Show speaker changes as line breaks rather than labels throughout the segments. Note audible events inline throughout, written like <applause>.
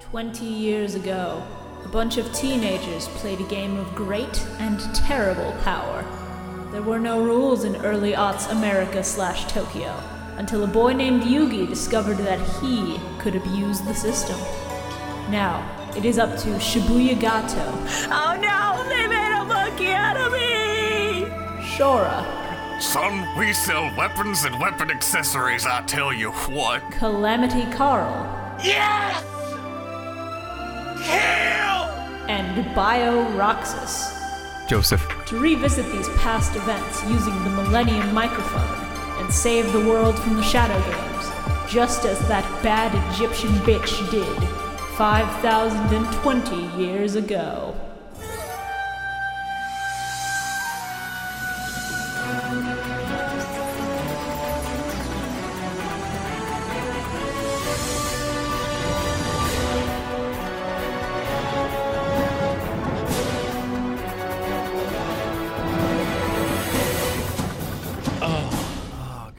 20 years ago, a bunch of teenagers played a game of great and terrible power. There were no rules in early aughts America slash Tokyo until a boy named Yugi discovered that he could abuse the system. Now, it is up to Shibuya Gato.
Oh no, they made a monkey out of me!
Shora,
Son, we sell weapons and weapon accessories, I tell you what.
Calamity Carl,
Yes! Kill!
and Bio Roxas.
Joseph.
to revisit these past events using the Millennium Microphone and save the world from the Shadow Games, just as that bad Egyptian bitch did 5,020 years ago.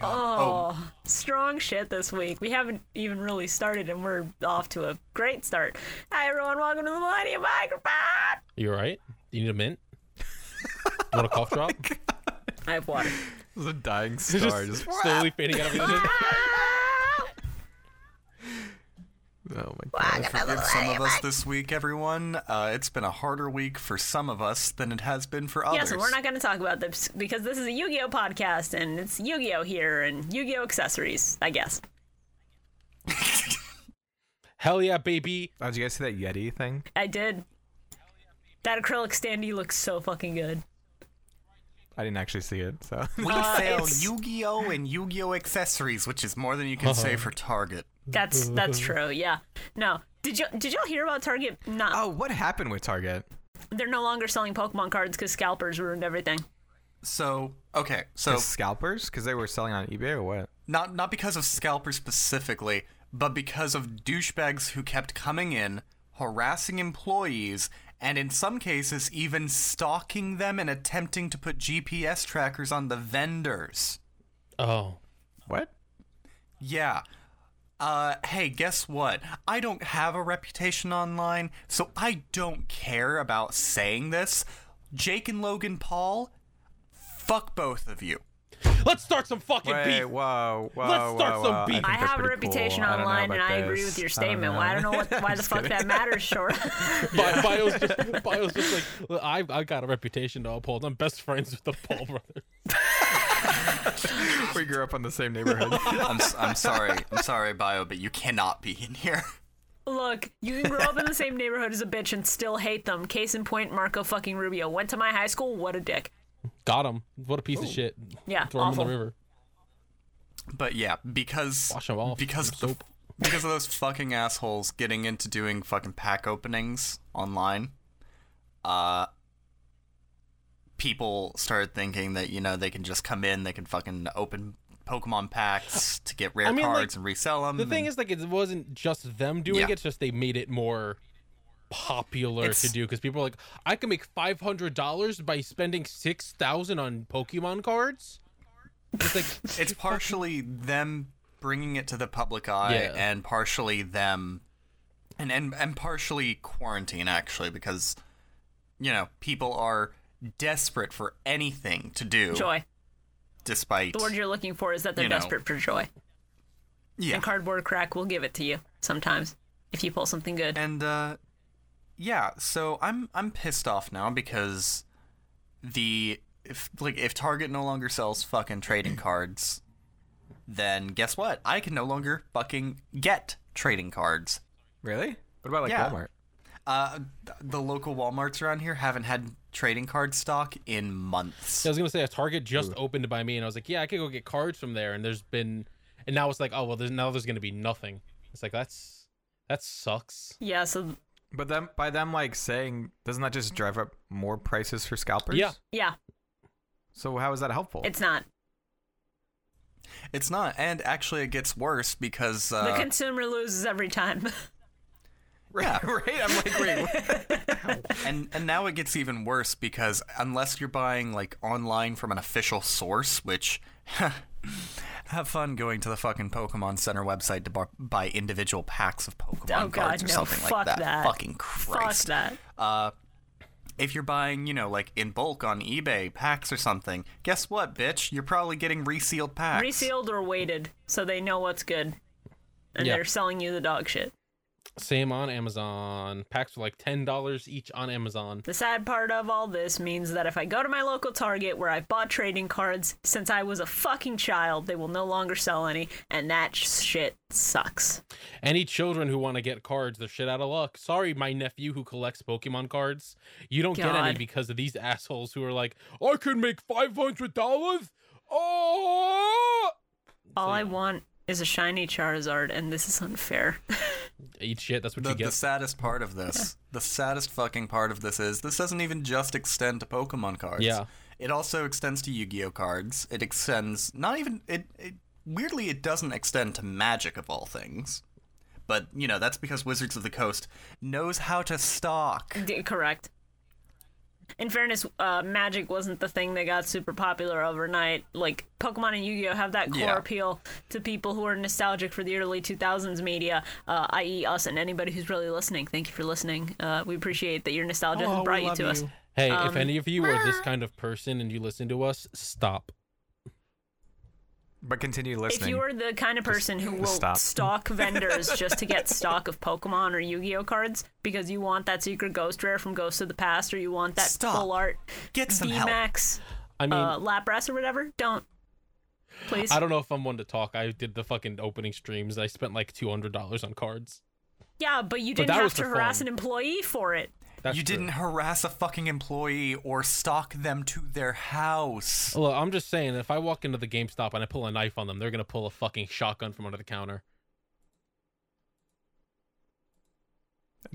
Oh, strong shit this week. We haven't even really started, and we're off to a great start. Hi, everyone. Welcome to the Millennium Microphone.
You all right? You need a mint? You want a cough drop?
I have water.
This is
<laughs>
a dying
It's
star. Just,
just slowly fading out of vision.
oh my god.
Welcome to
Forgive
the
some of
Millennium
us this week, everyone. Uh, it's been a harder week for some of us than it has been for
Mi-
others.
Yes, and we're not going to talk about this because this is a Yu-Gi-Oh podcast, and it's Yu-Gi-Oh here and Yu-Gi-Oh accessories, I guess.
Hell yeah, baby.
Oh, did you guys see that Yeti thing?
I did. That acrylic standee looks so fucking good.
I didn't actually see it, so. <laughs>
We
Uh,
sell
it's-
Yu-Gi-Oh and Yu-Gi-Oh accessories, which is more than you can say for Target.
That's that's true. Yeah. No. Did you did y'all hear about Target? Not.
Oh, what happened with Target?
They're no longer selling Pokemon cards because scalpers ruined everything.
So, okay, so
The scalpers? Because they were selling on eBay or what?
not not because of scalpers specifically, but because of douchebags who kept coming in, harassing employees, and in some cases even stalking them and attempting to put GPS trackers on the vendors.
Oh.
What?
Yeah. Uh, hey, guess what? I don't have a reputation online, so I don't care about saying this. Jake and Logan Paul, fuck both of you.
Let's start some fucking
Wait,
beef.
whoa, whoa,
Let's start
whoa,
some
whoa. I
beef.
think
I
that's
have a
pretty
reputation
cool. I don't know
online, and
about
I agree with
this.
your
I don't
statement. Well, I don't know what, why the fuck that matters, sure.
Bi- Bio's just, Bio's just like, "Look, I've, I've got a reputation to uphold. I'm best friends with the Paul brothers.
<laughs> we grew up on the
<laughs>
same neighborhood.
<laughs> I'm, s- I'm sorry. I'm sorry, Bio, but you cannot be in here.
Look, you can grow up in the same neighborhood as a bitch and still hate them. Case in point, Marco fucking Rubio went to my high school. What a dick.
Got him. What a piece of shit.
Yeah,
Throw him
awful.
in the river.
But yeah, because
Wash 'em off
because
with
of the-
soap.
because of those fucking assholes getting into doing fucking pack openings online, uh, people started thinking that you know they can just come in, they can fucking open Pokemon packs to get rare
I mean, like,
cards and resell them.
The thing is, like, it wasn't just them doing
Mm-hmm.
it,
Yeah.
it's just they made it more popular to
It's-
do because people are like, I can make $500 by spending 6000 on Pokemon cards. It's like, <laughs>
it's partially them bringing it to the public eye,
Yeah.
and partially them, and and and partially quarantine actually because, you know, people are desperate for anything to do.
Joy.
Despite
The word you're looking for is that they're
You know.
desperate for joy.
yeah,
And Cardboard Crack will give it to you sometimes if you pull something good.
and uh, yeah. So I'm I'm pissed off now because the if like if Target no longer sells fucking trading cards, then guess what? I can no longer fucking get trading cards.
really? What about like
Yeah.
Walmart?
Uh, th- the local WalMarts around here haven't had trading card stock in months.
I was gonna say a Target just opened by me, and I was like, yeah, I could go get cards from there. And there's been, and now it's like, oh well, there's now there's gonna be nothing. It's like that's that sucks.
yeah, so,
But them by them like saying doesn't that just drive up more prices for scalpers?
Yeah.
yeah,
So how is that helpful?
it's not.
It's not, and actually, it gets worse because
The
uh,
consumer loses every time.
<laughs>
<laughs> Oh,
right, right. I'm like, <laughs> wait, what?
and and now it gets even worse because unless you're buying like online from an official source, which <laughs> Have fun going to the fucking Pokemon Center website to bar- buy individual packs of Pokemon
Oh, God,
cards or
no.
something
Fuck
like that.
that.
Fucking
Fuck
Christ. Uh,
that.
If you're buying, you know, like in bulk on eBay packs or something, guess what, bitch? You're probably getting resealed packs.
Resealed or weighted, so they know what's good, and
Yeah.
they're selling you the dog shit.
Same on Amazon. Packs were like ten dollars each on Amazon.
The sad part of all this means that if I go to my local Target where I've bought trading cards since I was a fucking child, they will no longer sell any, and that shit sucks.
Any children who want to get cards, they're shit out of luck. Sorry, my nephew who collects Pokemon cards. You don't get any
God.
because of these assholes who are like, I can make five hundred dollars. Oh,
All I want is a shiny Charizard, and this is unfair. <laughs>
eat shit. That's what
The,
you
the
get.
saddest part of this, the saddest fucking part of this is this doesn't even just extend to Pokemon cards.
Yeah.
It also extends to Yu-Gi-Oh cards. It extends not even it, it weirdly it doesn't extend to Magic of all things. But, you know, that's because Wizards of the Coast knows how to stock.
D- correct. In fairness, uh, Magic wasn't the thing that got super popular overnight. Like Pokemon and Yu-Gi-Oh have that core
Yeah.
appeal to people who are nostalgic for the early 2000s media, uh, i.e., us and anybody who's really listening. Thank you for listening. Uh, we appreciate that your nostalgia has brought Oh, you to us.
Hey,
Um,
if any of you are this
ah.
kind of person and you listen to us, stop.
But continue
If
listening.
you are the kind of person who will
<laughs>
stop.
stalk vendors just to get stock of Pokemon or Yu-Gi-Oh cards because you want that secret ghost rare from Ghosts of the Past or you want that
Stop.
full art
Get some help.
VMAX
I mean,
uh, Lapras or whatever, don't. Please.
I don't know if I'm one to talk. I did the fucking opening streams. I spent like two hundred dollars on cards.
Yeah, but you
But
didn't
that
have
was
to
for
harass
fun.
an employee for it.
That's
you
true.
didn't harass a fucking employee or stalk them to their house.
Look, I'm just saying, if I walk into the GameStop and I pull a knife on them, they're gonna pull a fucking shotgun from under the counter.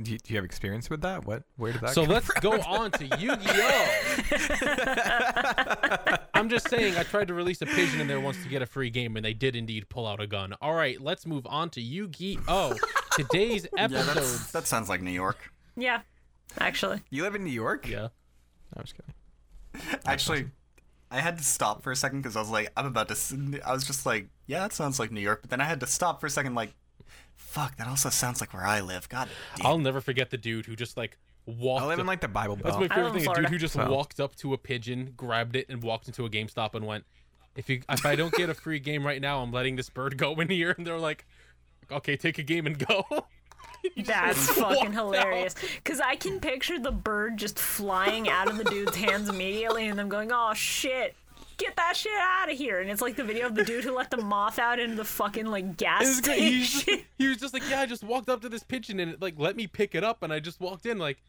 do, you, do you have experience with that? What? Where did that?
so
come
let's go on to
<laughs>
Yu-Gi-Oh. I'm just saying, I tried to release a pigeon in there once to get a free game, and they did indeed pull out a gun. All right, let's move on to
<laughs>
Yu-Gi-Oh. Today's
Yeah,
episode.
that's, that sounds like New York.
Yeah, actually.
You live in New York?
Yeah,
I'm just kidding.
Actually, I had to stop for a second because I was like, I'm about to. s- I was just like, yeah, that sounds like New York. But then I had to stop for a second, like, fuck, that also sounds like where I live. God damn.
I'll never forget the dude who just like walked.
I live in
up-
like the Bible
That's
Belt.
my
oh.
favorite
live in
thing. A dude
Florida.
who just
Wow.
walked up to a pigeon, grabbed it, and walked into a GameStop and went, "If you, if I don't get a free game right now, I'm letting this bird go in here." And they're like, "Okay, take a game and go." <laughs>
That's fucking
walked
hilarious. Because I can picture the bird just flying out of the dude's hands immediately and them going, oh shit. Get that shit out of here! And it's like the video of the dude who let the moth out into the fucking like gas
This guy- he, was
station. <laughs>
just, he was just like, "Yeah, I just walked up to this pigeon and it like let me pick it up, and I just walked in like."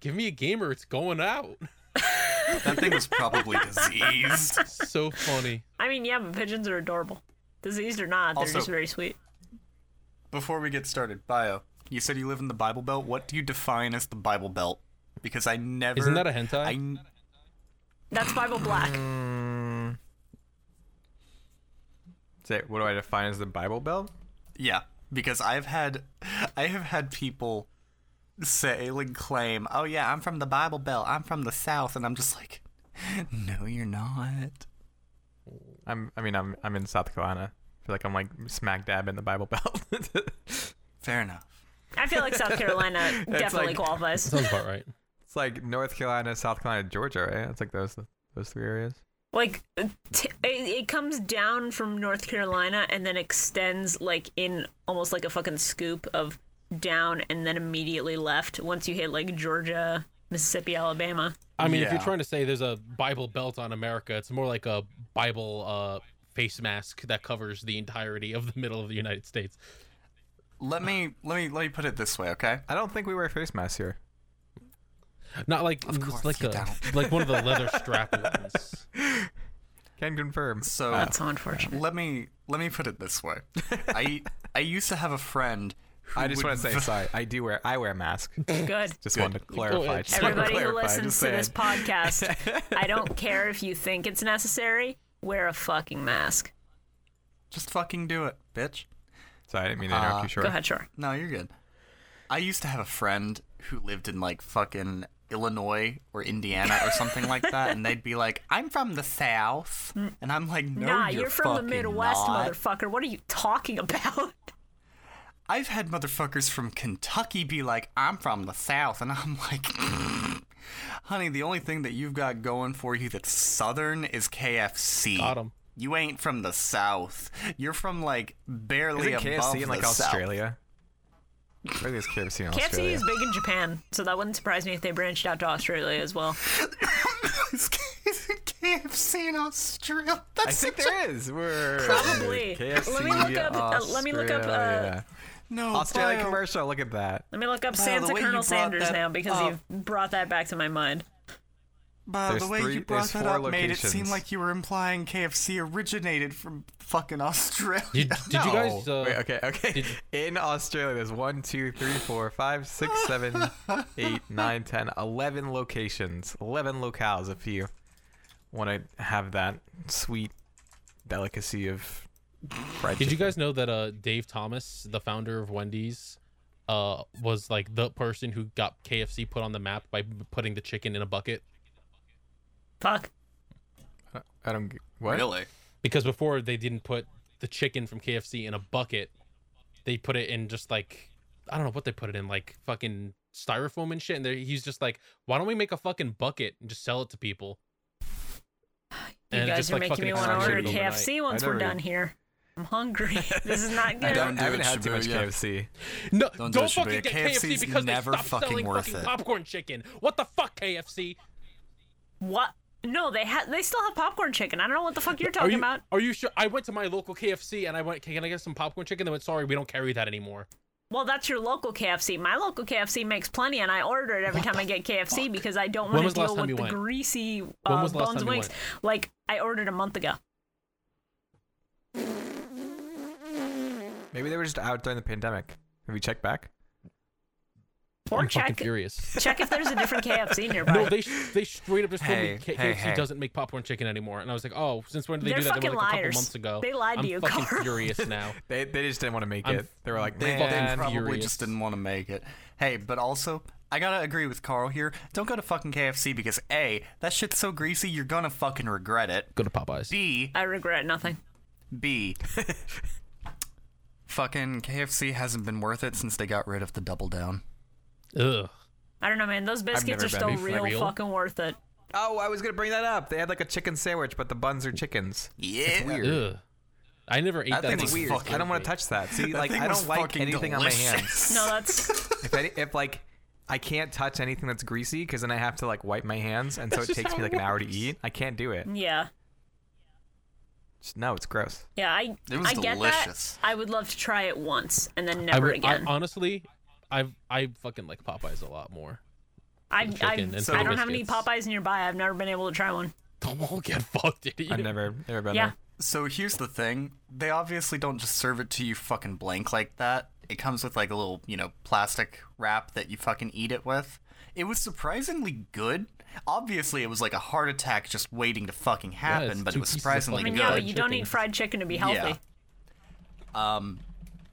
Give me a game or it's going out. <laughs>
That thing was probably diseased.
So funny.
I mean, yeah, but pigeons are adorable. Diseased or not, they're
Also-
just very sweet.
<laughs> Before we get started, bio. You said you live in the Bible Belt. What do you define as the Bible Belt? Because I never.
Isn't that a hentai?
I n-
That's Bible Black.
Say, what do I define as the Bible Belt?
Yeah, because I've had I have had people say like claim, "Oh yeah, I'm from the Bible Belt. I'm from the South." And I'm just like, <laughs> "No, you're not."
I'm. I mean, I'm. I'm in South Carolina. I feel like I'm like smack dab in the Bible Belt. <laughs> it's
Fair enough.
I feel like South Carolina definitely
like-
qualifies.
Sounds about right.
like North Carolina, South Carolina, Georgia, right? It's like those those three areas.
like t- it, it comes down from north carolina and then extends like in almost like a fucking scoop of down and then immediately left once you hit like georgia mississippi alabama
I mean, if you're
Yeah.
trying to say there's a Bible belt on America, it's more like a Bible uh, face mask that covers the entirety of the middle of the United States.
Let me let me let me put it this way, okay?
I don't think we wear face masks here.
Not like
Of
it's
course
like
you
a
don't.
like one of the leather
<laughs>
strap ones.
Can confirm.
<laughs>
So
that's so unfortunate
let me let me put it this way. I I used to have a friend who
I just
would
want to say,
<laughs>
v-
sorry, I do wear I wear a mask.
good
Just
Good.
wanted to clarify.
ahead.
<laughs> Just wanted to
everybody who
clarify,
listens
just
to this
saying.
podcast
<laughs>
i don't care if you think it's necessary wear a fucking mask
<laughs> just fucking do it, bitch.
Sorry, I didn't mean
Uh,
to interrupt you. Sure.
go ahead sure
No, you're good. I used to have a friend who lived in like fucking Illinois or Indiana or something like that, and they'd be like, "I'm from the South,"
Mm.
and I'm like, "No,
nah,
you're,
you're, from the
fucking
Midwest,
not.
motherfucker. What are you talking about? <laughs>
I've had motherfuckers from Kentucky be like, "I'm from the South," and I'm <laughs> like, "Honey, the only thing that you've got going for you that's Southern is KFC."
Got 'em.
You ain't from the South. You're from like barely
Isn't
above
KFC in like
the South. <laughs>
Australia? Where is KFC in
KFC
Australia?
is big in Japan, so that wouldn't surprise me if they branched out to Australia as well.
Is KFC in Australia. That's
I think
such a-
there is. We're
Probably.
KFC,
Let me look up- uh, let me look up, uh, Oh,
Australia.
no
Australia
bio.
commercial. Look at that.
Let me look up
Wow, the
Santa
way you
Colonel
brought
Sanders
that
now because
up.
you've brought that back to my mind.
By
There's
the way
three-
you brought
there's
that
four
up, made it seem
locations.
like you were implying KFC originated from fucking Australia.
Did, did you guys? Uh,
Wait, okay, <laughs> okay. In Australia, there's one, two, three, four, five, six,
<laughs>
seven, eight, nine, ten, eleven locations, eleven locales. If you want to have that sweet delicacy of fried
Did you
chicken.
guys know that uh, Dave Thomas, the founder of Wendy's, uh, was like the person who got KFC put on the map by b- putting the chicken in a bucket?
Fuck.
I don't. g- What?
Really?
Because before they didn't put the chicken from KFC in a bucket, they put it in just like I don't know what they put it in, like fucking styrofoam and shit. And they- he's just like, why don't we make a fucking bucket and just sell it to people?
You
And it
guys
just,
are
like,
making
fucking
me want to order
exploded overnight.
KFC once
I
we're
never-
done here. I'm
<laughs>
hungry. this is not
I
good.
don't.
do
I haven't
it,
had too much
Shibuya.
KFC.
No,
Don't
don't,
do it,
fucking
Shibuya.
get KFC
KFC's
because
never
they stopped
fucking
selling
worth
fucking
it.
popcorn chicken. What the fuck, KFC?
What? No, they ha- they still have popcorn chicken. I don't know what the fuck you're
<laughs> Are
talking
you,
about.
are you sure? I went to my local KFC and I went, can I get some popcorn chicken? They went, sorry, we don't carry that anymore.
Well, that's your local KFC. My local KFC makes plenty, and I order it every time I get KFC because I don't want
When
to
was the last
deal
time
with
you
the
went?
greasy uh,
was the last
bones
time you
wings. Like I ordered a month ago.
Maybe they were just out during the pandemic. Have you checked back?
Or
I'm fucking
check
furious.
check if there's a
<laughs>
different KFC nearby.
No, they they straight up just told
Hey,
me K-
hey,
KFC
hey.
doesn't make popcorn chicken anymore, and I was like, oh, since when did they
They're
do that? They were
fucking
like a couple
liars.
months ago.
They lied to
I'm
you,
fucking
Carl.
furious now.
<laughs>
They, they just didn't want to make
I'm
it. They were like,
They,
man,
they probably
furious.
just didn't want to make it. Hey, but also, I gotta agree with Carl here. Don't go to fucking KFC because A, that shit's so greasy, you're gonna fucking regret it.
Go to Popeyes.
B,
I regret nothing.
<laughs>
B. fucking KFC hasn't been worth it since they got rid of the double down.
Ugh.
I don't know, man. Those biscuits
never
are still
been. Beef,
real,
real?
fucking worth it.
Oh, I was gonna bring that up. They had like a chicken sandwich, but the buns are chickens.
Yeah.
It's weird.
Ugh. I never ate
That
that.
thing
thing.
It's
was
weird.
fucking
I don't want
great.
to touch that. See,
That
like
thing
I
was
don't like
fucking
anything on my
<laughs>
hands.
delicious.
No,
<laughs>
that's
If any, if like I can't touch anything that's greasy, because then I have to like wipe my hands, and so it
just
takes
how
me
it
like an hour to
works.
eat. I can't do it.
yeah,
Just- no, it's gross.
yeah. I
It was
I get
delicious.
that. I would love to try it once and then
I,
never
re- I
again.
honestly, I've I fucking like Popeyes a lot more. <laughs>
I
the
I,
chicken and
I don't
the
have any
biscuits.
Popeyes nearby. I've never been able to try one.
Don't all get fucked, idiot.
I've never, never been
Yeah.
So here's the thing. They obviously don't just serve it to you fucking blank like that. It comes with like a little, you know, plastic wrap that you fucking eat it with. It was surprisingly good. Obviously, it was like a heart attack just waiting to fucking happen,
it's
but
two
it was
pieces of
surprisingly
I
fucking
mean,
good.
yeah,
fried
but you don't
chicken.
need fried chicken to be healthy.
Um,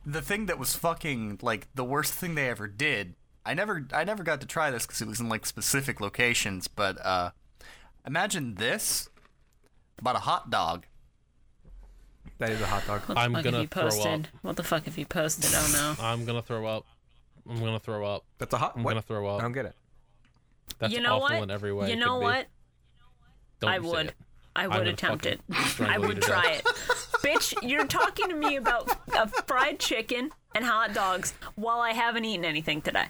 the thing that was fucking like the worst thing they ever did. I never, I never got to try this because it was in like specific locations. But uh, imagine this, but a hot dog.
there. That is a hot dog.
I'm
What the fuck
gonna
have you
throw
posted?
up.
What the fuck have you posted? Oh
I'm gonna throw up. I'm gonna throw up.
That's a hot.
I'm
what?
gonna throw up.
I don't get it.
no.
That's
you know
awful
what?
in every way.
you
it
know
could be.
what?
Don't
I
you say
would.
it.
I
I'm
would
gonna
attempt it.
fucking strangle
I
you
would
to
try
death.
it. <laughs> Bitch, you're talking to me about a fried chicken and hot dogs while I haven't eaten anythting today.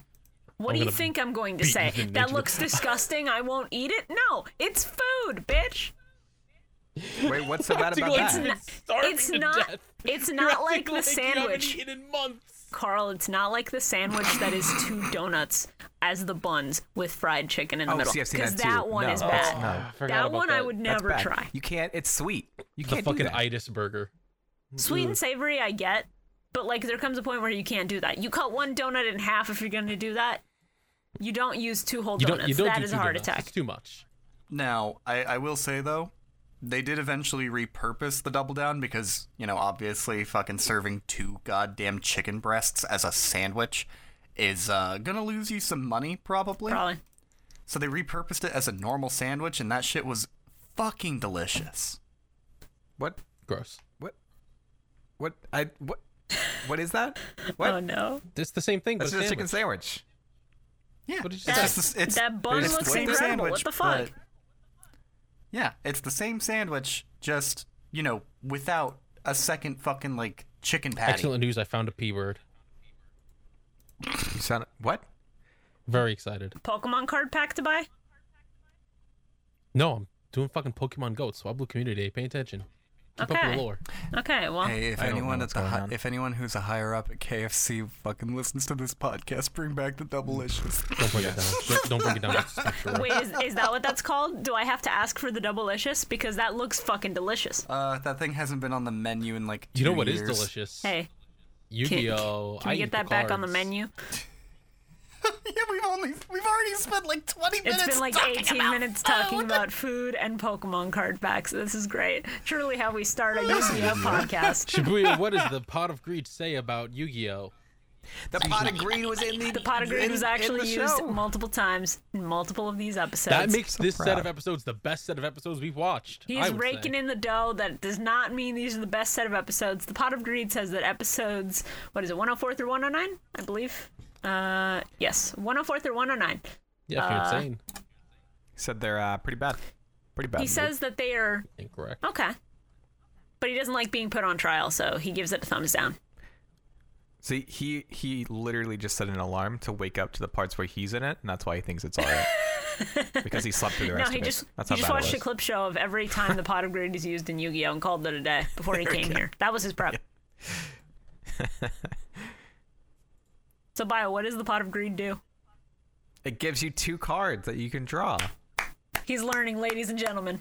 What
I'm
do you
gonna
think I'm going to
beat
say?
you into
That
the-
looks disgusting. I won't eat it. No, it's food, bitch.
Wait,
<laughs>
what's so bad about
Article
that?
is
It's
been
n-
starving
it's
to
not-
death.
it's
You're
not like
acting
the
You haven't
sandwich.
eaten in months.
Carl, it's not like the sandwich that is two donuts as the buns with fried chicken in the
Oh,
middle.
see, I've seen
Because
that too.
one
No,
is
that's-
bad.
no.
I forgot
that
about
one I
that.
would
That's
never
bad.
try.
You can't. It's sweet. You
The
can't do
fucking
that.
itis burger.
Sweet
Mm.
and savory, I get, but like there comes a point where you can't do that. You cut one donut in half if you're going to do that. You don't use two whole
You
donuts.
don't. You don't
That
do
is
two
a heart
donuts. It's
attack.
too much.
Now, I, I will say though, they did eventually repurpose the double down because, you know, obviously fucking serving two goddamn chicken breasts as a sandwich is uh, gonna lose you some money probably.
Probably.
So they repurposed it as a normal sandwich, and that shit was fucking delicious.
What?
Gross.
What? What? I what? What
<laughs>
is that? What?
Oh no.
It's the same thing, but
That's just a chicken
sandwich.
sandwich.
Yeah,
What did you
it's
say?
just this- it's-
that bun
it's the
looks
same
incredible. What
sandwich,
the fuck?
but- yeah, it's the same sandwich, just you know, without a second fucking like chicken patty.
Excellent news! I found a p word.
You sound what?
Very excited.
Pokemon card pack to buy?
No, I'm doing fucking Pokemon Go. It's Swablu Community Day. Pay attention. Keep up
Okay.
with the lore.
Okay, well
Hey, if
I don't
anyone
know
at
what's
the
going
hi-
on.
if anyone who's a higher up at KFC fucking listens to this podcast, bring back the delicious.
<laughs>
Don't break it down. Don't- Don't break it down. It's just
<laughs>
a
Wait, is, is that what that's called? Do I have to ask for the doublelicious? Because that looks fucking delicious.
Uh, that thing hasn't been on the menu in like.
You know
two
what is
years.
delicious?
Hey, can,
Yu-Gi-Oh.
can
I
you
eat
get that
the
back on the
cards.
menu?
<laughs> yeah, we've only we've already spent like twenty minutes.
It's been like
talking
18
about
minutes
food.
talking about food and Pokemon card packs. This is great. Truly how we start a Yu-Gi-Oh podcast.
Shibuya, what does the pot of greed say about Yu-Gi-Oh?
The pot of green was in the.
The pot of
in-
green was
in
actually
the
used
show.
multiple times in multiple of these episodes.
That makes
so
this set of
proud.
episodes the best set of episodes we've watched. I
He's
would
raking
say.
in the dough. That does not mean these are the best set of episodes. The Pot of Greed says that episodes, what is it, 104 through 109, I believe? Uh, yes, 104 through 109.
Yeah, if you're insane.
Said they're uh, pretty bad. Pretty bad.
He says that they are
Incorrect.
okay, but he doesn't like being put on trial, so he gives it a thumbs down.
See, he he literally just set an alarm to wake up to the parts where he's in it, and that's why he thinks it's all right.
<laughs>
because he slept through the
No,
rest
he
of
just
it. That's
he
how
just
bad it
watched a
was.
clip show of every time the Pot of Greed is used in Yu-Gi-Oh and called it a day before he came here. That was his prep. so, Bio, what does the Pot of Greed do?
<laughs> It gives you two cards that you can draw.
He's learning, ladies and gentlemen.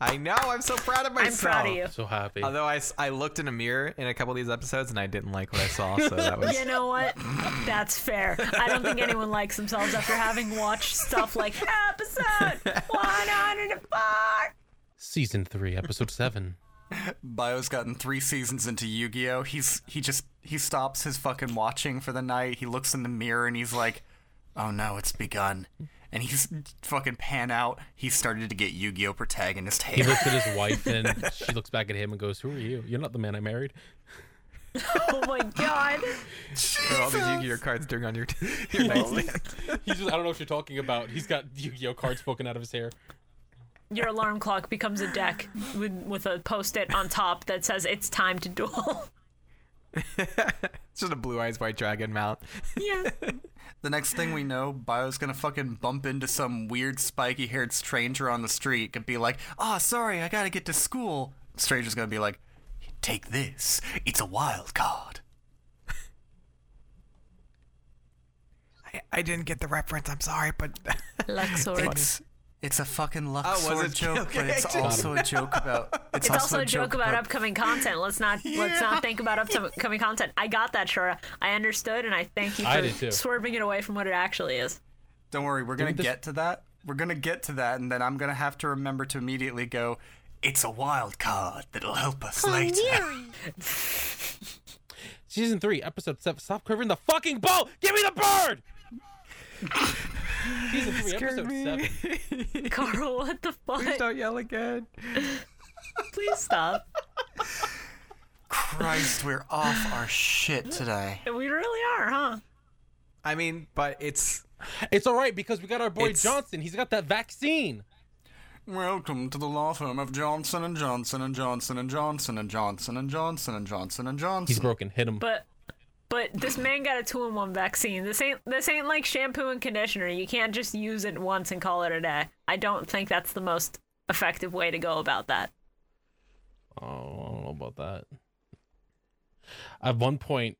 I know. I'm so proud of
I'm
myself.
proud of you.
So happy.
Although I, s- I looked in a mirror in a couple of these episodes and I didn't like what I saw, so
<laughs>
that was
You know what? That's fair. I don't think anyone likes themselves after having watched stuff like episode 104.
Season three, episode seven.
Bio's gotten three seasons into Yu-Gi-Oh. He's he just he stops his fucking watching for the night. He looks in the mirror and he's like, "Oh no, it's begun." And he's fucking pan out. He started to get Yu-Gi-Oh protagonist
He
hair.
looks at his wife and she looks back at him and goes, Who are you? You're not the man I married.
Oh my god.
what all these Yu-Gi-Oh cards doing on your, <laughs> your nightstand. <laughs>
He's just I don't know what you're talking about. He's got Yu-Gi-Oh cards poking out of his hair.
Your alarm clock becomes a deck with, with a post it on top that says it's time to duel. <laughs>
It's just a blue eyes white dragon mount.
yeah.
The next thing we know, Bio's gonna fucking bump into some weird spiky haired stranger on the street and be like, "Ah, sorry, I gotta get to school." Stranger's gonna be like, "Take this. It's a wild card."
I, I didn't get the reference, I'm sorry, but <laughs>
Luxor. It's,
It's it's a fucking luck
Oh, was
sword
it? <laughs>
joke,
Okay,
but it's
I
also a joke
<laughs>
about. It's,
also a joke about upcoming content. Let's not let's not think about upcoming content. I got that, Shura. I understood and I thank you
I did
for
too.
swerving it away from what it actually <laughs> is.
Don't worry, we're gonna
Didn't this-
get to that. We're gonna get to that, and then I'm gonna have to remember to immediately go. It's a wild card that'll help us
Oh,
later.
Season three, episode seven. Stop quivering the fucking ball! Give me the bird! Season three, episode seven.
Carl, what the fuck?
Don't yell again.
Please stop.
Christ, we're off our shit today.
We really are, huh?
I mean, but it's
It's all right because we got our boy
It's-
Johnson. He's got that vaccine.
Welcome to the law firm of Johnson and Johnson and Johnson and Johnson and Johnson and Johnson and Johnson and Johnson.
He's broken. Hit him.
But but this man got a two-in-one vaccine. This ain't this ain't like shampoo and conditioner. You can't just use it once and call it a day. I don't think that's the most effective way to go about that.
Oh, I don't know about that. At one point,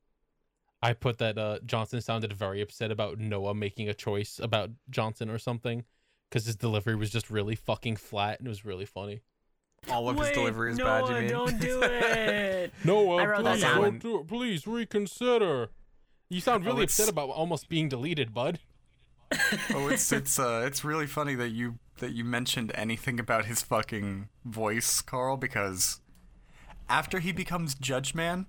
I put that uh, Johnson sounded very upset about Noah making a choice about Johnson or something because his delivery was just really fucking flat and it was really funny.
all of his delivery is
no,
bad, you mean?
don't
<laughs>
do it.
Noah,
I wrote that
please,
down.
don't do it. please reconsider. You sound really
Oh, it's-
upset about almost being deleted, bud.
Oh, it's it's uh, it's really funny that you that you mentioned anything about his fucking voice, Carl, because after he becomes Judge Man,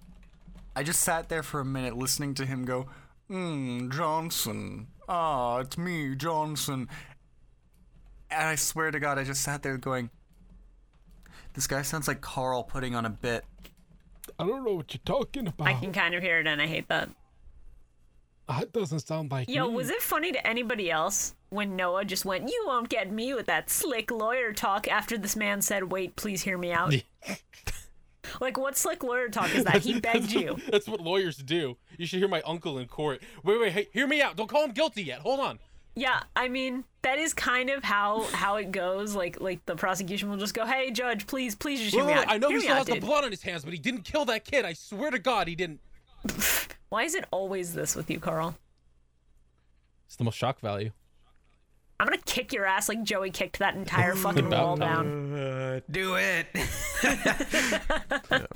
I just sat there for a minute "Hmm, listening to him go, "Mmm, Johnson. Ah, it's me, Johnson,"
and I swear to God, I just sat there going, "This guy sounds like Carl putting on a bit."
I don't know what you're talking about.
I can kind of hear it, and I hate that.
That doesn't sound like
Yo,
Hmm.
me.
was it funny to anybody else when Noah just went, "You won't get me with that slick lawyer talk"? After this man said, "Wait, please hear me
<laughs>
out." like, what slick lawyer talk is that? He
<laughs>
begged you.
That's what lawyers do. You should hear my uncle in court. Wait, wait, hey, hear me out. Don't call him guilty yet. Hold on.
Yeah, I mean that is kind of how how it goes. Like like the prosecution will just go, "Hey, judge, please, please just hear
Wait,
me
wait, wait,
out."
I know
hear
he
me
still
out,
has the
dude."
blood on his hands, but he didn't kill that kid. I swear to God, he didn't.
Why is it always this with you, Carl?
It's the most shock value.
I'm gonna kick your ass like Joey kicked that entire fucking
About
wall
time.
down.
<laughs> Do it.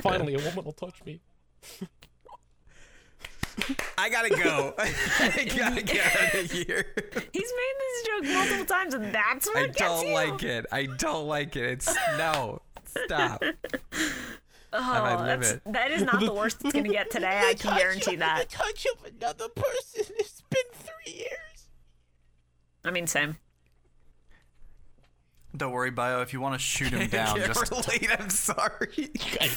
Finally, a woman will touch me.
I gotta go. <laughs> I gotta get out of here.
He's made this joke multiple times, and that's what
I
gets
don't
you.
like it. I don't like it. It's no.
<laughs>
Stop.
Oh,
at my
that's,
limit.
that is not
<laughs>
the worst it's gonna get today. I can guarantee that.
touch of another person. It's been three years.
I mean, same.
Don't worry, Bio. If you want to shoot <laughs> him down,
Can't
just
relate. I'm sorry.
I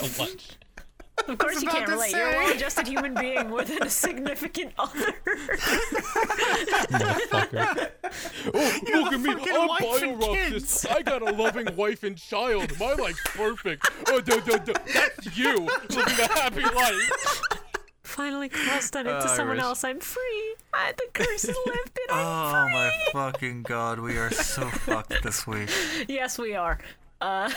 don't watch.
Of course you
about
can't
to
relate. You're a
say.
well-adjusted human being with a significant <laughs> other.
Motherfucker. Oh, look at me. I'm
fucking wife and
biorobist. I got a loving wife and child. My life's perfect. Oh, do, do, do. That's you living a happy life.
Finally crossed on it
Oh,
to
I
someone
wish.
else. I'm free. I, the curse is lifted. I'm
Oh my fucking god, we are <laughs> so fucked this week.
Yes, we are. Uh,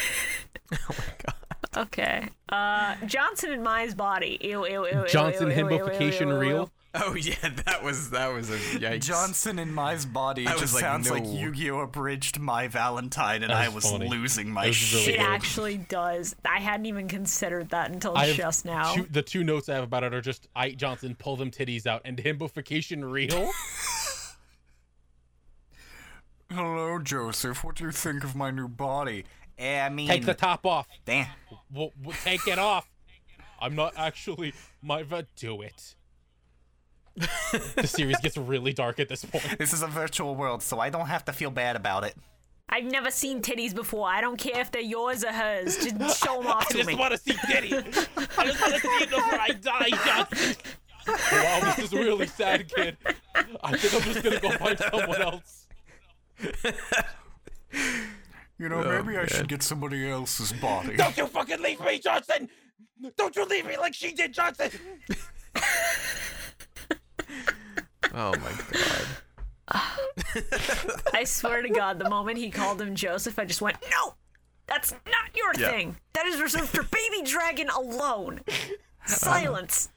<laughs> oh my god. Okay. Uh, Johnson in Mai's body. Ew, ew, ew, ew.
Johnson
ew, ew, ew, ew, ew,
himbofication
ew,
real.
<laughs> Oh yeah, that was that was a yikes.
Johnson in Mai's body
was
just
like,
sounds
no.
like Yu-Gi-Oh! abridged My Valentine, and
That
I
was
was
funny.
losing my
That was
shit.
really
It
good.
actually does. I hadn't even considered that until
I have
just now.
two- the two notes I have about it are just Ike Johnson pull them titties out and himbofication real.
Hello, Joseph. What do you think of my new body? Eh, I mean,
Take the top off.
damn.
We'll, we'll take it off. I'm not actually my va- do it. the series gets really dark at this
<laughs>
point.
This is a virtual world, so I don't have to feel bad about it.
I've never seen titties before. I don't care if they're yours or hers. Just
<laughs>
show them off
I
to
just
me.
want to see Diddy. I just want to see it before I die, Johnson. Wow, this is really sad, kid. I think I'm just gonna go find someone else.
You know,
Oh,
maybe I should get somebody else's body.
Don't you fucking leave me, Johnson! Don't you leave me like she did, Johnson!
Oh my god.
I swear to God, the moment he called him Joseph, I just went, no, that's not your
Yeah.
thing. That is reserved for baby dragon alone.
<laughs>
Silence.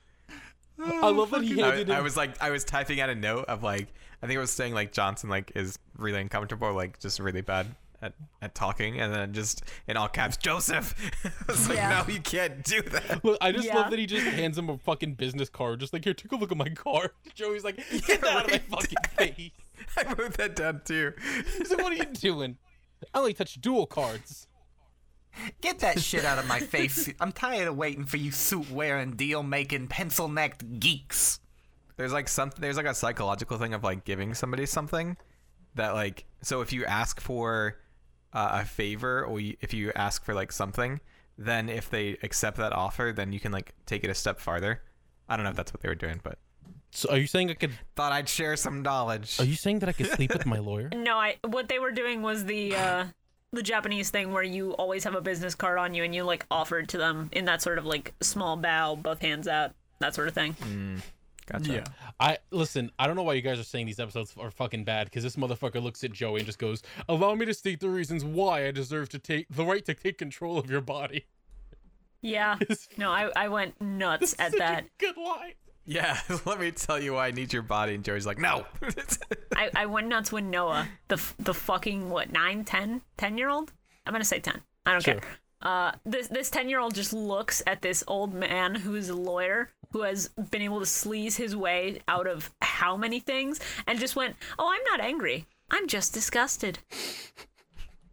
I love that he handed
I, I
him.
was like, I was typing out a note of like, I think I was saying like Johnson like is really uncomfortable, like just really bad at, at talking, and then just in all caps, Joseph. <laughs> I was like,
Yeah.
no, you can't do that. <laughs>
Look, I just
Yeah.
love that he just hands him a fucking business card. Just like, here, take a look at my car. <laughs>
<laughs>
Joey's like, get that out of my
right.
fucking face. <laughs>
I wrote that down too.
He's like, what are you doing? I only touch dual cards.
Get that shit out of my face. I'm tired of waiting for you suit wearing, deal making, pencil necked geeks.
There's like something. There's like a psychological thing of like giving somebody something that like. So if you ask for uh, a favor or you, if you ask for like something, then if they accept that offer, then you can like take it a step farther. I don't know if that's what they were doing, but
So, are you saying I could?
thought I'd share some knowledge.
you saying that I could sleep with
<laughs>
my lawyer?
No, I what they were doing was the uh the Japanese thing where you always have a business card on you and you like offer it to them in that sort of like small bow, both hands out, that sort of thing.
Gotcha. <laughs> Yeah.
I listen. I don't know why you guys are saying these episodes are fucking bad because this motherfucker looks at Joey and just goes, "Allow me to state the reasons why I deserve to take the right to take control of your body." <laughs>
Yeah. No, I, I went nuts at that.
Good line.
<laughs> let me tell you why I need your body. And Joey's like, no. <laughs>
I, I went nuts when Noah, the f- the fucking what, nine, ten, ten year old? I'm gonna say ten. I don't
Sure.
care. Uh, this this ten year old just looks at this old man who's a lawyer who has been able to sleaze his way out of how many things and just went, oh, I'm not angry. I'm just disgusted.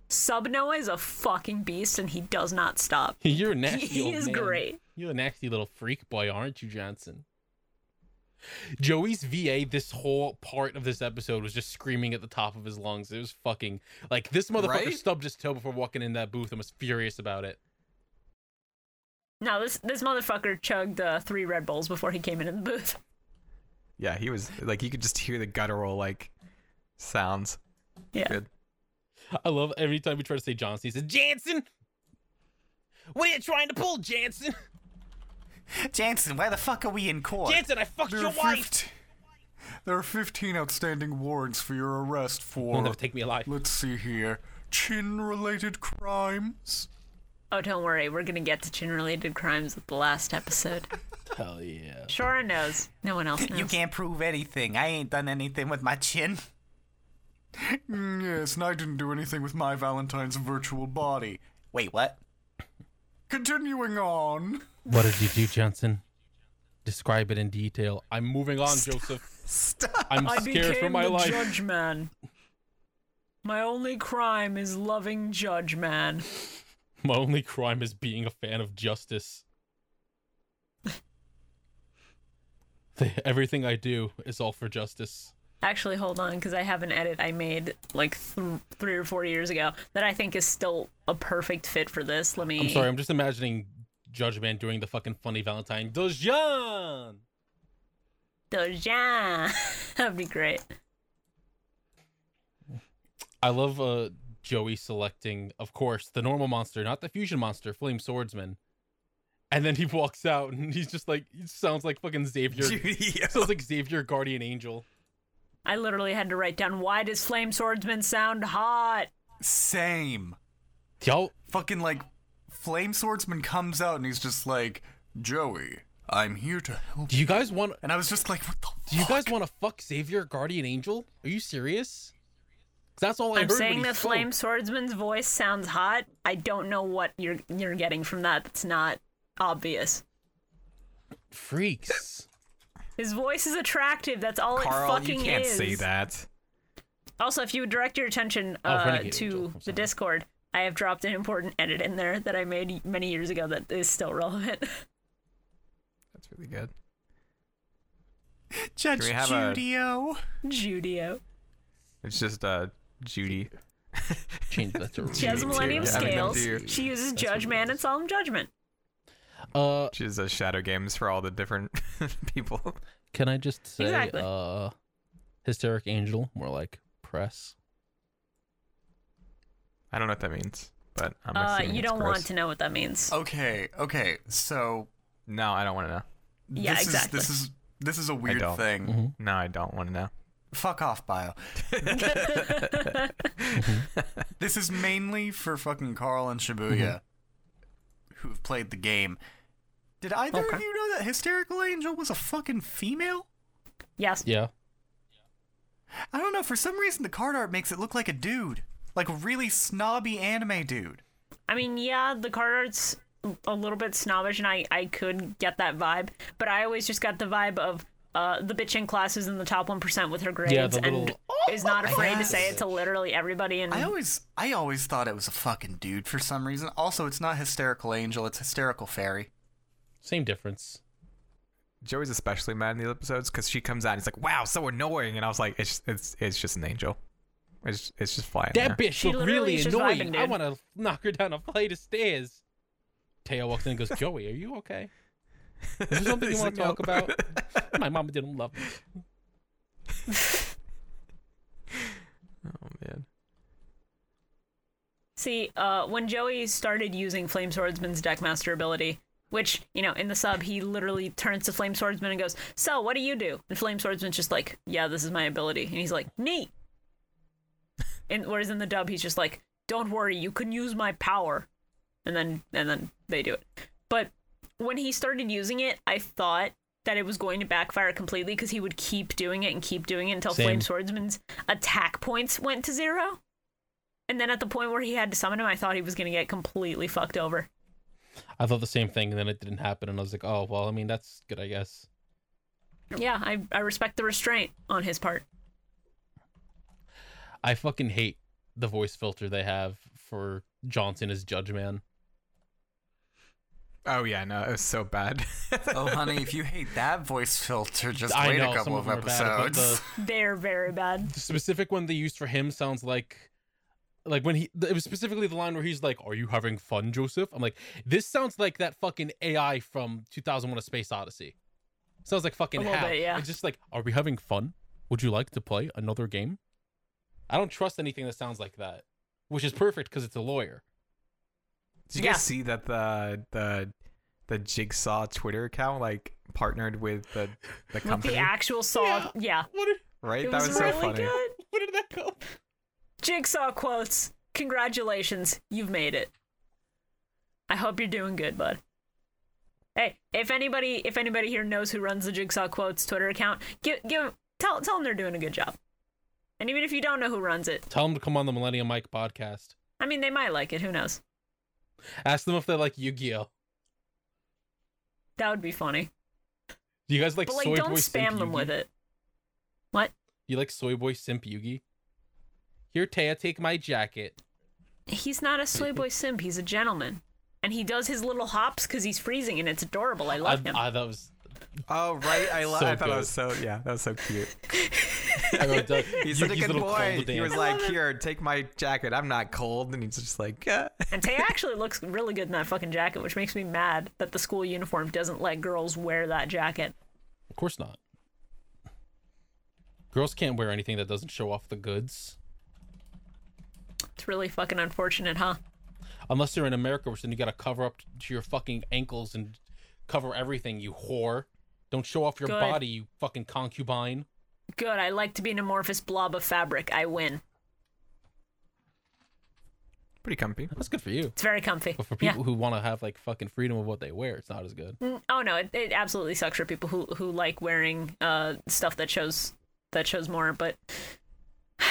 Sub Noah is a fucking beast and he does not stop.
<laughs> You're a
<laughs>
nasty.
He
old
is
man.
great.
You're a nasty little freak boy, aren't you, Johnson? Joey's VA this whole part of this episode was just screaming at the top of his lungs. It was fucking like this motherfucker
Right?
stubbed his toe before walking in that booth and was furious about it.
No, this this motherfucker chugged uh, three Red Bulls before he came into the booth.
Yeah, he was like you could just hear the guttural like sounds.
Yeah. <laughs>
Good.
I love every time we try to say Johnson, he says, Jansen! What are you trying to pull, Jansen?
<laughs> Jansen, why the fuck are we in court?
Jansen, I fucked your wife!
There are 15 outstanding warrants for your arrest for,
You'll never take me alive.
let's see here, chin related crimes?
Oh, don't worry, we're gonna get to chin-related crimes with the last episode.
<laughs> Hell yeah.
Shora knows. No one <laughs> else knows.
You can't prove anything. I ain't done anything with my chin.
Mm, yes, and I didn't do anything with my Valentine's virtual body.
Wait, what?
Continuing on.
What did you do, Johnson? Describe it in detail. I'm moving on, Joseph.
Stop.
I'm scared for my life.
man. My only crime is loving judge man.
<laughs> My only crime is being a fan of justice. Everything I do is all for justice.
Actually, hold on, because I have an edit I made like th- three or four years ago that I think is still a perfect fit for this. Let me.
I'm sorry, I'm just imagining Judge Man doing the fucking funny Valentine. Dojan!
Doja. <laughs> That'd be great.
I love uh, Joey selecting, of course, the normal monster, not the fusion monster, Flame Swordsman. And then he walks out and he's just like, he sounds like fucking
<laughs>
Xavier.
<laughs>
sounds like Xavier Guardian Angel.
I literally had to write down why does flame swordsman sound hot?
Same.
Yo,
Fucking like, flame swordsman comes out and he's just like,
Joey, I'm here to help.
do you guys want
and I was just like, what the?
do you guys want to fuck Xavier Guardian Angel? Are you serious? 'Cause That's all
I'm
I heard when
saying
he
the
spoke.
flame swordsman's voice sounds hot. I don't know what you're you're getting from that. That's not obvious.
freaks.
His voice is attractive. That's all
Carl,
it fucking
you can't
is.
say that.
Also, if you would direct your attention
Oh,
uh,
Renegade Angel,
to
I'm
the
sorry.
Discord, I have dropped an important edit in there that I made many years ago that is still relevant. <laughs>
That's really good.
Judge
we have a-
Judio.
Judio.
It's just uh Judy.
Change that
<laughs>
to
She has
Me too.
Millennium
Yeah, I mean,
Scales.
them too.
She uses Judge Man and Solemn Judgment.
Uh,
She does uh, shadow games for all the different <laughs> people.
can I just say,
Exactly.
uh, hysteric angel, more like press.
I don't know what that means, but I'm
Uh,
assuming
you
it's
don't
gross.
want to know what that means.
Oh.
Okay, okay. So
No, I don't want to know.
Yeah,
this
exactly.
is this is this is a weird
don't.
thing.
Hmm?
No, I don't want to know.
Fuck off,
<laughs>
bio. this is mainly for fucking Carl and Shibuya, who've played the game. Did either of
Okay.
you know that Hysterical Angel was a fucking female?
yes.
Yeah.
I don't know. For some reason, the card art makes it look like a dude, like a really snobby anime dude.
I mean, yeah, the card art's a little bit snobbish, and I, I could get that vibe, but I always just got the vibe of uh, the bitch in class is in the top 1% with her grades
Yeah, the
and
little- oh,
is not afraid to
Yes.
say it to literally everybody. And
I always, I always thought it was a fucking dude for some reason. Also, it's not Hysterical Angel; it's Hysterical Fairy.
Same difference.
Joey's especially mad in these episodes because she comes out and he's like, "Wow, so annoying," and I was like, "It's it's it's just an angel. It's it's just flying."
That
there.
bitch
She
looked
literally
really
is just
annoying.
vibing,
I
dude.
want to knock her down a flight of stairs. Teo walks in and goes, Joey, are you
<laughs>
okay? Is there something you
He's
want
like,
to talk
"No."
about? My mama didn't love me.
<laughs> Oh man.
See, uh, when Joey started using Flame Swordsman's Deckmaster ability, which, you know, in the sub, he literally turns to Flame Swordsman and goes, So, what do you do? And Flame Swordsman's just like, Yeah, this is my ability. And he's like, Neat. And whereas in the dub, he's just like, Don't worry, you can use my power. And then, and then they do it. But when he started using it, I thought that it was going to backfire completely because he would keep doing it and keep doing it until
Same.
Flame Swordsman's attack points went to zero. And then at the point where he had to summon him, I thought he was going to get completely fucked over.
I thought the same thing, and then it didn't happen, and I was like, oh, well, I mean, that's good, I guess.
Yeah, I, I respect the restraint on his part.
I fucking hate the voice filter they have for Johnson as Judge Man.
Oh yeah, no, it was so bad. <laughs>
Oh, honey, if you hate that voice filter, just
<laughs> I
wait
know
a couple
some
of,
of, them are bad, but
episodes.
the,
They're very bad.
the specific one they used for him sounds like like when he it was specifically the line where he's like are you having fun joseph i'm like this sounds like that fucking ai from 2001 a space odyssey sounds like fucking
A little
Hal.
bit, yeah.
it's just like are we having fun would you like to play another game i don't trust anything that sounds like that which is perfect because it's
<laughs>
a lawyer
Did you
Yeah.
guys see that the the the Jigsaw Twitter account like partnered with the the
With
company?
the actual saw, yeah,
what did,
right?
it
that
was,
was, so
really
funny.
good.
where did that go
Jigsaw quotes. Congratulations, you've made it. I hope you're doing good, bud. Hey, if anybody if anybody here knows who runs the Jigsaw quotes Twitter account, give give tell tell them they're doing a good job. And even if you don't know who runs it,
tell him to come on the millennium mike podcast
I mean they might like it, who knows.
ask them if they like yu-gi-oh
That would be funny.
do you guys like
but like
soy
don't
boy
spam
simp
them
Yu-Gi?
with it.
you like soy boy simp yugi here taya take my jacket
He's not a soy boy simp, he's a gentleman. And he does his little hops cuz he's freezing and it's adorable. I love
I,
him.
I, that was
Oh right, I love.
So
I thought it
good.
was so yeah, that was so cute.
<laughs> I wrote down,
<laughs> He's
Yuki's
like a good
little
boy.
cold
He was
dance.
like, "Here, take my jacket. I'm not cold." And he's just like, "Yeah."
And Tay actually looks really good in that fucking jacket, which makes me mad that the school uniform doesn't let girls wear that jacket.
of course not. Girls can't wear anything that doesn't show off the goods,
It's really fucking unfortunate, huh?
unless you're in America, where then you gotta cover up to your fucking ankles and cover everything. You whore! Don't show off your
Good.
body, you fucking concubine.
Good, I like to be an amorphous blob of fabric. I win.
Pretty comfy.
That's good for you.
It's very comfy.
But for
Yeah.
people who want to have like fucking freedom of what they wear, it's not as good.
Mm, Oh no, it, it absolutely sucks for people who who like wearing uh stuff that shows that shows more, but <sighs>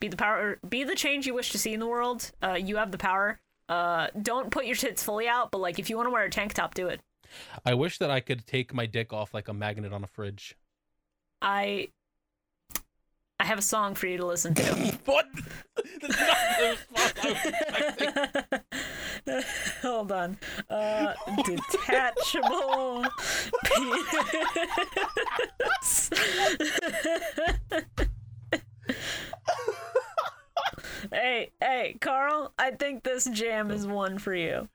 be the power be the change you wish to see in the world. Uh you have the power. Uh don't put your tits fully out, but like if you want to wear a tank top, do it.
I wish that I could take my dick off like a magnet on a fridge.
I I have a song for you to listen to.
What? That's not the response I was expecting.
<laughs> Hold on. <laughs> Uh, detachable penis. <laughs> hey, hey, Carl, I think this jam is one for you.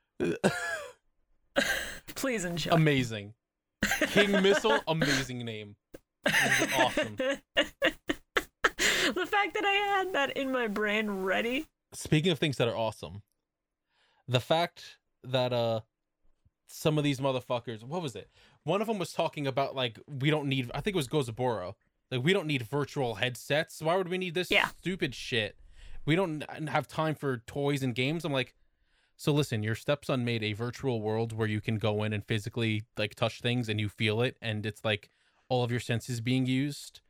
Please enjoy.
Um, Amazing. King Missile, amazing name. This is awesome.
the fact that I had that in my brain ready.
speaking of things that are awesome, the fact that uh some of these motherfuckers, what was it? One of them was talking about like we don't need. I think it was Gozaboro. Like we don't need virtual headsets. Why would we need this
Yeah.
stupid shit? We don't n- have time for toys and games. I'm like, so listen, your stepson made a virtual world where you can go in and physically like touch things and you feel it, and it's like all of your senses being used.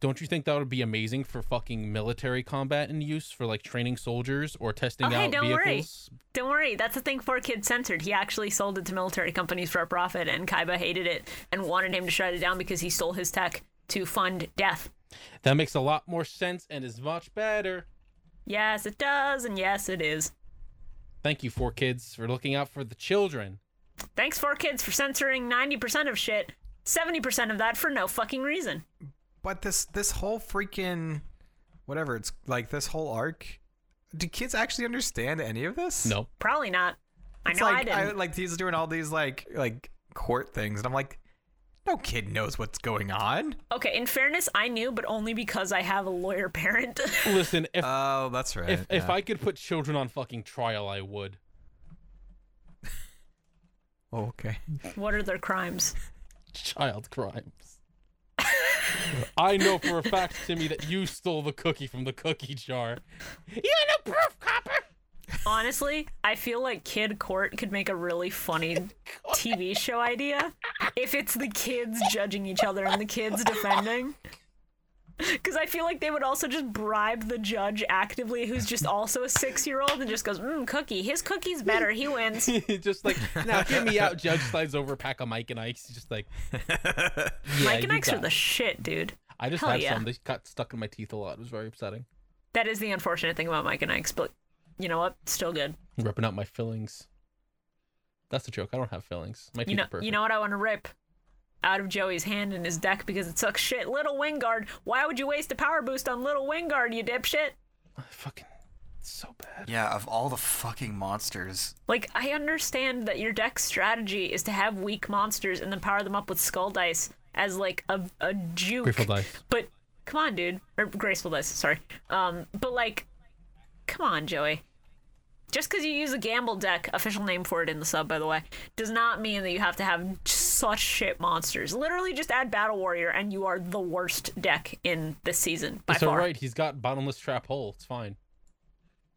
Don't you think that would be amazing for fucking military combat and use for like training soldiers or testing
Oh, hey,
out
don't worry.
vehicles?
Don't worry, that's the thing for Kid censored. He actually sold it to military companies for a profit, and Kaiba hated it and wanted him to shut it down because he stole his tech to fund death.
That makes a lot more sense and is much better.
Yes, it does, and yes, it is.
Thank you, four kids, for looking out for the children.
Thanks, for Kids, for censoring 90% of shit, 70% of that for no fucking reason.
But this this whole freaking whatever it's like this whole arc. Do kids actually understand any of this?
No,
Probably not. I
It's
know
like,
I didn't.
like he's doing all these like like court things, and I'm like, no kid knows what's going on.
okay, in fairness, I knew, but only because I have a lawyer <laughs> parent.
listen, if
Oh, that's right.
if, if
yeah.
I could put children on fucking trial, I would.
oh, okay.
what are their crimes?
Child crimes. <laughs> I know for a fact, Timmy, that you stole the cookie from the cookie jar. You got no proof, copper.
Honestly, I feel like Kid Court could make a really funny TV show idea if it's the kids judging each other and the kids defending. Because I feel like they would also just bribe the judge actively, who's just also a six year old and just goes, mm, cookie, his cookie's better, he wins.
<laughs> just like now, get me out. Judge slides over a pack of Mike and Ike's. He's Just like <laughs> yeah,
Mike and
you
Ike's are
got
the
it.
shit, dude.
I just
Hell
had
yeah.
some. They got stuck in my teeth a lot. It was very upsetting.
That is the unfortunate thing about Mike and Ike's, but you know what? Still good.
Ripping out my fillings. That's the joke. I don't have feelings. My teeth
You know,
are perfect.
you know what I want to rip out of Joey's hand in his deck because it sucks shit. Little Wingard, why would you waste a power boost on Little Wingard, you dipshit?
<sighs> fucking it's so bad.
Yeah, of all the fucking monsters.
Like, I understand that your deck's strategy is to have weak monsters and then power them up with skull dice as like a a juke.
Grateful Dice.
But come on, dude, or graceful dice. Sorry. Um, but like, come on, Joey. Just because you use a gamble deck, official name for it in the sub, by the way, does not mean that you have to have such shit monsters. Literally, just add Battle Warrior, and you are the worst deck in this season by
It's
far.
alright. He's got bottomless trap hole. It's fine.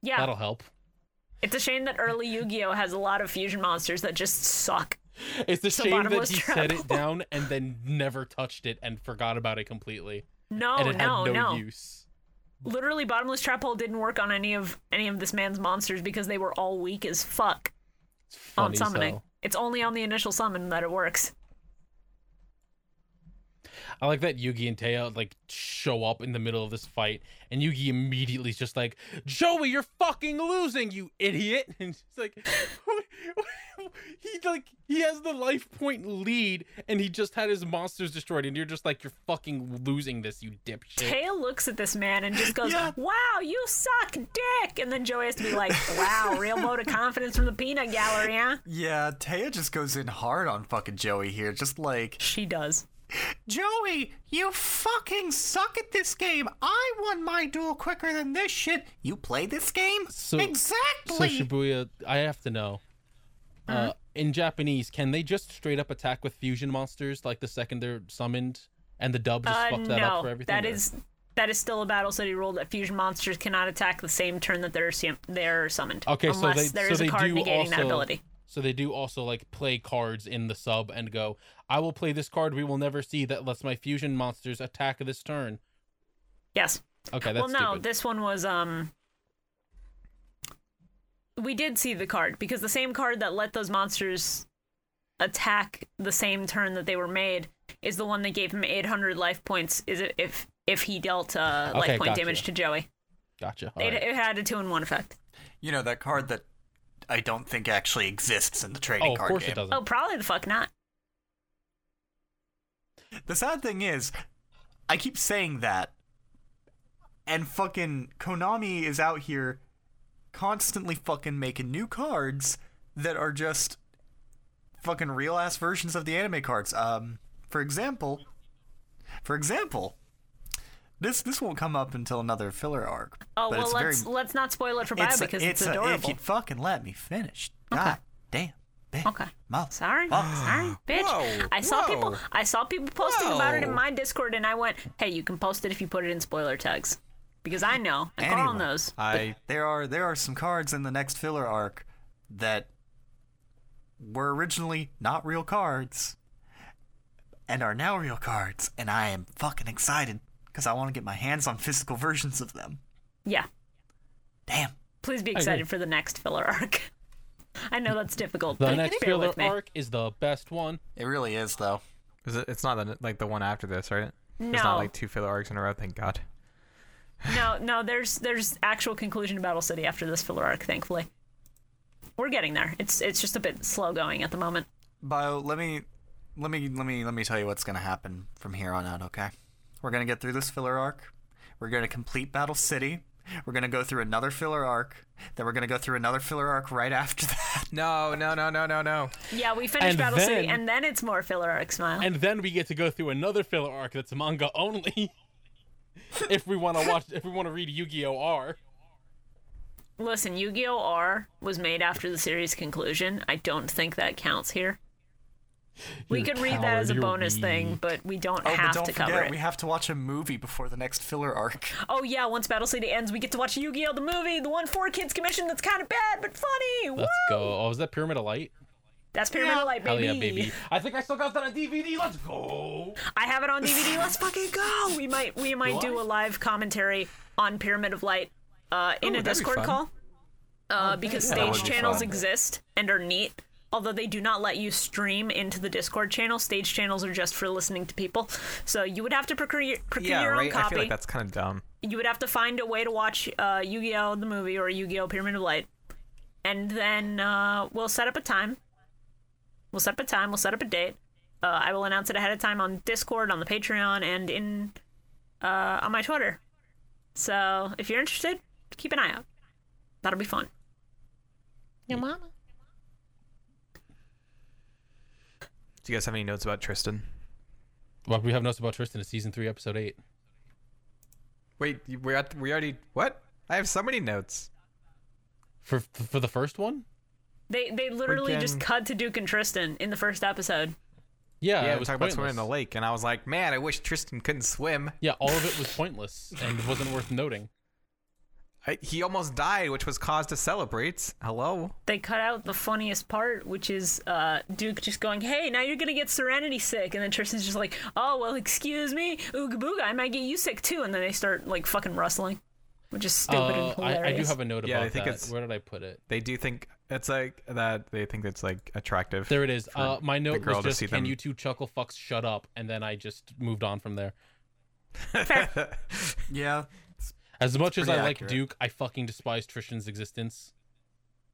Yeah,
That'll help.
it's a shame that early Yu-Gi-Oh has a lot of fusion monsters that just suck.
It's a
It's a
shame that
bottomless
he
trap <laughs>
set
hole.
it down and then never touched it and forgot about it completely.
No,
and it
Oh, no,
had no,
no.
use.
literally bottomless trap hole didn't work on any of any of this man's monsters because they were all weak as fuck
It's
on
funny,
summoning.
so.
Oh, It's only on the initial summon that it works.
I like that Yugi and Teo like show up in the middle of this fight, and Yugi immediately is just like, "Joey, you're fucking losing, you idiot!" <laughs> And she's like, "He like he has the life point lead, and he just had his monsters destroyed, and you're just like, you're fucking losing this, you dipshit."
Tail looks at this man and just
<laughs>
goes,
Yeah.
"Wow, you suck, dick!" And then Joey has to be like, "Wow, real vote of confidence from the peanut gallery, huh?"
Yeah, Taya just goes in hard on fucking Joey here, just like
She does.
Joey, you fucking suck at this game. I won my duel quicker than this shit. You play this game?
So- So
exactly.
Shibuya, I have to know.
Uh-huh.
Uh, in Japanese, can they just straight up attack with fusion monsters like the second they're summoned, and the dub just
Uh,
fucked that up for
no,
everything?
that
or-
is that is still a battle city rule that fusion monsters cannot attack the same turn that they're sum- they're summoned.
Okay,
unless
so they
there
so
is
they
a card
do
negating
also,
that ability.
So they do also like play cards in the sub and go, I will play this card we will never see that lets my fusion monsters attack this turn.
Yes.
Okay, that's
well no
stupid.
this one was um we did see the card because the same card that let those monsters attack the same turn that they were made is the one that gave him 800 life points is it if if he dealt uh, life
Okay,
point
gotcha.
damage to joey
gotcha.
it,
alright.
it had a two in one effect
You know that card that I don't think actually exists in the trading
Oh, of
card
course
game.
it doesn't.
oh probably the fuck not
The sad thing is, I keep saying that, and fucking Konami is out here constantly fucking making new cards that are just fucking real ass versions of the anime cards. Um, for example, for example, this this won't come up until another filler arc.
oh
but
well
it's very-
let's let's not spoil it for bio
it's a-
because it's,
a- if
adorable
you'd fucking let me finish. God damn. Bitch,
Okay.
Mother-
Sorry, sorry, bitch.
Ah, Whoa,
I saw people.
whoa.
I saw people posting about it in
Whoa.
my Discord, and I went, "Hey, you can post it if you put it in spoiler tags," because I know, and Carl
Anyway.
knows.
I
there are there are some cards in the next filler arc that were originally not real cards and are now real cards and I am fucking excited cuz I want to get my hands on physical versions of them.
Yeah,
Damn.
please be
agree.
excited for the next filler arc. <laughs> I know that's difficult,
the
but
next
bear
filler
with me.
arc is the best one.
It really is though.
is it, it's not the, like the one after this, right? It's
No.
not like two filler arcs in a row. Thank God.
No, no, there's there's actual conclusion to Battle City after this filler arc. Thankfully, we're getting there. It's it's just a bit slow going at the moment.
Bio, let me let me let me let me tell you what's going to happen from here on out, okay? We're going to get through this filler arc. We're going to complete Battle City. We're going to go through another filler arc. Then we're going to go through another filler arc right after <laughs> that.
No, no, no, no, no, no.
Yeah, we finished
And
Battle City,
then-
and then it's more filler arc smile.
And then we get to go through another filler arc that's manga only. <laughs> if we want to watch if we want to read Yu-Gi-Oh R.
Listen, Yu Gi Oh! R was made after the series conclusion. I don't think that counts here. We
You're
could read that
coward,
as a
you're
bonus thing,
weak.
but we don't
Oh,
have
but don't
to
forget,
cover it.
we have to watch a movie before the next
<laughs>
filler arc.
Oh, yeah, once Battle City ends, we get to watch Yu Gi Oh! the movie, the one for kids commission that's kind of bad but funny. Woo!
Let's go. Oh, is that Pyramid of Light?
That's Pyramid of Light,
Hell
baby.
yeah, baby. I think I still got that on DVD. Let's go.
I have it on DVD.
<sighs>
Let's fucking go. We might we might do a live commentary on Pyramid of Light uh, in
Ooh,
a
that'd be
Discord
fun. Oh,
call. Uh, because
That
stage
would be
channels
fun.
exist and are neat, although they do not let you stream into the Discord channel. Stage channels are just for listening to people. So you would have to procure, procure
Yeah,
your own
right. I
copy.
feel like that's kind of dumb.
you would have to find a way to watch uh, Yu Gi Oh! the movie or Yu Gi Oh! Pyramid of Light. And then uh, we'll set up a time We'll set up a time. We'll set up a date. Uh, I will announce it ahead of time on Discord, on the Patreon, and in uh, on my Twitter. So if you're interested, keep an eye out. That'll be fun. Your mama.
Do you guys have any notes about Tristan?
Well, we have notes about Tristan in season three, episode eight.
Wait, you- we're at, we already what? I have so many notes.
For for the first one?
They they literally just
Freaking-
cut to Duke and Tristan in the first episode.
Yeah,
yeah,
it
we
was
talking about swimming in the
pointless.
lake, and I was like, man, I wish Tristan couldn't swim.
Yeah, all of it was pointless and wasn't worth <laughs> noting.
I, he almost died, which was cause to celebrate. Hello.
They cut out the funniest part, which is uh, Duke just going, "Hey, now you're gonna get Serenity sick," and then Tristan's just like, "Oh well, excuse me, ooga booga, I might get you sick too," and then they start like fucking rustling, which is stupid
Uh,
and hilarious.
I, I do have a note
Yeah, I
about
think
that.
it's-
Where did I put it?
They do think it's like that. They think it's like attractive.
There it is.
for
Uh, my
the
note
girl
was
to
just,
see
"Can
them."
you two chuckle fucks shut up?" And then I just moved on from there.
<laughs>
<laughs>
Yeah.
As much as I
pretty
like
accurate.
Duke, I fucking despise Tristan's existence.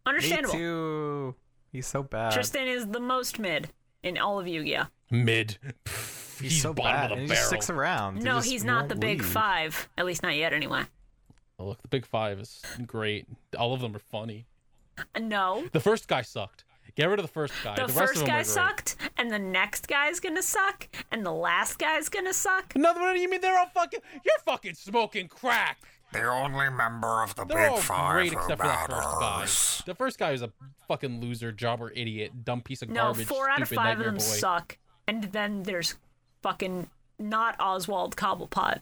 Me
Understandable.
too. He's so bad.
Tristan is the most mid in all of Yu-Gi-Oh.
Mid. <laughs>
he's,
he's
so
bottom
bad.
of the
and he
barrel.
just sticks around. He
No,
just
he's not
won't
the big
leave.
five, at least not yet, anyway.
Oh, look, the big five is great. All of them are funny.
No,
The first guy sucked. Get rid of the first guy.
the,
The, rest of
first
them
guy
are great.
sucked, and the next guy's gonna suck, and the last guy's gonna suck.
Another one. You mean they're all fucking? You're fucking smoking crack.
The only member of the
They're all great except for that first guy. The first guy was a fucking loser, jobber, idiot, dumb piece of
No,
garbage.
four out of
stupid
five of
nightmare
them
boy.
suck, and then there's fucking not Oswald Cobblepot.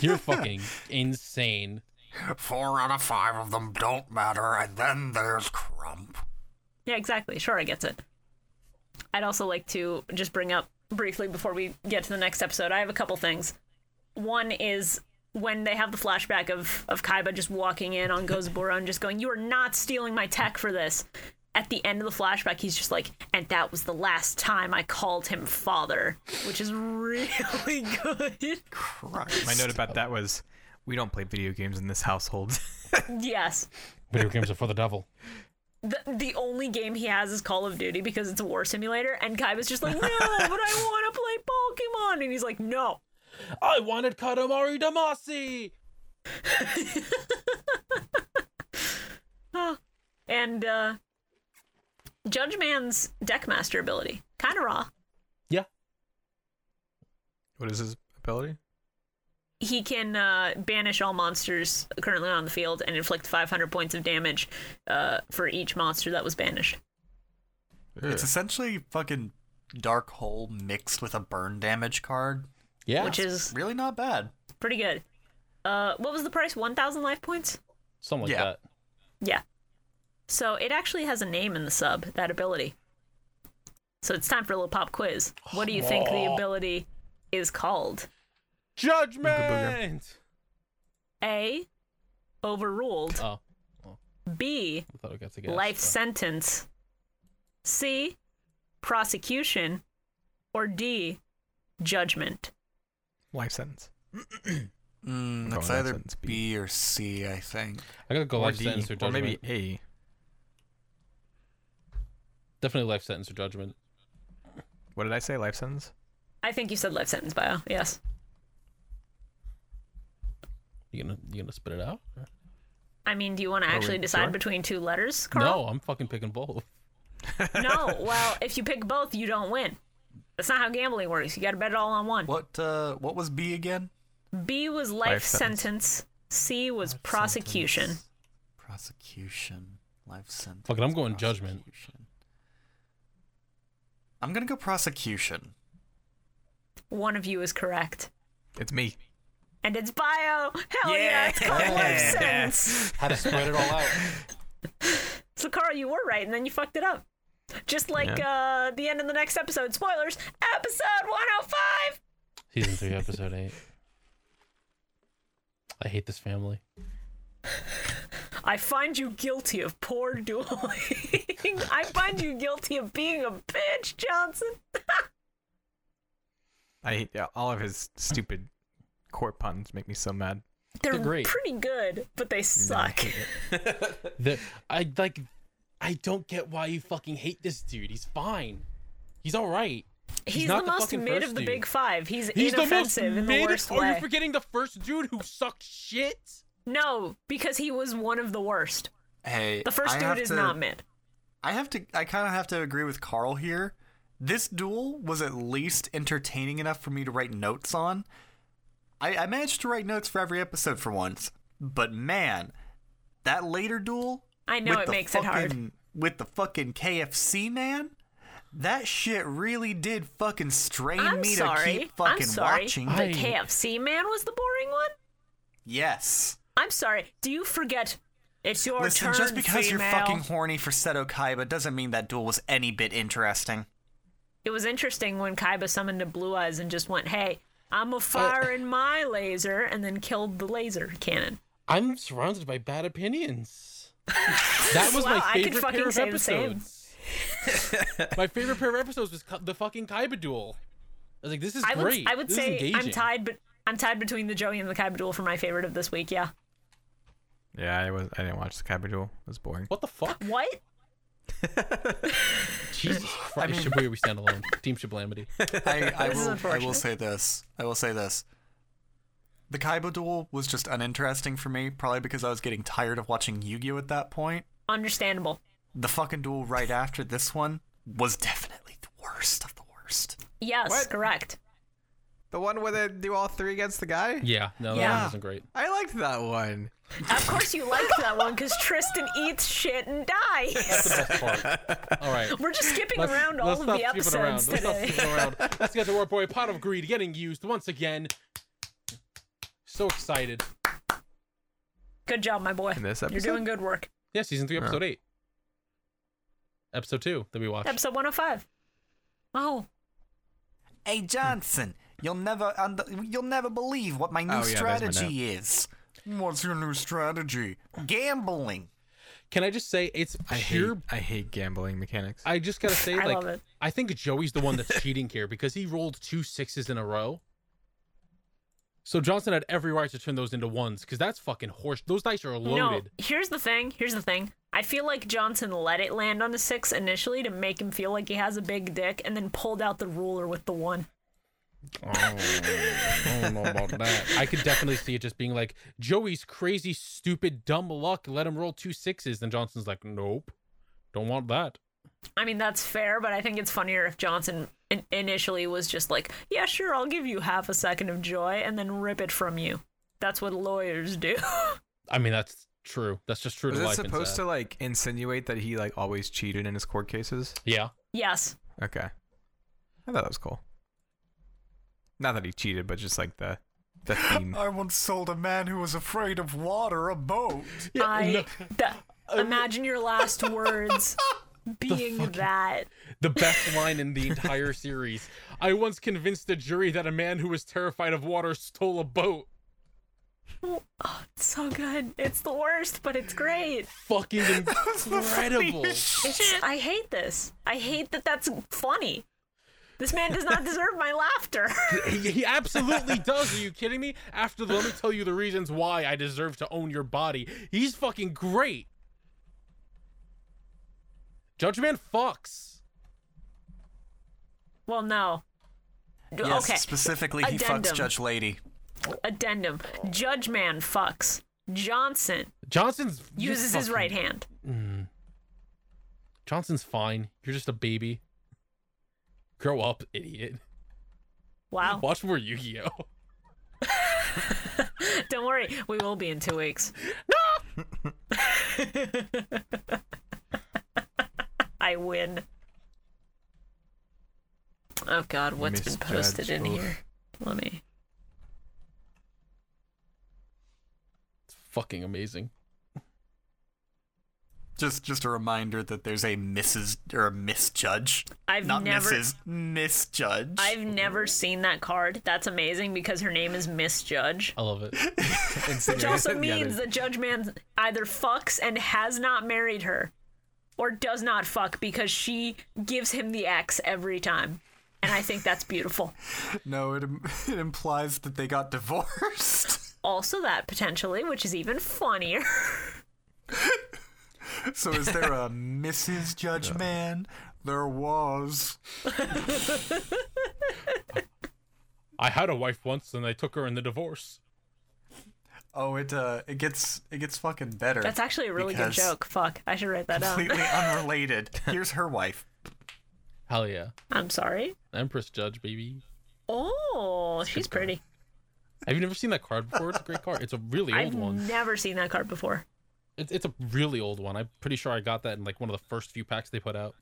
<laughs>
You're fucking insane.
Four out of five of them don't matter, and then there's Crump.
Yeah, exactly. Sure, I gets it. I'd also like to just bring up briefly before we get to the next episode. I have a couple things. One is when they have the flashback of of Kaiba just walking in on Gozaburo and just going, "You are not stealing my tech for this." At the end of the flashback, he's just like, "And that was the last time I called him father," which is <laughs> really good.
My note about that was, we don't play video games in this household. <laughs>
yes.
Video games are for the devil.
the, the only game he has is Call of Duty because it's a war simulator. And Kai was just like, no, but I want to play Pokemon. And he's like, no.
I wanted Katamari Damacy.
Ah. And uh, Judge Man's Deckmaster ability, kind of raw.
what is his ability?
He can uh, banish all monsters currently on the field and inflict 500 points of damage uh, for each monster that was banished.
It's essentially fucking dark hole mixed with a burn damage card.
Yeah,
Which is-
Really not bad.
Pretty good. Uh, what was the price? 1,000 life points?
something like
Yeah.
that.
Yeah. So it actually has a name in the sub, that ability. So it's time for a little pop quiz. What do you think the ability is called?
Judgment.
A. Overruled.
Oh,
B.
I thought I got to guess.
Life
Uh,
sentence. C. Prosecution. Or D. Judgment.
Life sentence.
Mm,
Going
it's
on
either
sentence B.
B or C, I think.
I gotta go
or
life
D,
sentence or
or
judgment.
maybe A.
Definitely life sentence or judgment.
What did I say? Life sentence.
I think you said life sentence bio. Yes.
You gonna you gonna spit it out?
I mean, do you want to actually
we
decide
sure?
between two letters,
No,
Carl?
I'm fucking picking both.
<laughs>
no. Well, if you pick both, you don't win. That's not how gambling works. You got to bet it all on one.
What uh what was B again?
B was life,
Life
sentence.
sentence.
C was prosecution.
Sentence. Prosecution. Life sentence.
Fuck it, I'm going judgment.
prosecution. I'm gonna go prosecution.
One of you is correct.
It's me.
And it's bio. Hell yeah, it's called life sentence.
<laughs> How to spread it all out.
So Carl, you were right, and then you fucked it up. Just like uh, the end of the next episode. Spoilers. Episode 105.
Season three, episode eight. I hate this family.
I find you guilty of poor dueling. <laughs> I find you guilty of being a bitch, Johnson.
I hate yeah, all of his stupid court puns. Make me so mad.
They're
They're great.
pretty good, but they suck.
The I like I don't get why you fucking hate this dude. He's fine. He's all right.
He's,
not
the
the
most
fucking
mid
first
of the
dude.
big five. He's,
He's the most
inoffensive in the
mid.
worst
Are
way.
you forgetting the first dude who sucked shit?
No, because he was one of the worst.
Hey,
The first
I have
dude is
to-
not mid.
I have to. I kind of have to agree with Carl here. This duel was at least entertaining enough for me to write notes on. I, I managed to write notes for every episode for once, but man, that later duel.
I know
with
it
the
makes it hard.
fucking- With the fucking KFC man, that shit really did fucking strain
I'm
me to
sorry.
keep
I'm
fucking
sorry.
watching.
I-
The KFC man was the boring one.
Yes.
I'm sorry. Do you forget? It's your
Listen,
turn.
just because you're
female.
fucking horny for Seto Kaiba doesn't mean that duel was any bit interesting.
It was interesting when Kaiba summoned a Blue Eyes and just went, "Hey, I'm
Uh,
a fire in my laser," and then killed the laser cannon.
I'm surrounded by
<laughs>
bad opinions. That was
Wow,
my
I could
favorite
fucking
pair of
say the same.
episodes.
<laughs>
my favorite pair of episodes was cu- the fucking Kaiba duel. I was like, this is
I would,
great.
I would
This is
say I'm
engaging.
tied, but I'm tied between the Joey and the Kaiba duel for my favorite of this week. Yeah.
Yeah, I was. I didn't watch the Cabbage Duel. It was boring.
What the fuck?
What?
Jesus Christ. Shibuya, we stand alone.
<laughs>
Team Shiblamity.
I, I,
This is
will, I will
unfortunate.
say this. I will say this. The Kaiba duel was just uninteresting for me, probably because I was getting tired of watching Yu Gi Oh! at that point.
Understandable.
The fucking duel right after this one was definitely the worst of the worst.
Yes,
What?
correct.
The one where they do all three against the guy.
Yeah, no, that one
Yeah.
wasn't great.
I liked that one.
Of course, you liked that one because Tristan eats shit and
<laughs>
dies.
That's the best part.
<laughs>
All right.
We're just skipping
Let's,
around all
let's
of
not
the
skip it around.
episodes
Let's not
today.
skip
<laughs>
it around. Let's get to our boy Pot of Greed getting used once again. So excited.
Good job, my boy.
In this
You're
episode?
doing good work.
Yeah, season three,
Yeah.
episode eight. Episode two that we watched.
Episode 105. Oh,
Hey Johnson, you'll never under, you'll never believe what my new
Oh, yeah, there's my
strategy is.
What's your new strategy?
Gambling.
Can I just say it's
I
pure
hate. I hate gambling mechanics.
I just gotta say,
I
like,
love it.
I think Joey's the one
<laughs>
that's cheating here because he rolled two sixes in a row. So Johnson had every right to turn those into ones because that's fucking horse. Those dice are loaded.
No, here's the thing. Here's the thing. I feel like Johnson let it land on the six initially to make him feel like he has a big dick, and then pulled out the ruler with the one.
Oh,
I don't know about that. I could definitely see it just being like Joey's crazy, stupid, dumb luck. Let him roll two sixes, then Johnson's like, nope, don't want that.
I mean, that's fair, but I think it's funnier if Johnson in- initially was just like, "Yeah, sure, I'll give you half a second of joy," and then rip it from you. That's what lawyers do. <laughs>
I mean, that's true. That's just true
was
to
it
life.
supposed to like insinuate that he like always cheated in his court cases?
Yeah.
yes.
Okay. I thought that was cool. Not that he cheated, but just like the
<laughs>
the theme.
I once sold a man who was afraid of water a boat.
I th- imagine your last words being that.
the best line in the entire series. I once convinced a jury that a man who was terrified of water stole a boat.
It's so good. It's the worst, but it's great.
Fucking
<laughs>
incredible.
It's, I hate this. I hate that that's funny. This man does not deserve my laughter. <laughs>
he, he absolutely does. Are you kidding me? After the, let me tell you the reasons why I deserve to own your body. He's fucking great. Judge Man fucks.
well, no. D-
Yes,
okay.
specifically he
Addendum.
fucks Judge Lady.
Addendum. Judge man fucks. Johnson
Johnson's you're
uses his
fucking-
right hand.
Johnson's fine. You're just a baby. Grow up, idiot.
Wow.
Watch more Yu-Gi-Oh.
Don't worry. We will be in two weeks. No! <laughs> I win. Oh god, what's been posted
Misjudge.
in
Oof. <laughs>
here? Let me.
It's fucking amazing.
Just just a reminder that there's a Mrs. or a misjudge.
I've
Not
never
Mrs. Misjudge.
I've never seen that card. That's amazing because her name is Misjudge.
I love it.
Which also
<laughs> Yeah,
means
they-
that Judge Man either fucks and has not married her or does not fuck because she gives him the X every time. And I think that's beautiful.
No, it, im- <laughs> it implies that they got divorced. <laughs>
Also, that potentially, which is even funnier.
So is there a Mrs. Judge Man? There was.
<laughs> I had a wife once, and I took her in the divorce.
Oh, it uh, it gets it gets fucking better.
That's actually a really
because
good joke. Fuck, I should write that down. <laughs>
Completely unrelated. Here's her wife.
Hell yeah,
I'm sorry.
Empress Judge, baby.
Oh, she's pretty.
Have you never seen that card before? It's a <laughs> great card. It's a really old
I've
one.
never seen that card before.
It's, it's a really old one. I'm pretty sure I got that in like one of the first few packs they put out.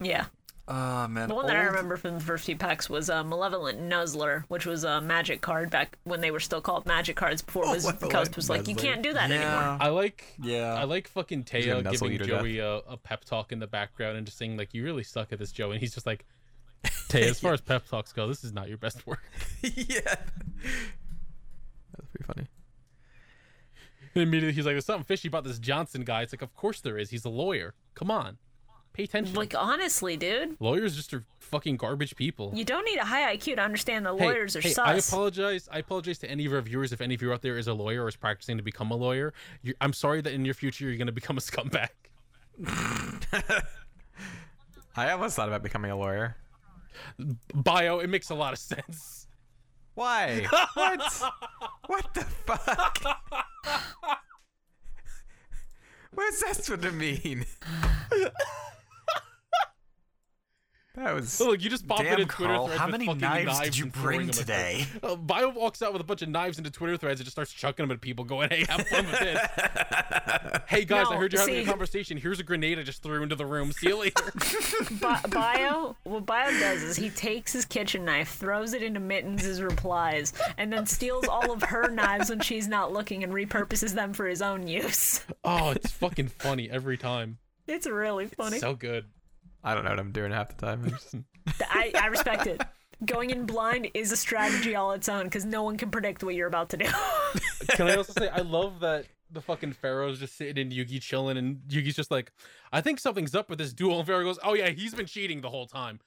Yeah.
Ah man.
The one that I
old-
remember from the first few packs was uh, Malevolent Nuzzler, which was a magic card back when they were still called magic cards before it was
Malevolent
Coast was like, you
Nuzzler.
can't do that anymore.
Yeah.
I like
Yeah.
I like fucking Teo
gonna nuzzle
giving
you to
Joey a, a pep talk in the background and just saying like you really suck at this Joe and he's just <laughs> like Teo as far as pep talks go this is not your best work. <laughs>
yeah. That's pretty funny.
And immediately he's like there's something fishy about this Johnson guy. It's like of course there is. He's a lawyer. Come on. Pay attention.
Like honestly, dude,
Lawyers just are fucking garbage people.
you don't need a high IQ to understand the lawyers are
hey, I
sus.
apologize. I apologize to any of our viewers if any of you out there is a lawyer or is practicing to become a lawyer. you I'm sorry that in your future you're going to become a scumbag. <laughs>
I almost thought about becoming a lawyer.
Bio, it makes a lot of sense. <laughs>
Why?
<laughs>
what? What the fuck? What's that supposed to
<laughs>
mean? that was.
Look, you just pop it
Damn,
in Twitter
Carl,
threads
how
with
many
fucking
knives, did you
and throwing
bring
them at
today?
people. Uh, Bio walks out with a bunch of knives into Twitter threads and just starts chucking them at people, going, "Hey, have fun with
<laughs>
this. hey guys, I
No,
heard you're having a
see-
conversation. Here's a grenade I just threw into the room. See you
<laughs>
later."
Bi- Bio, what Bio does is he takes his kitchen knife, throws it into Mittens' replies, and then steals all of her knives when she's not looking and repurposes them for his own use.
oh, it's fucking funny every time.
It's really funny.
So good.
I don't know what I'm doing half the time. I'm just- <laughs>
I, I respect it. Going in blind is a strategy all its own because no one can predict what you're about to do.
Can I also
<laughs>
say I love that the fucking Pharaoh's just sitting in Yugi chilling, and Yugi's just like, "I think something's up with this duel." And Pharaoh goes, "Oh yeah, he's been cheating the whole time."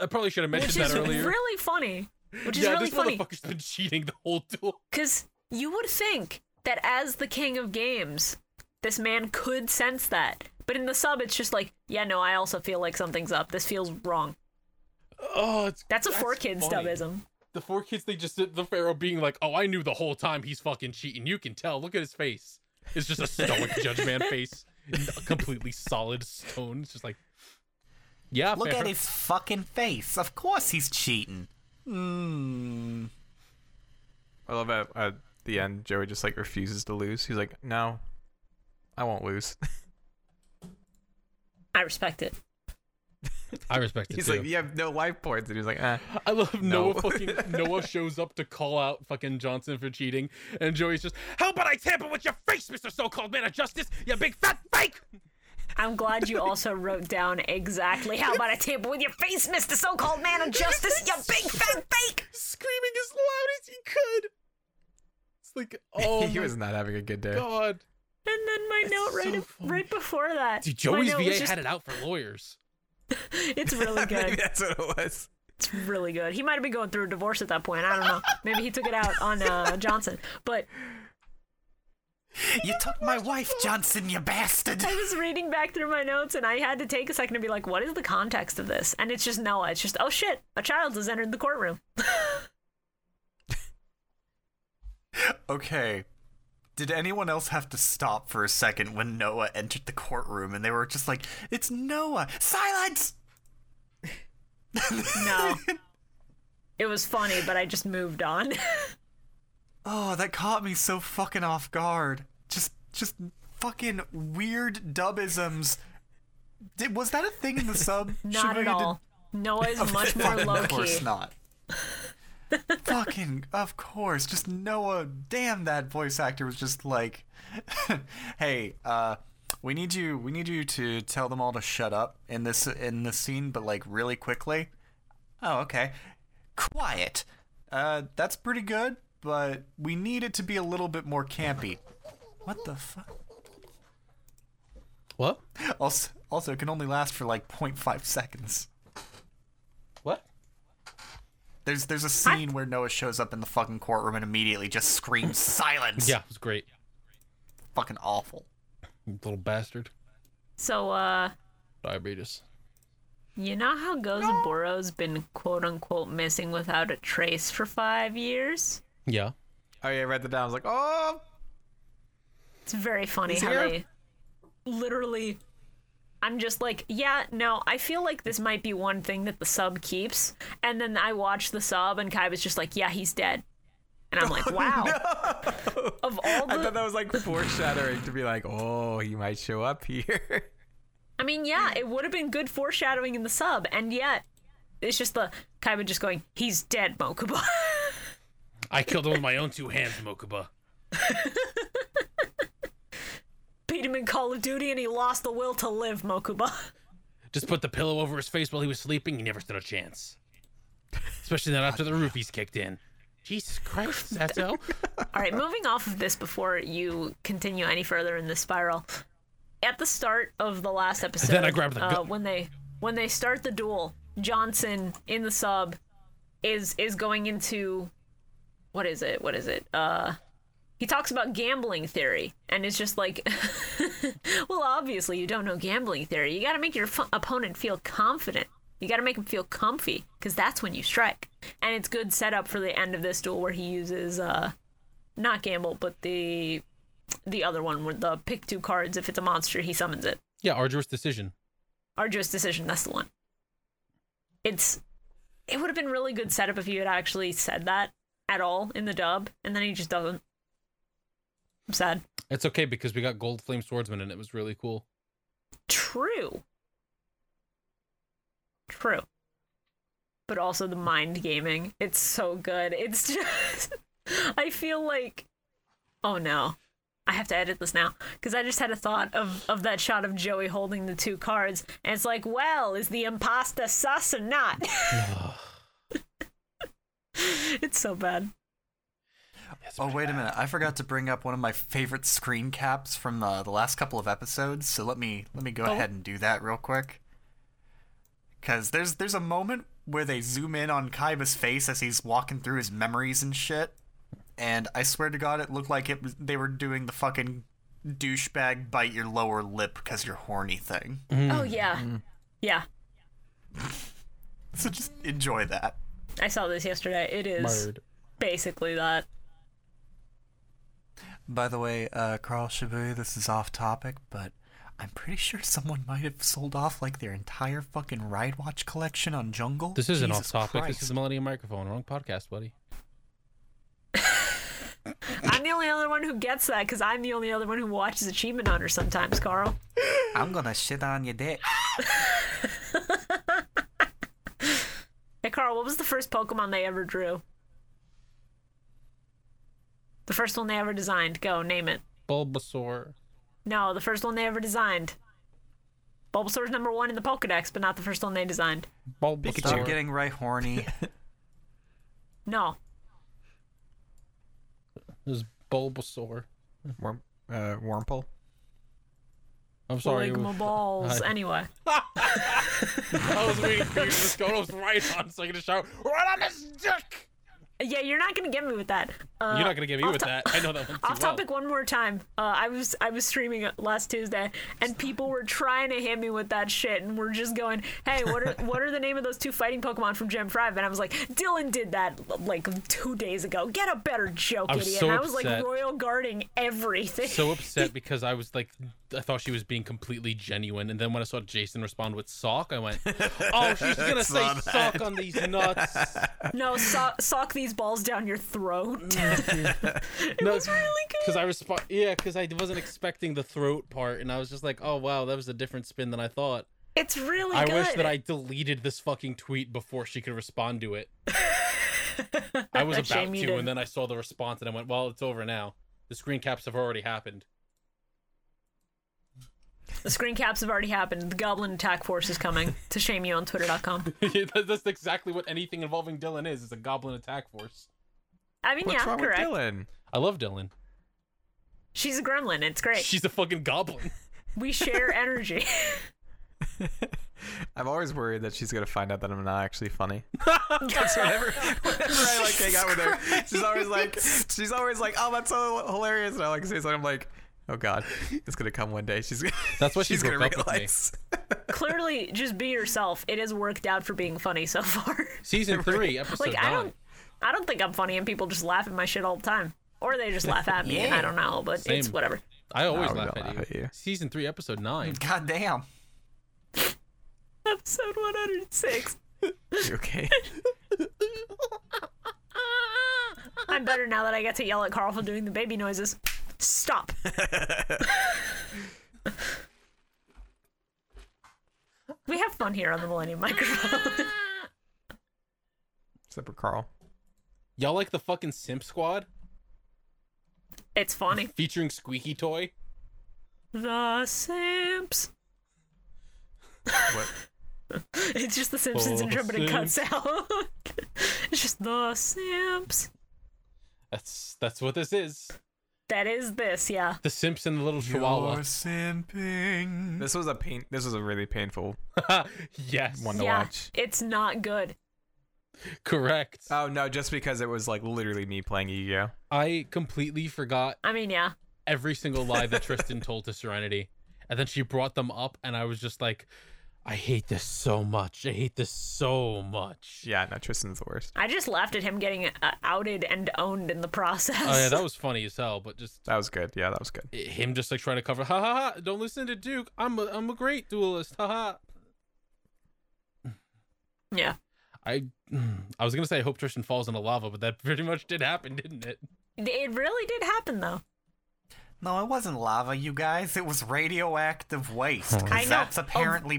I probably should have <laughs>
Which
mentioned that
is
earlier.
really funny. Which is
yeah,
really
this
funny.
motherfucker's been cheating the whole <laughs> duel.
Because you would think that as the king of games, this man could sense that. But in the sub, it's just like, yeah, no, I also feel like something's up. This feels wrong.
Oh, it's
That's a four kids
funny.
dubism.
the four kids they just did the pharaoh being like oh i knew the whole time he's fucking cheating you can tell look at his face it's just a stoic judge man face completely solid stone it's just like yeah
Look at
<laughs> Pharaoh."
his fucking face. Of course he's cheating.
Hmm.
Mm.
I love at, at the end, Joey just like refuses to lose. He's like, no, I won't lose. <laughs>
I respect it.
i respect it
He's
too.
like, you have no life points. And he's like, eh.
i love
No.
noah fucking noah shows up to call out fucking johnson for cheating and joey's just how about i tamper with your face mr so-called man of justice you big fat fake
I'm glad you
<laughs>
also wrote down exactly how about I tamper with your face, Mr. So called man of justice, you big fat fake!
screaming as loud as he could it's like <laughs> <laughs> oh
<laughs> he
my
was not having a good day.
god
And then my note right
so
ab-
funny.
right before that.
dude joey's
my
va
note was just-
had it out for lawyers
It's
<laughs>
really
<laughs> Maybe
good.
that's what it was.
It's really good. He might have been going through a divorce at that point. I don't know. Maybe he took it out on
<laughs>
uh, Johnson. But
You took my wife, Johnson, you bastard.
I was reading back through my notes and I had to take a second to be like, what is the context of this? And it's just Noah. It's just, oh shit, a child has entered the courtroom.
Okay. Did anyone else have to stop for a second when Noah entered the courtroom and they were just like, "It's Noah! Silence!"
<laughs>
No. it was funny, but I just moved on.
Oh, that caught me so fucking off guard. Just, just fucking weird dubisms. Did, was that a thing in the sub?
<laughs> Not
Should we
at
did-
all. Noah is
<laughs> Of
much more
fucking-
low
Of
key.
course not. <laughs> fucking, of course. Just Noah. Damn, that voice actor was just like, <laughs> "Hey, uh, we need you. We need you to tell them all to shut up in this in this scene, but like really quickly." Oh, okay. Quiet. Uh, that's pretty good, but we need it to be a little bit more campy. What the fuck?
what
Also, also, it can only last for like 0.5 seconds.
what
There's there's a scene where Noah shows up in the fucking courtroom and immediately just screams silence.
Yeah, it was great.
Fucking awful.
Little bastard.
So, uh,
Diabetes.
you know how Gozaboro's been quote unquote missing without a trace for five years?
Yeah.
Oh yeah, I read that down. I was like, oh,
It's very funny
He's
how
here.
they literally. I'm just like, yeah, no, I feel like this might be one thing that the sub keeps. And then I watch the sub, and Kai was just like, yeah, he's dead. And I'm
<laughs> Oh,
like, wow. Of
Oh,
all the.
I thought that was like foreshadowing to be like, oh, he might show up here. <laughs>
I mean, yeah, it would have been good foreshadowing in the sub, and yet it's just the Kaiba just going, "He's dead, Mokuba." <laughs>
I killed him with my own two hands, Mokuba.
Beat him in Call of Duty, and he lost the will to live, Mokuba.
Just put the pillow over his face while he was sleeping. He never stood a chance. Especially not after the roofies kicked in. Jesus Christ, Sato.
All right, moving off of this before you continue any further in this spiral. At the start of the last episode,
then I grabbed the
uh,
gu-
when they when they start the duel, Johnson in the sub is is going into what is it? What is it? Uh he talks about gambling theory and it's just like <laughs> well, obviously you don't know gambling theory. You got to make your f- opponent feel confident. You got to make him feel comfy cuz that's when you strike. And it's good setup for the end of this duel where he uses uh not gamble, but the the other one where the pick two cards. If it's a monster, he summons it.
yeah, arduous decision.
Arduous decision. That's the one. It's it would have been really good setup if you had actually said that at all in the dub, and then he just doesn't. I'm sad.
It's okay because we got Gold Flame Swordsman and it was really cool.
True. True. But also the mind gaming. It's so good. It's <laughs> just. I feel like. Oh no. I have to edit this now. Because I just had a thought of, of that shot of Joey holding the two cards. And it's like, well, is the impasta sus or not? <laughs> it's so bad.
Oh, wait a minute. I forgot to bring up one of my favorite screen caps from the, the last couple of episodes. So let me let me go ahead and do that real quick. Cuz there's there's a moment where they zoom in on Kaiba's face as he's walking through his memories and shit. And I swear to god it looked like it was they were doing the fucking douchebag bite your lower lip cuz you're horny thing. <laughs>
Oh, yeah. Yeah.
So just enjoy that.
I saw this yesterday. It is
Murdered.
basically that.
By the way, uh, Carl Shibuya, this is off topic, but I'm pretty sure <laughs> someone might have sold off like their entire fucking Ride Watch collection on Jungle.
This isn't
Jesus
off topic.
Christ.
This is the Millennium Microphone. Wrong podcast, buddy.
I'm the only other one who gets that because I'm the only other one who watches Achievement Hunter sometimes, Carl.
I'm gonna shit on your dick.
Hey, Carl, what was the first Pokemon they ever drew? The first one they ever designed. Go, name it.
Bulbasaur.
No, the first one they ever designed. Bulbasaur's number one in the Pokedex, but not the first one they designed.
Stop
Bulbasaur.
getting right horny.
No.
It was Bulbasaur.
Worm, uh, Wormple.
I'm sorry. it
Ligma
was-
balls.
I-
Anyway.
I was waiting for you to just go. I was right on, so I could just shout, right on his dick!
Yeah, you're not gonna get me with that. Uh,
You're not gonna get me
off
with
to-
that. I
<laughs>
know that one too
Off topic
well.
one more time. Uh, I was I was streaming last Tuesday, and people were trying to hit me with that shit, and we're just going, "Hey, what are what are the name of those two fighting Pokemon from Gen Five? And I was like, "Dylan did that like two days ago. Get a better joke,
I'm
idiot!"
so
and I was
upset.
like, royal guarding everything.
So upset because I was like, I thought she was being completely genuine, and then when I saw Jason respond with sock, I went, "Oh, she's gonna say sock on these nuts."
<laughs> no, so- sock these balls down your
<laughs>
throat. <laughs>
It was really good. Because I respond, yeah, because I wasn't expecting the throat part, and I was just like, "Oh wow, that was a different spin than I thought."
it's really
I
good.
wish that I deleted this fucking tweet before she could respond to
<laughs>
it. I was
A
about
shame you
to,
didn't.
and then I saw the response, and I went, "Well, it's over now. The screen caps have already happened." <laughs>
the screen caps have already happened. The Goblin Attack Force is coming to shame you on Twitter.com.
That- That's exactly what anything involving Dylan is. It's a goblin attack force.
I mean,
What's
yeah,
wrong
correct.
with Dylan?
I love Dylan.
She's a gremlin. It's great.
She's a fucking
<laughs>
goblin.
we <laughs> share energy.
I'm always worried that she's gonna find out that I'm not actually funny.
Oh,
'Cause whenever, whenever I
<laughs>
like hang out with her, she's always like, she's always like, oh, that's so hilarious, and I like say something I'm like, Oh God, it's gonna come one day. She's
That's why she
she's gonna
broke up with me.
realize.
Clearly, just be yourself. It has worked out for being funny so far. <laughs>
Season three, episode
like I
nine.
don't, I don't think I'm funny, and people just laugh at my shit all the time, or they just laugh <laughs> at me. and I don't know, but it's
Same.
whatever.
I always
No, we
laugh,
don't
at,
laugh
you.
at you.
Season three, episode nine.
God damn.
Episode 106.
You okay?
<laughs> I'm better now that I get to yell at Carl for doing the baby noises. <laughs> Stop. we have fun here on the Millennium <laughs> Microphone.
Except for Carl.
Y'all like the fucking Simp Squad
it's funny.
featuring Squeaky Toy?
The Simps.
What?
<laughs> It's just the Simpsons
Oh,
The
intro, but it cuts out. <laughs> it's just the Simps.
That's that's what this is.
That is this, yeah.
The Simps and the little Chihuahua.
simping.
This was a pain. This was a really painful
<laughs> yes,
one to
yeah,
watch.
it's not good.
correct.
Oh no, just because it was like literally me playing Yu-Gi-Oh.
I completely forgot
I mean, yeah.
every single lie that Tristan told to Serenity, and then she brought them up, and I was just like, I hate this so much. I hate this so much.
Yeah, no, Tristan's the worst.
I just laughed at him getting uh, outed and owned in the process.
Oh yeah, that was funny as hell, but just
That was good. Yeah, that was good.
him just like trying to cover. Ha ha ha! Don't listen to Duke. I'm a I'm a great duelist. Ha ha.
<laughs> yeah.
I <clears throat> I was gonna say I hope Tristan falls into lava, but that <laughs> pretty much did happen, didn't it?
It really did happen, though.
No, it wasn't lava, you guys. It was radioactive
Oh.
waste.
I
Because
know. Oh.
that's apparently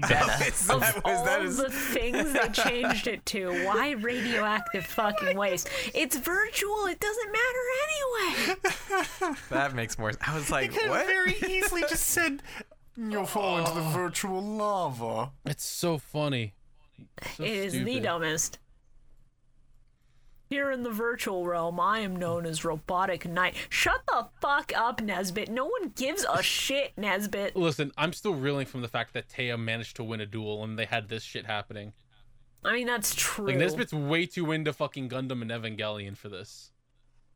<laughs>
better.
Of all
that is-
the things
<laughs>
they changed it to, why radioactive fucking waste? It's virtual. It doesn't matter anyway.
That makes more. I was like,
Could've
what?
very
<laughs>
easily just said, You'll fall into
Oh.
the virtual lava.
It's so funny. So
It is the
stupid.
dumbest. Here in the virtual realm, I am known as Robotic Knight. Shut the fuck up, Nesbit. No one gives
<laughs>
a shit, Nesbit.
Listen, I'm still reeling from the fact that Taya managed to win a duel and they had this shit happening.
I mean, that's true.
Like Nesbitt's way too into fucking Gundam and Evangelion for this.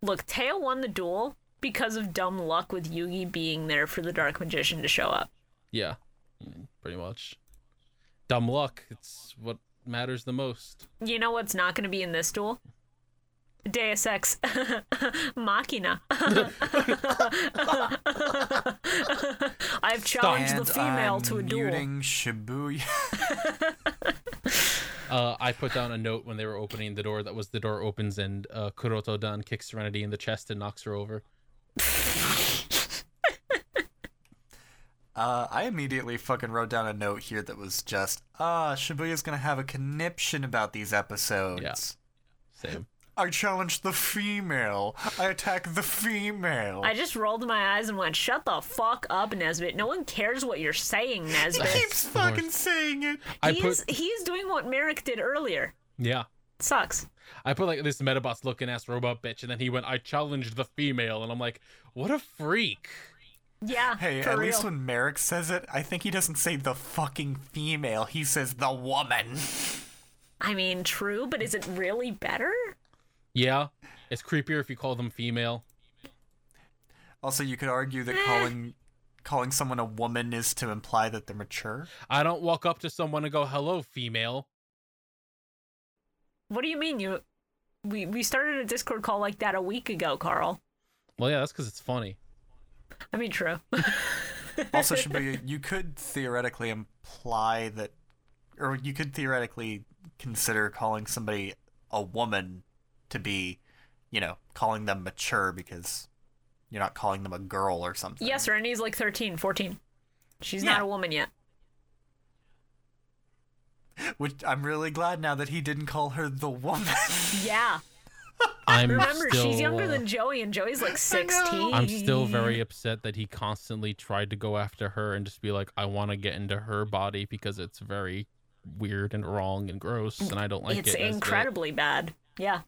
Look, Teo won the duel because of dumb luck with Yugi being there for the Dark Magician to show up.
Yeah, Mm, pretty much. Dumb luck. It's what matters the most.
You know what's not going to be in this duel? Deus Ex <laughs>
<laughs>
Machina. <laughs> I've challenged
And
the female
I'm
to a duel.
muting Shibuya.
Uh, I put down a note when they were opening the door that was the door opens and uh, Kuroto Dan kicks Serenity in the chest and knocks her over.
Uh, I immediately fucking wrote down a note here that was just, ah, Shibuya's gonna have a conniption about these episodes.
Same.
I challenge the female. I attack the female.
I just rolled my eyes and went, "Shut the fuck up, Nesbit. No one cares what you're saying,
<laughs>
Nesbit."
keeps
Of course.
fucking saying it.
I
he's
put
he's doing what Merrick did earlier.
yeah.
Sucks.
I put like this Metabot's looking ass robot bitch, and then he went, "I challenged the female," and I'm like, "What a freak!"
Yeah.
Hey,
for
at
real.
least when Merrick says it, I think he doesn't say the fucking female. He says the woman.
I mean, true, but is it really better?
Yeah, it's creepier if you call them female.
Also, you could argue
Eh.
that calling calling someone a woman is to imply that they're mature.
I don't walk up to someone and go, "Hello, female."
What do you mean you? We we started a Discord call like that a week ago, Carl.
Well, yeah, that's because it's funny.
I mean, true. <laughs>
Also, Shibuya, you could theoretically imply that, or you could theoretically consider calling somebody a woman to be, you know, calling them mature because you're not calling them a girl or something.
yes, Rennie's like 13, 14. She's
Yeah.
not a woman yet.
Which I'm really glad now that he didn't call her the woman. <laughs>
Yeah.
I'm
Remember,
still,
she's younger
uh,
than Joey, and Joey's like 16.
I'm still very upset that he constantly tried to go after her and just be like, "I want to get into her body because it's very weird and wrong and gross, and I don't like
it's
it." as the-
incredibly bad. Yeah.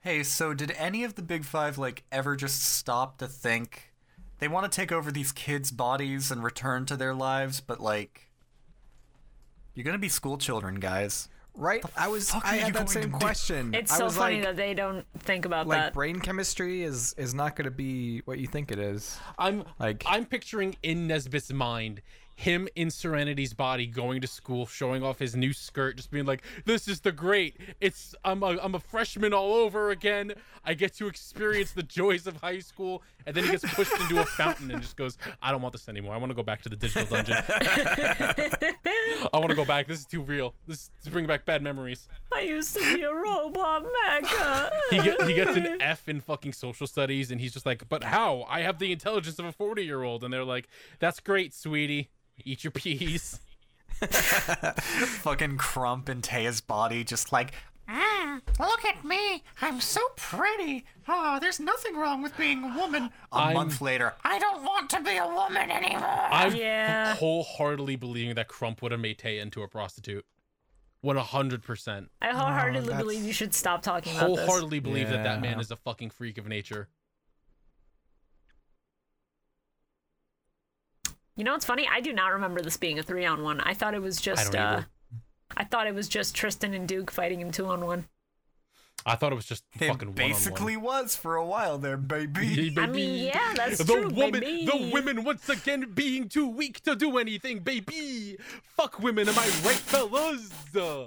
hey, so did any of the Big Five, like, ever just stop to think they want to take over these kids' bodies and return to their lives, but, like, you're going to be school children, guys.
Right? I was
fuck
I
are you
had
going
that same
to do?
question.
It's
I
so
was
funny
like,
that they don't think about
like
that.
brain chemistry is is not going to be what you think it is.
I'm
Like-
I'm picturing in Nesbitt's mind him in Serenity's body going to school, showing off his new skirt, just being like, "This is the great! It's I'm a I'm a freshman all over again. I get to experience the joys of high school." And then he gets pushed into a fountain and just goes, "I don't want this anymore. I want to go back to the digital dungeon. <laughs> I want to go back. This is too real. This is bringing back bad memories."
I used to be a robot mecha.
He, get, he
<laughs>
gets an F in fucking social studies, and he's just like, "But how? I have the intelligence of a forty-year-old." And they're like, "That's great, sweetie. Eat
<laughs>
your peas."
Fucking Crump and Taya's body just like
Mm, look at me. I'm so pretty.
Ah,
Oh, there's nothing wrong with being a woman.
a month later.
I don't want to be a woman anymore.
I'm
Yeah.
wholeheartedly believing that Crump would have made Tay into a prostitute. One hundred percent. <laughs>
I wholeheartedly believe you should stop talking about this.
Wholeheartedly believe that that man
Yeah.
is a fucking freak of nature.
You know what's funny? I do not remember this being a three on one. I thought it was
I
just
don't
uh,
either.
I thought it was just Tristan and Duke fighting him two on one.
I thought it was just
It
fucking
basically was for a while
<laughs>
there, baby.
one-on-one.
I mean, yeah, that's
the
true,
woman, the
baby.
women once again being too weak to do anything, baby. Fuck women, am I right, fellas? Uh,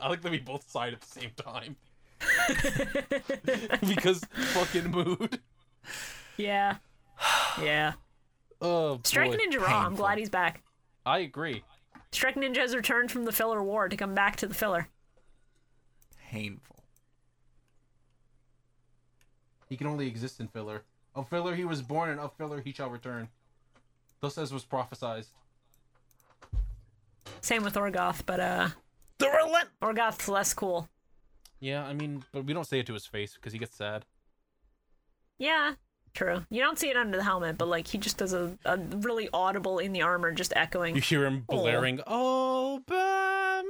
I like that we both sighed at the same time <laughs> because fucking mood.
Yeah. Yeah.
Oh,
Strike
boy.
Ninja Raw. I'm glad he's back.
I agree.
Strike Ninja has returned from the filler war to come back to the filler.
Painful.
He can only exist in filler. Of filler he was born, and of filler he shall return. Thus as was prophesized.
Same with Orgoth, but uh
The relent.
Orgoth's less cool.
Yeah, I mean, but we don't say it to his face because he gets sad.
Yeah. True. You don't see it under the helmet, but like he just does a, a really audible in the armor just
You
echoing.
hear him
Aw.
blaring all by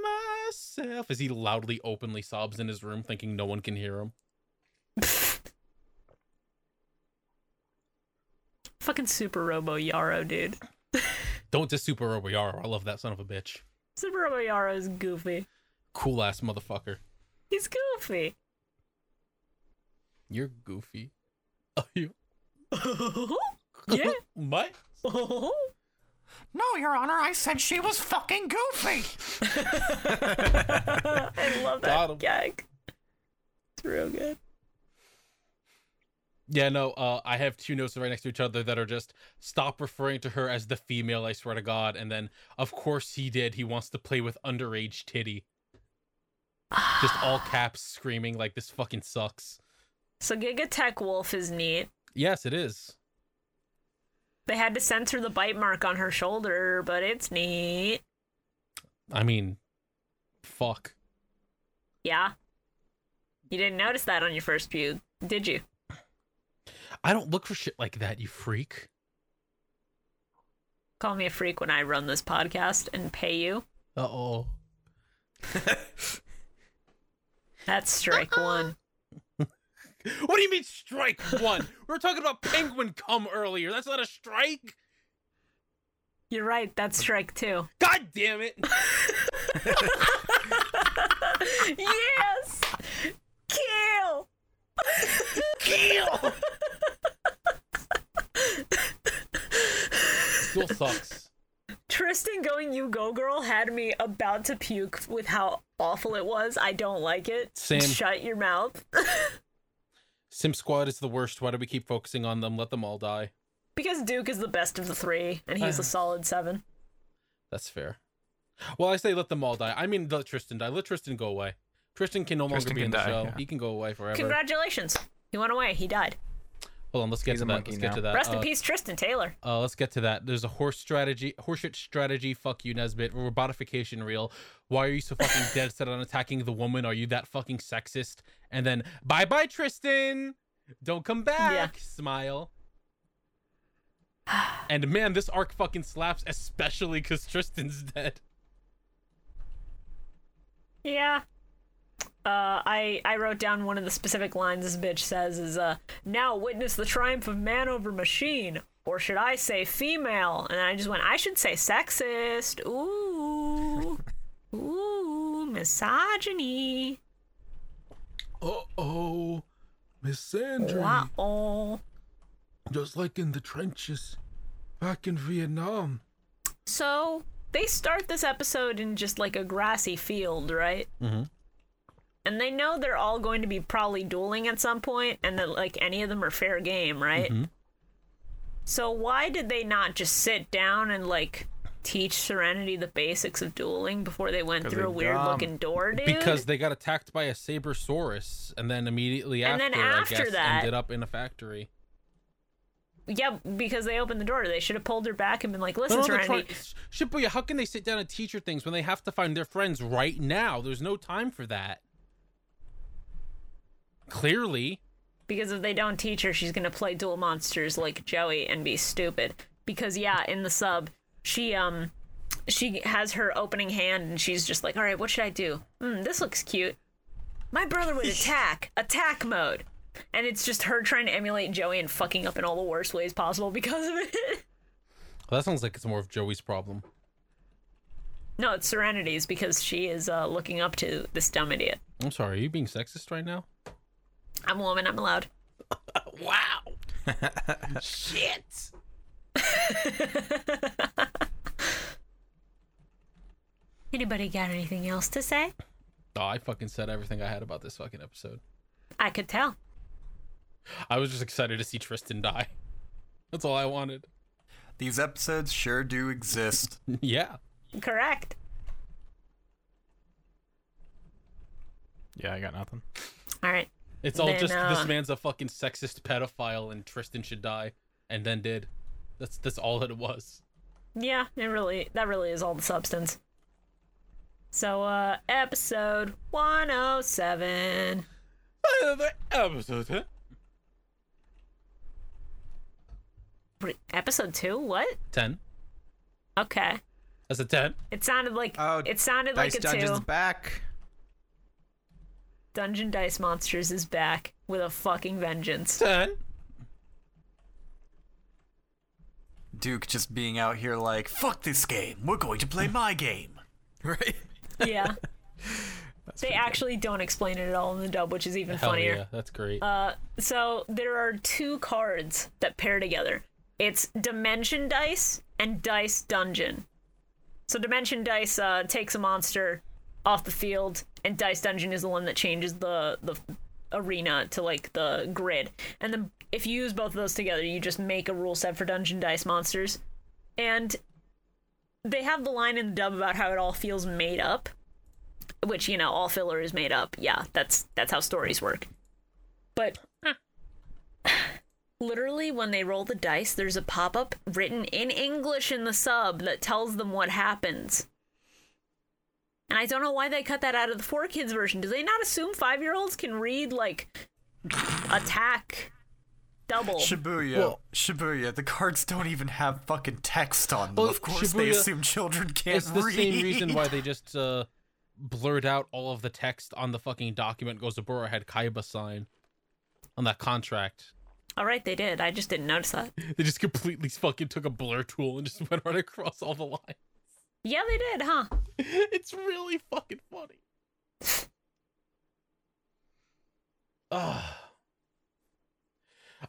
myself as he loudly, openly sobs in his room, thinking no one can hear him.
Fucking super robo Yarrow, dude.
Don't diss Super Robo Yaro. I love that son of a bitch.
Super robo Yarrow is goofy.
Cool ass motherfucker.
He's goofy.
<laughs> You're goofy. <laughs> Are you?
yeah.
<laughs> What?
No, Your Honor, I said she was fucking goofy.
I love
Got
that
him.
gag. It's real good.
Yeah, no, uh, I have two notes right next to each other that are just stop referring to her as the female, I swear to God. And then, of course, he did. He wants to play with underage titty. Just
<sighs>
all caps screaming like this fucking sucks.
So Giga Tech Wolf is neat.
Yes, it is.
They had to censor the bite mark on her shoulder, but it's neat.
I mean, fuck.
Yeah. You didn't notice that on your first view, did you?
I don't look for shit like that, you freak.
Call me a freak when I run this podcast and pay you.
Uh oh.
That's
Uh-uh.
strike one.
What do you mean strike one? <laughs> we were talking about penguin cum earlier. That's not a strike.
You're right, that's strike
<laughs>
two.
God damn it.
yes! Kill! Kill!
Still sucks.
Tristan going you go girl had me about to puke with how awful it was. I don't like it.
Same.
Shut your mouth.
Sim Squad is the worst. Why do we keep focusing on them? Let them all die.
Because Duke is the best of the three, and he's a
Uh-huh.
solid seven.
That's fair. Well, I say let them all die. I mean let Tristan die. Let Tristan go away. Tristan can no
Tristan
longer be
can
in the
die,
show.
yeah.
He can go away forever.
Congratulations. He went away. He died.
Hold on, let's get
He's
to
a
that.
monkey
Let's get
now.
to that.
Rest in
Uh,
peace, Tristan Taylor.
Uh, let's get to that. There's a horse strategy, horseshit strategy. Fuck you, Nesbit. Robotification reel. Why are you so
<laughs>
fucking dead set on attacking the woman? Are you that fucking sexist? And then bye bye, Tristan. Don't come back. Smile. <sighs> And man, this arc fucking slaps, especially because Tristan's dead.
Yeah. Uh, I I wrote down one of the specific lines this bitch says is uh now witness the triumph of man over machine or should I say female and I just went I should say sexist ooh misogyny.
Uh oh, Miss Sandra.
Wow.
Just like in the trenches back in Vietnam.
So they start this episode in just like a grassy field, right? Mm-hmm. And they know they're all going to be probably dueling at some point, and that like any of them are fair game, right?
Mm-hmm.
So why did they not just sit down and like teach Serenity the basics of dueling before they went
'Cause
through
they're
a weird looking door, dude?
Because they got attacked by a Sabersaurus and then immediately
And
after,
then
I
after
guess,
that-
ended up in a factory.
yeah, because they opened the door. They should have pulled her back and been like, "Listen,
No, no, they're
Serenity,
trying- Sh- Shibuya, how can they sit down and teach her things when they have to find their friends right now? There's no time for that. Clearly.
because if they don't teach her, she's gonna play dual monsters like Joey and be stupid. Because yeah, in the sub, she um she has her opening hand and she's just like, all right, what should I do? Hmm, this looks cute. My brother would attack, attack mode, and it's just her trying to emulate Joey and fucking up in all the worst ways possible because of it. <laughs>
Well, that sounds like it's more of Joey's problem.
no, it's Serenity's because she is uh, looking up to this dumb idiot.
I'm sorry, are you being sexist right now?
I'm a woman. I'm allowed.
<laughs>
wow. Shit. Anybody got anything else to say?
Oh, I fucking said everything I had about this fucking episode.
I could tell.
I was just excited to see Tristan die. That's all I wanted. <laughs>
These episodes sure do exist.
yeah.
Correct.
Yeah, I got nothing.
All right.
It's all
Then,
just
uh,
this man's a fucking sexist pedophile and Tristan should die and then did. That's that's all that it was.
Yeah, it really that really is all the substance. So uh episode 107. Wait, Episode 2? What?
10.
Okay.
That's a 10.
It sounded like
Oh,
it sounded
Dice
like a
Dungeon's
2.
back. <laughs>
Dungeon Dice Monsters is back with a fucking
<laughs>
vengeance.
10.
Duke just being out here like, fuck this game. We're going to play my game.
Right.
Yeah. they actually don't explain it at all in the dub, which is even
Hell
funnier. Uh,
yeah, that's great.
So there are two cards that pair together. It's Dimension Dice and Dice Dungeon. So Dimension Dice uh, takes a monster off the field, and Dice Dungeon is the one that changes the the arena to like the grid. And then if you use both of those together, you just make a rule set for Dungeon Dice monsters. And they have the line in the dub about how it all feels made up, which you know all filler is made up. Yeah, that's that's how stories work. But <sighs> literally when they roll the dice there's a pop-up written in english in the sub that tells them what happens and i don't know why they cut that out of the four kids version do they not assume five-year-olds can read like attack double
Shibuya,
Well-
Shibuya, the cards don't even have fucking text on them.
Well,
of course they
Shibuya,
assume children can't
it's the
read.
same reason
<laughs>
why they just uh, blurred out all of the text on the fucking document Gozaburo had Kaiba sign on that contract.
all right they did i just didn't notice that
They just completely fucking took a blur tool and just <laughs> went right across all the lines.
yeah they did huh
<laughs> It's really fucking funny. <sighs> Ah.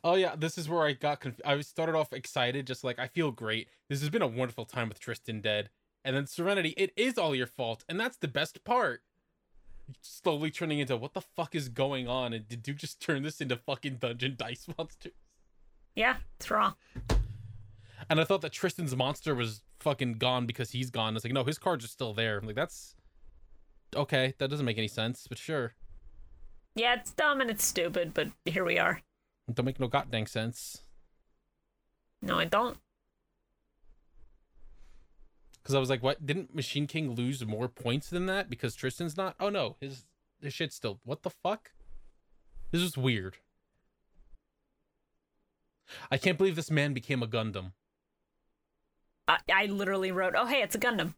Oh yeah, this is where I got conf- I started off excited just like I feel great. This has been a wonderful time with Tristan dead. And then Serenity, it is all your fault, and that's the best part. Slowly turning into what the fuck is going on and did you just turn this into fucking dungeon dice monsters?
yeah it's wrong
And I thought that Tristan's monster was fucking gone because he's gone. It's like, no, his cards are still there. I'm like, that's okay. That doesn't make any sense, but sure.
yeah it's dumb and it's stupid but here we are
It don't make no goddamn sense.
no i don't
Because I was like, what? Didn't Machine King lose more points than that because Tristan's not? Oh no, his his shit's still. What the fuck? This is weird. I can't believe this man became a Gundam.
i, I literally wrote oh hey it's a gundam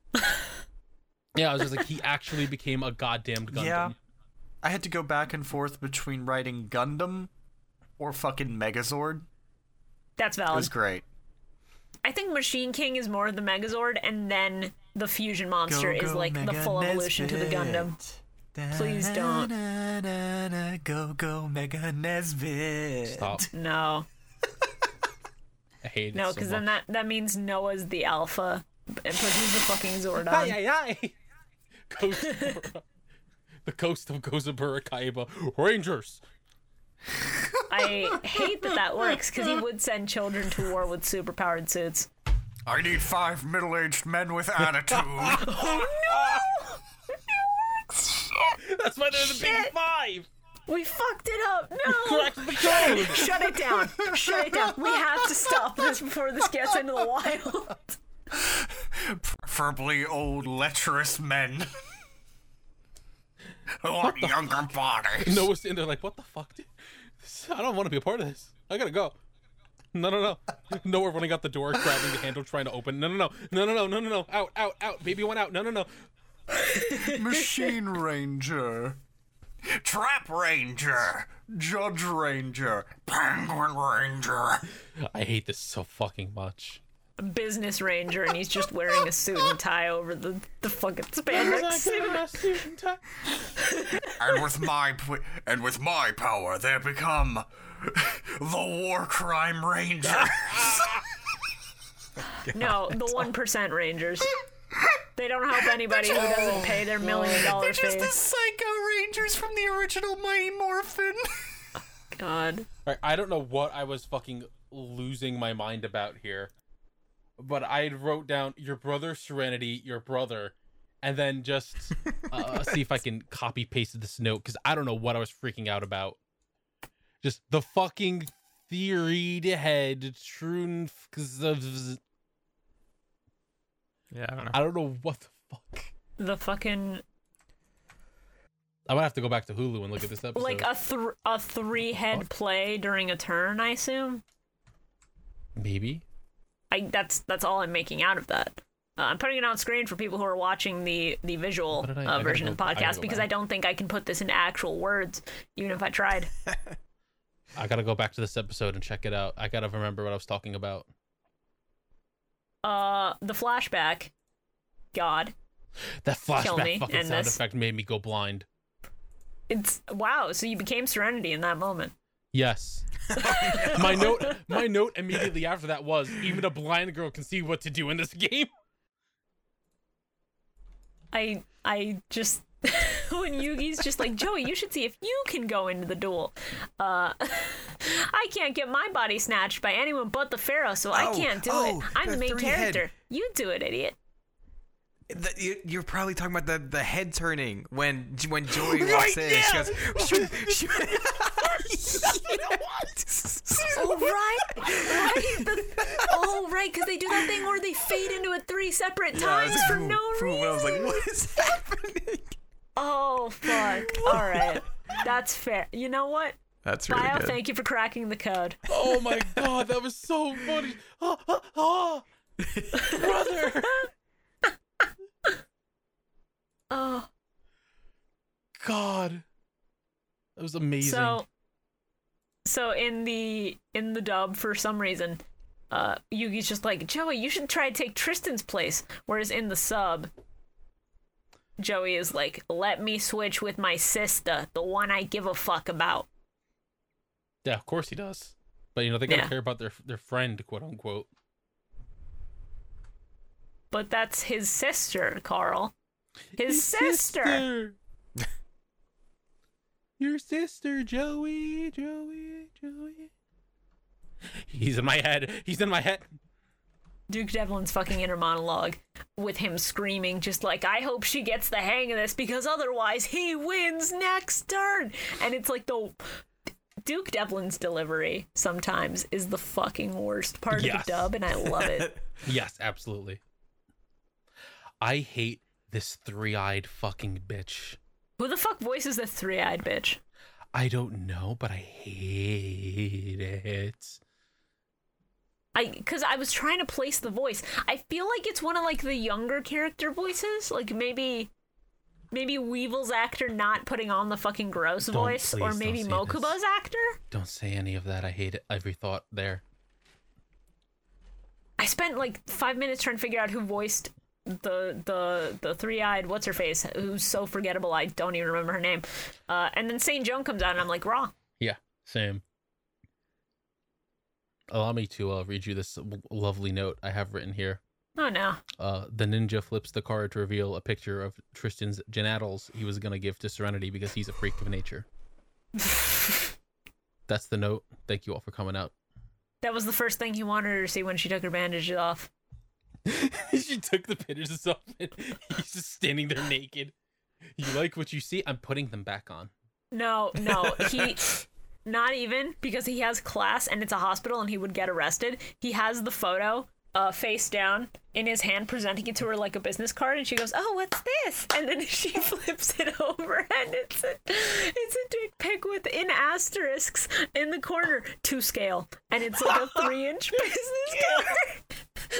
Yeah, I was just like, he <laughs> actually became a goddamn Gundam.
Yeah. I had to go back and forth between writing Gundam or fucking Megazord.
that's
It
valid
was great.
I think Machine King is more of the Megazord, and then the fusion monster is like the full evolution to the Gundam. Please don't.
don't. Go go Mega Nesbit.
Stop.
No,
I hate it.
no,
so
because then
much.
that that means Noah's the alpha, but but he's the fucking
<laughs> Hi,
Zordon.
hi, hi. Coast Um, of- <laughs> the coast of Gozabura Kaiba. Rangers.
I hate that that works because he would send children to war with superpowered suits.
I need five middle-aged men <laughs> with attitude.
That's why they're the big
Shit.
five.
We fucked it up. No.
<laughs> Crack the code.
Shut it down. Shut it down. We have to stop this before this gets into the wild.
Preferably old
<laughs>
lecherous men. Who want younger bodies.
Noah's sitting there like, what the fuck? Dude? This- I don't want to be a part of this. I gotta go. No, no, no. Noah running out the door, grabbing the handle, trying to open. No, no, no. No, no, no, no, no, no. Out, out, out. Baby one out. No, no, no.
Machine Ranger. Trap Ranger. Judge Ranger. Penguin Ranger.
I hate this so fucking much.
Business ranger, and he's just wearing a suit and tie over the, the fucking spandex suit.
And with my p- and with my power, they become the War Crime Ranger.
No, the one percent rangers. They don't help anybody who doesn't pay their million dollar fee.
Psycho Rangers from the original Mighty Morphin.
God.
All right, I don't know what I was fucking losing my mind about here, but I wrote down your brother Serenity, your brother, and
<laughs>
then just uh, see if I can copy paste this note because I don't know what I was freaking out about. Just the fucking theory head true because of
Yeah, I don't know.
I don't know what the fuck.
The fucking
I'm gonna have to go back to Hulu and look at this
<laughs>
episode.
like uh, a thr a three head play during a turn, I assume.
maybe
I that's that's all I'm making out of that. Uh, I'm putting it on screen for people who are watching the the visual
What did I- I
uh,
gotta
version of the
go- I gotta
podcast
go
because
back.
I don't think I can put this into actual words, even if I tried.
I gotta go back to this episode and check it out. I gotta remember what I was talking about.
Uh, the flashback. God,
That
me,
flashback fucking
and
sound
this.
effect made me go blind.
it's wow. So you became Serenity in that moment.
<laughs> Yes. my note my note immediately after that was even a blind girl can see what to do in this game.
I I just <laughs> when Yugi's just like Joey, you should see if you can go into the duel. Uh, <laughs> I can't get my body snatched by anyone but the Pharaoh, so I
Oh,
can't do
oh,
it. I'm the
the
main
three-head.
character. You do it, idiot.
The, you, you're probably talking about the, the head turning when
<laughs>
when Joey walks in. and She goes, shoot, shoot. <laughs>
Oh right, right. The, <laughs> oh right, because they do that thing where they fade into it three separate times for no <laughs> reason.
I was like, what is happening?
oh fuck. All right, that's fair. You know what?
That's really
Bio,
good.
thank you for cracking the code.
Oh my god, that was so funny. Ah, ah, ah. Brother.
Oh,
God. That was amazing.
so so in the in the dub for some reason. Uh, Yugi's just like Joey. You should try to take Tristan's place. Whereas in the sub, Joey is like, "Let me switch with my sister, the one I give a fuck about."
yeah, of course he does. But you know, they gotta
Yeah.
care about their their friend, quote unquote.
But that's his sister, Carl. His, sister.
Sister. Your sister, Joey, Joey, Joey. He's in my head. He's in my head.
Duke Devlin's fucking inner monologue with him screaming, just like, I hope she gets the hang of this because otherwise he wins next turn. And it's like the. Duke Devlin's delivery sometimes is the fucking worst part
Yes.
of the dub, and I love <laughs> it.
Yes, absolutely. I hate this three eyed fucking bitch.
Who the fuck voices the three eyed bitch?
I don't know, but I hate it.
I because I was trying to place the voice. I feel like it's one of like the younger character voices, like maybe maybe Weevil's actor not putting on the fucking gross
Don't-
voice, or
please don't
maybe
say this.
Mokuba's actor.
Don't say any of that. I hate it. every thought there.
I spent like five minutes trying to figure out who voiced the the the three eyed what's her face who's so forgettable I don't even remember her name, uh, and then Saint Joan comes out and I'm like raw.
Yeah, same. Allow me to uh, read you this w- lovely note I have written here.
Oh no,
Uh, the ninja flips the card to reveal a picture of Tristan's genitals he was going to give to Serenity because he's a freak of nature. That's the note. Thank you all for coming out.
that was the first thing he wanted her to see when she took her bandages off.
<laughs> she took the pictures off and he's just standing there naked. You like what you see? I'm putting them back on.
No, no, he. Not even because he has class and it's a hospital and he would get arrested. He has the photo uh, face down in his hand, presenting it to her like a business card, and she goes, "Oh, what's this?" And then <laughs> she flips it over, and it's a it's a dick pic with in asterisks in the corner to scale, and it's like a three inch business card.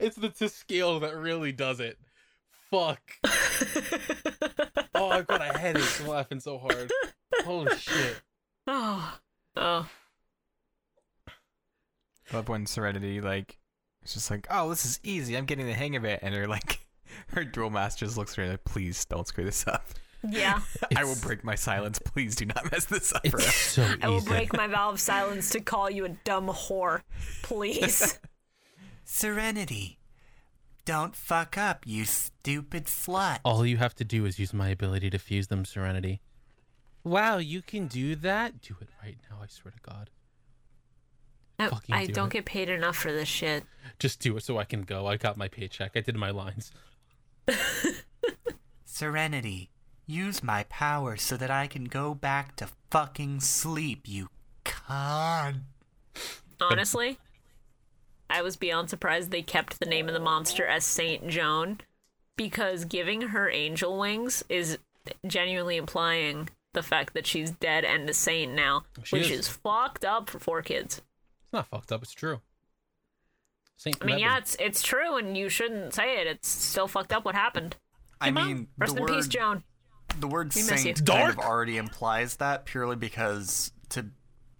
It's the to scale that really does it.
<laughs>
Fuck. oh, I've got a headache from laughing so hard. Holy shit.
<laughs> Oh, oh,
I love when Serenity like it's just like, oh, this is easy. I'm getting the hang of it, and her like <laughs> her duel master just looks at her like, please don't screw this up. <laughs>
yeah.
I will break my silence. Please do not mess this up. for
It's
us."
so
I will
easy.
break my vow of silence to call you a dumb whore, <laughs> please.
Serenity. Don't fuck up, you stupid slut.
All you have to do is use my ability to fuse them, Serenity. Wow, you can do that? Do it right now, I swear to God.
I,
Fucking
I
do
don't
it.
get paid enough for this shit.
Just do it so I can go. I got my paycheck. I did my lines.
Serenity. Use my power so that I can go back to fucking sleep, you con.
Honestly, I was beyond surprised they kept the name of the monster as Saint Joan because giving her angel wings is genuinely implying the fact that she's dead and a saint now,
She
which
is.
is. fucked up for four kids.
It's not fucked up. It's true. Saint
I mean,
Mebane.
yeah, it's it's true, and you shouldn't say it. It's still fucked up what happened.
I mean, the
Rest in
word,
peace, Joan.
the word
We miss you.
saint kind of already implies that purely because to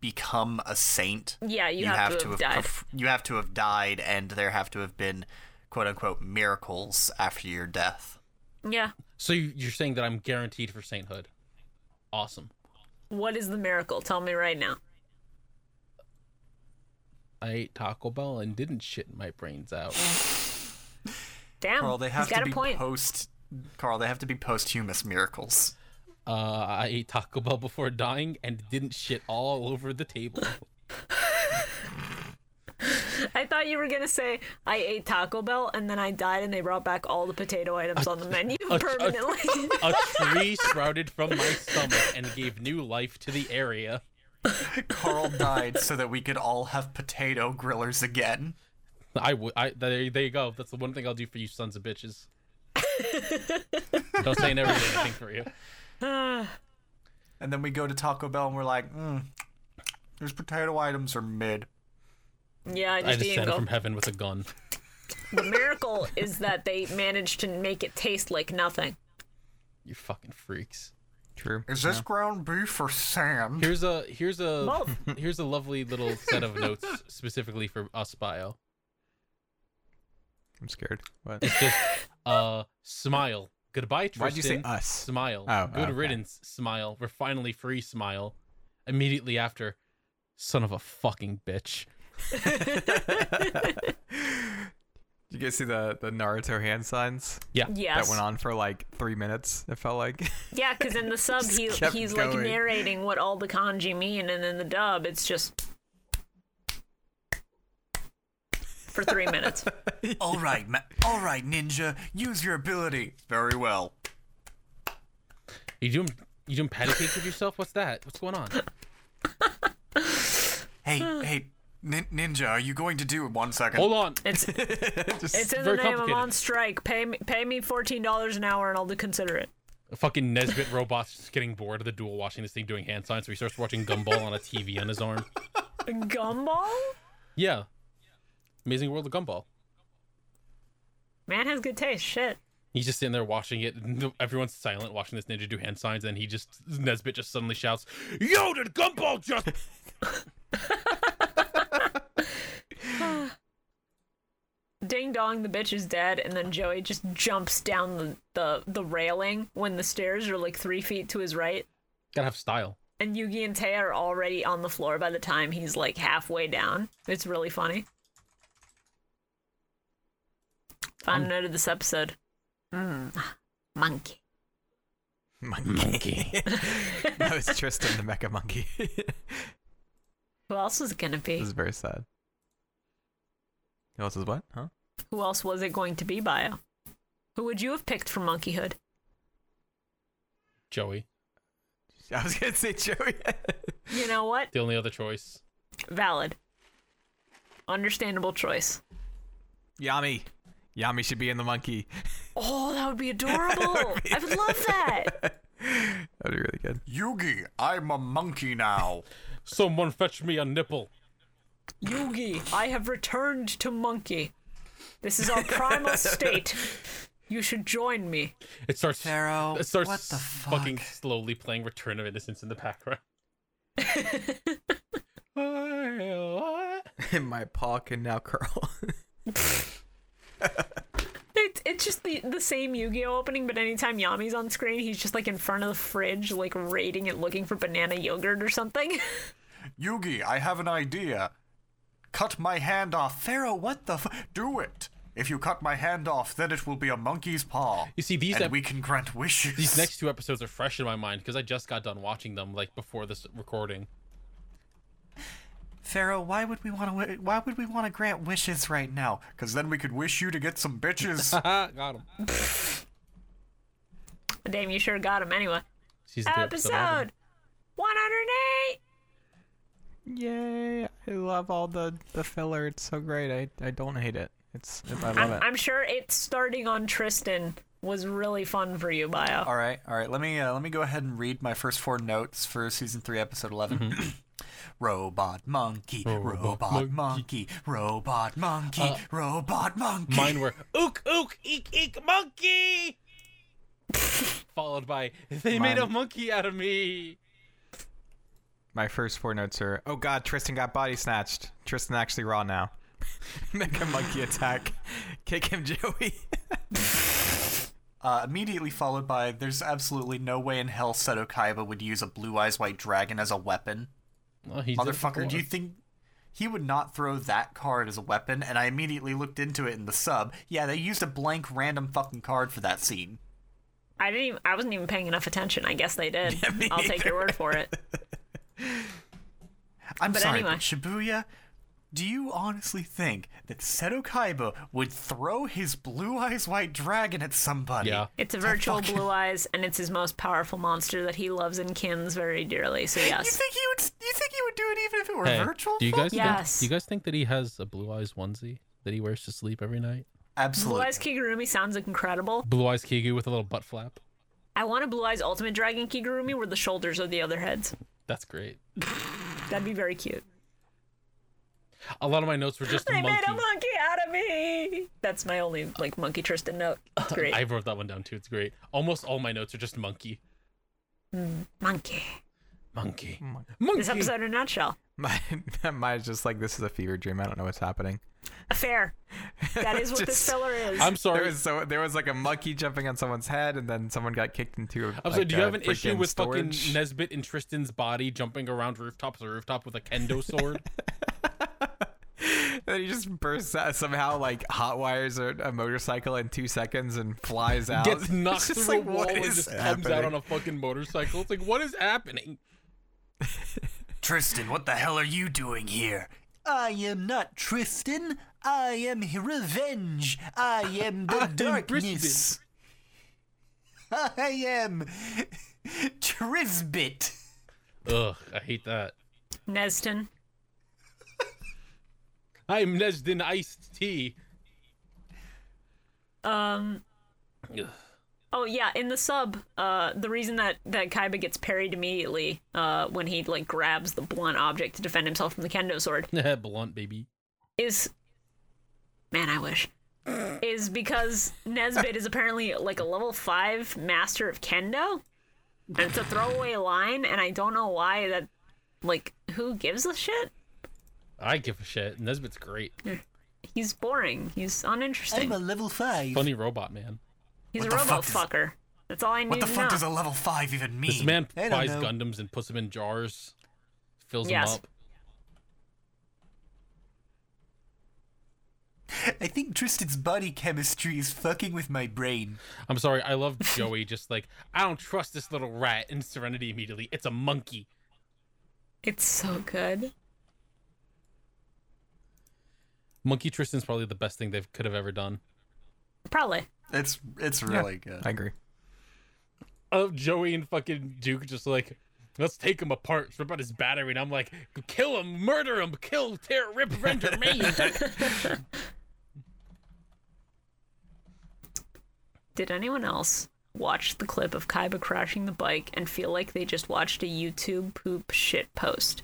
become a saint,
Yeah, you, have, to, have died.
perf- you have to have died, and there have to have been quote unquote miracles after your death.
yeah.
So you- you're saying that I'm guaranteed for sainthood? Awesome.
What is the miracle? Tell me right now.
I ate Taco Bell and didn't shit my brains out.
Damn,
Carl, they have
he's got
to be
a point.
post. Carl, they have to be posthumous miracles.
Uh, I ate Taco Bell before dying and didn't shit all over the table.
I thought you were gonna say I ate Taco Bell and then I died and they brought back all the potato items on the menu <laughs>
a-
permanently. <sighs>
A tree sprouted from my stomach and gave new life to the area.
<laughs> Carl died so that we could all have potato grillers again.
I would. I there, there you go. That's the one thing I'll do for you, sons
<laughs>
of bitches. Don't say I never did anything for you.
And then we go to Taco Bell and we're like, mm, those potato items are mid.
yeah, I
I
just
just
didn't
sent
go.
from heaven with a gun.
The miracle is that they managed to make it taste like nothing.
You fucking freaks.
True.
Is this ground beef
<laughs>
or sand?
Here's a here's a
Both.
<laughs> here's a lovely little set of notes specifically for us bio.
I'm scared.
<laughs>
What?
Just uh smile. Goodbye, Tristan.
Why'd you say us?
Smile.
Oh,
Good
okay.
riddance, smile. We're finally free, smile. Immediately after, son of a fucking bitch.
Did you guys see the the Naruto hand signs
Yeah.
Yes.
that went on for like three minutes? It felt like. <laughs>
Yeah, because in the sub he
kept
he's like
going.
narrating what all the kanji mean, and in the dub it's just for three minutes.
all right, ma- all right, ninja, use your ability. Very well.
You doing you doing patty cake with yourself? What's that? What's going on?
Hey, hey, nin- ninja, are you going to do one second?
Hmm. Hold on.
It's it's in the
very
name I'm
complicated.
on strike. Pay me pay me fourteen dollars an hour, and I'll consider it.
Fucking Nesbit robot's just getting bored of the duel watching this thing doing hand signs, so he starts watching Gumball on a TV on his arm.
Gumball.
Yeah. Amazing World of Gumball.
Man has good taste. Shit.
He's just sitting there watching it. and <laughs> Everyone's silent, watching this ninja do hand signs. And he just Nesbit just suddenly shouts, "Yo, did Gumball just?" <laughs>
Ding dong, the bitch is dead, and then Joey just jumps down the, the, the railing when the stairs are like three feet to his right.
Gotta have style.
And Yugi and Taya are already on the floor by the time he's like halfway down. It's really funny. Final note of this episode. Mm, monkey.
Monkey. <laughs> that was Tristan the Mecha Monkey. <laughs> this
Who else was it gonna be?
is very sad. Who else is what? Huh? <laughs>
Who else was it going to be, Bio? Who would you have picked for monkeyhood?
Joey,
I was gonna say Joey. <laughs>
You know what?
the only other choice.
Valid. Understandable choice.
Yami. Yami should be in the monkey.
Oh, that <laughs> would be adorable. I would love <laughs> that.
That'd be really good.
Yugi, I'm a monkey now.
Someone fetch me a nipple.
Yugi, I have returned to monkey. This is our primal <laughs> state. You should join me.
It starts.
Taro,
it starts
what the fuck?
fucking slowly playing Return of Innocence in the
<laughs>
background.
<laughs> And my paw can now curl. <laughs>
It's it's just the, the same Yu-Gi-Oh opening, but anytime Yami's on screen, he's just like in front of the fridge, like raiding it, looking for banana yogurt or something. <laughs>
Yugi, I have an idea. Cut my hand off. Pharaoh, what the f- Do it! If you cut my hand off, then it will be a monkey's paw.
You see, these
and
ep-
we can grant wishes.
These next two episodes are fresh in my mind because I just got done watching them like before this recording.
Pharaoh, why would we want to? Wi- why would we want to grant wishes right now? Because then we could wish you to get
<laughs>
some bitches.
Ah, got him.
Damn, you sure got him anyway.
She's
Episode 108.
Yay! I love all the the filler. It's so great. I I don't hate it. It's I love
I'm, I'm sure it starting on Tristan was really fun for you, Bio.
all right, all right. Let me uh, let me go ahead and read my first four notes for season three, episode 11
Mm-hmm.
<clears throat> Robot monkey, robot, monkey. robot monkey, robot monkey.
Uh, Mine were ook ook eek eek monkey, followed by they made a
Mine-
monkey out of me.
My first four notes are: Oh God, Tristan got body snatched. Tristan actually raw now. <laughs> Make a monkey attack. <laughs> Kick him, Joey. <laughs>
Uh, immediately followed by there's absolutely no way in hell Seto Kaiba would use a blue eyes white dragon as a weapon.
Oh, he did it
Motherfucker, do you
before.
think he would not throw that card as a weapon? And I immediately looked into it in the sub. Yeah, they used a blank random fucking card for that scene.
I didn't. Even, I wasn't even paying enough attention. I guess they <laughs> did. I'll take your word for <laughs> it.
I'm
But
sorry,
anyway.
but Shibuya, do you honestly think that Seto Kaiba would throw his blue eyes white dragon at somebody?
Yeah,
It's a virtual
fucking-
Blue Eyes, and it's his most powerful monster that he loves and kins very dearly. So
<laughs> You
yes,
think he would? You think he would do it even if it were
Hey,
virtual?
Do you guys?
Yes.
Think, do you guys think that he has a blue eyes onesie that he wears to sleep every night?
Absolutely.
Blue Eyes Kigurumi sounds incredible.
Blue eyes Kigu with a little butt flap.
I want a Blue Eyes Ultimate Dragon Kigurumi where the shoulders are the other heads.
That's great.
That'd be very cute.
A lot of my notes were just
They made
monkey.
a monkey out of me. That's my only like monkey Tristan <laughs> note. It's great.
I wrote that one down too. It's great. Almost all my notes are just monkey,
Monkey.
monkey, monkey.
This episode in a nutshell.
my <laughs> mine's just like this is a fever dream. I don't know what's happening.
A fair. That is what this <laughs>
Just-
filler is.
I'm
There
sorry.
was so there was like a monkey jumping on someone's head, and then someone got kicked into. A,
I'm
like,
sorry. Do you
a
have an issue
freaking
with
storage.
fucking
<laughs>
Nesbit and Tristan's body jumping around rooftop to rooftop with a kendo sword?
then he just bursts out somehow like hot wires or a motorcycle in two seconds and flies
<laughs>
out. <laughs>
Gets knocked
It's just
through
like,
a wall
what
and
is
just comes out on
happening?
a fucking motorcycle. It's like, what is happening?
Tristan, what the hell are you doing here? I am not Tristan. I am h- revenge. I am
<laughs>
the
I am
darkness. <laughs> I am Trisbit.
Ugh, I hate that.
Neston.
I'm Nesden Iced Tea. <laughs>
Um. Oh yeah, in the sub, uh, the reason that that Kaiba gets parried immediately, uh, when he like grabs the blunt object to defend himself from the kendo sword,
Blunt, baby.
is, man, I wish, is because Nesbit is apparently like a level five master of kendo, and it's a throwaway line, and I don't know why that. Like, who gives a shit?
I give a shit. Nesbit's great.
He's boring. He's uninteresting.
level five.
Funny robot man.
He's a
What the
robo
fuck is-
fucker. That's all I need
What the
to
fuck
know.
does a level five even mean?
This man
I don't
buys
know.
Gundams and puts them in jars, fills
Yes.
them up.
I think Tristan's body chemistry is fucking with my brain.
I'm sorry, I love Joey. Just like I don't trust this little rat. In Serenity, immediately, it's a monkey.
It's so good.
Monkey Tristan's probably the best thing they could have ever done.
Probably.
It's it's really
I
good.
agree.
I love Joey and fucking Duke just like, let's take him apart, rip out his battery, and I'm like, kill him, murder him, kill, tear, rip, render, me.
Did anyone else watch the clip of Kaiba crashing the bike and feel like they just watched a YouTube poop shit post?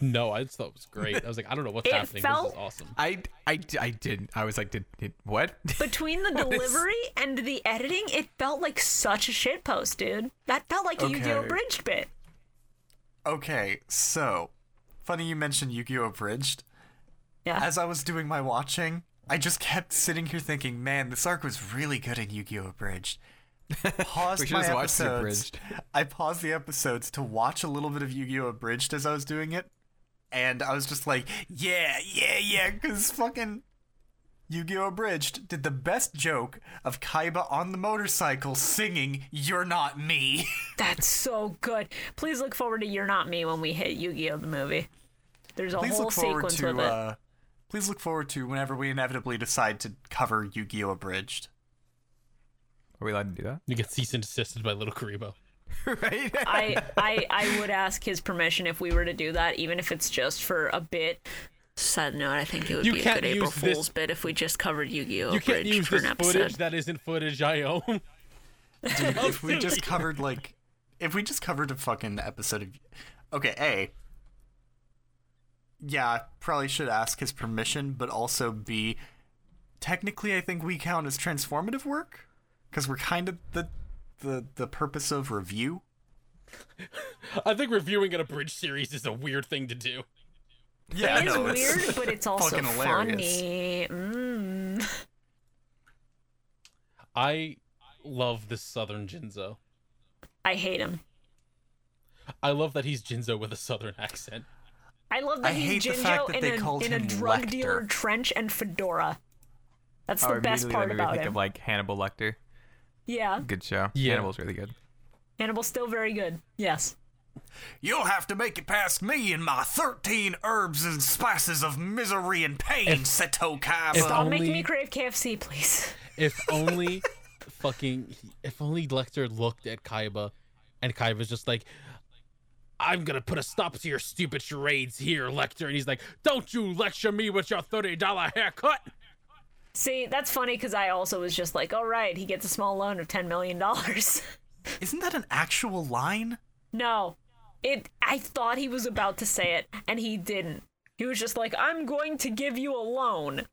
no, I just thought it was great. I was like, I don't know what's
It
happening. This
felt-
is awesome.
I, I, I didn't. I was like, did, did what? <laughs>
Between the
<laughs>
delivery and the editing, it felt like such a shit post, dude. That felt like a Yu-Gi-Oh!
Okay.
abridged bit.
Okay, so funny you mentioned Yu-Gi-Oh! Abridged.
Yeah.
As I was doing my watching, I just kept sitting here thinking, man, this arc was really good in Yu-Gi-Oh!
<laughs>
Abridged. Paused
We should
my
just watch the
episodes.
abridged.
I paused the episodes to watch a little bit of Yu-Gi-Oh! Abridged as I was doing it, and I was just like, yeah, yeah, yeah, because fucking Yu-Gi-Oh! Abridged did the best joke of Kaiba on the motorcycle singing "You're Not Me."
That's so good. Please look forward to You're Not Me when we hit Yu-Gi-Oh! the movie. There's a
<laughs> please
whole
look forward
sequence
to
with it.
uh, please look forward to whenever we inevitably decide to cover Yu-Gi-Oh! Abridged.
Are we allowed to do that?
You get cease and desisted by Little Karibo.
<laughs> right?
I, I I would ask his permission if we were to do that, even if it's just for a bit. Side note, I think it would
You
be a
can't
good April
use this-
Fool's bit if we just covered Yu-Gi-Oh!
you can't
Bridge
use
for
this
an episode.
footage. That isn't footage I own. <laughs>
<laughs> if we just covered like if we just covered a fucking episode of okay a yeah probably should ask his permission but also b technically i think we count as transformative work because we're kind of the the the purpose of review
I think reviewing an abridged series is a weird thing to do.
yeah
it is weird, but
<laughs>
it's also
fucking
funny.
hilarious.
Mm.
I love this Southern Jinzo.
I hate him.
I love that he's Jinzo with a Southern accent.
I love that
I
he's
hate the
Jinjo
fact that
in,
they
a,
called
in a
him
drug
Lecter.
dealer trench and fedora. That's
Oh,
the best
immediately that
part
made me
about
think
him.
of like Hannibal Lecter.
yeah,
Good show.
Yeah.
Hannibal's really good.
Hannibal's still very good. Yes.
you'll have to make it past me and my 13 herbs and spices of misery and pain seto kaiba
if-
Stop making
Only-
me crave KFC, please.
If only fucking if only Lecter looked at Kaiba and Kaiba's just like I'm gonna put a stop to your stupid charades here, Lecter. And he's like, Don't you lecture me with your thirty dollar haircut.
See, that's funny because I also was just like, all right, he gets a small loan of $10 million.
isn't that an actual line
<laughs> no. It I thought he was about to say it and he didn't. He was just like, I'm going to give you a loan.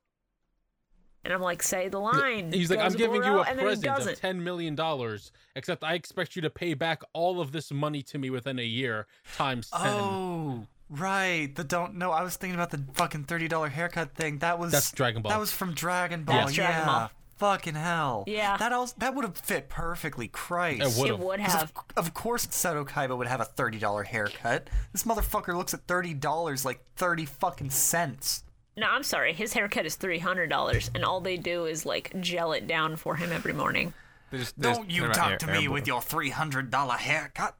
And I'm like, say the line.
He's like,
Goes
I'm giving you
Burrell,"
a
and then he
present of
doesn't.
ten million dollars, except I expect you to pay back all of this money to me within a year times ten.
Oh, right. The don't know. I was thinking about the fucking thirty dollar haircut thing. That was
That's Dragon Ball.
That was from Dragon Ball.
That's
yeah.
Dragon Ball.
Fucking hell.
Yeah.
That also, that would have fit perfectly.
It
Christ.
would
It
have.
would
'Cause
have.
Of, of course, Seto Kaiba would have a thirty dollar haircut. This motherfucker looks at thirty dollars like thirty fucking cents.
No, I'm sorry. His haircut is three hundred dollars, and all they do is like gel it down for him every morning.
There's, there's,
Don't you
they're not
talk
air-
to me
airborne.
with your three hundred dollar haircut.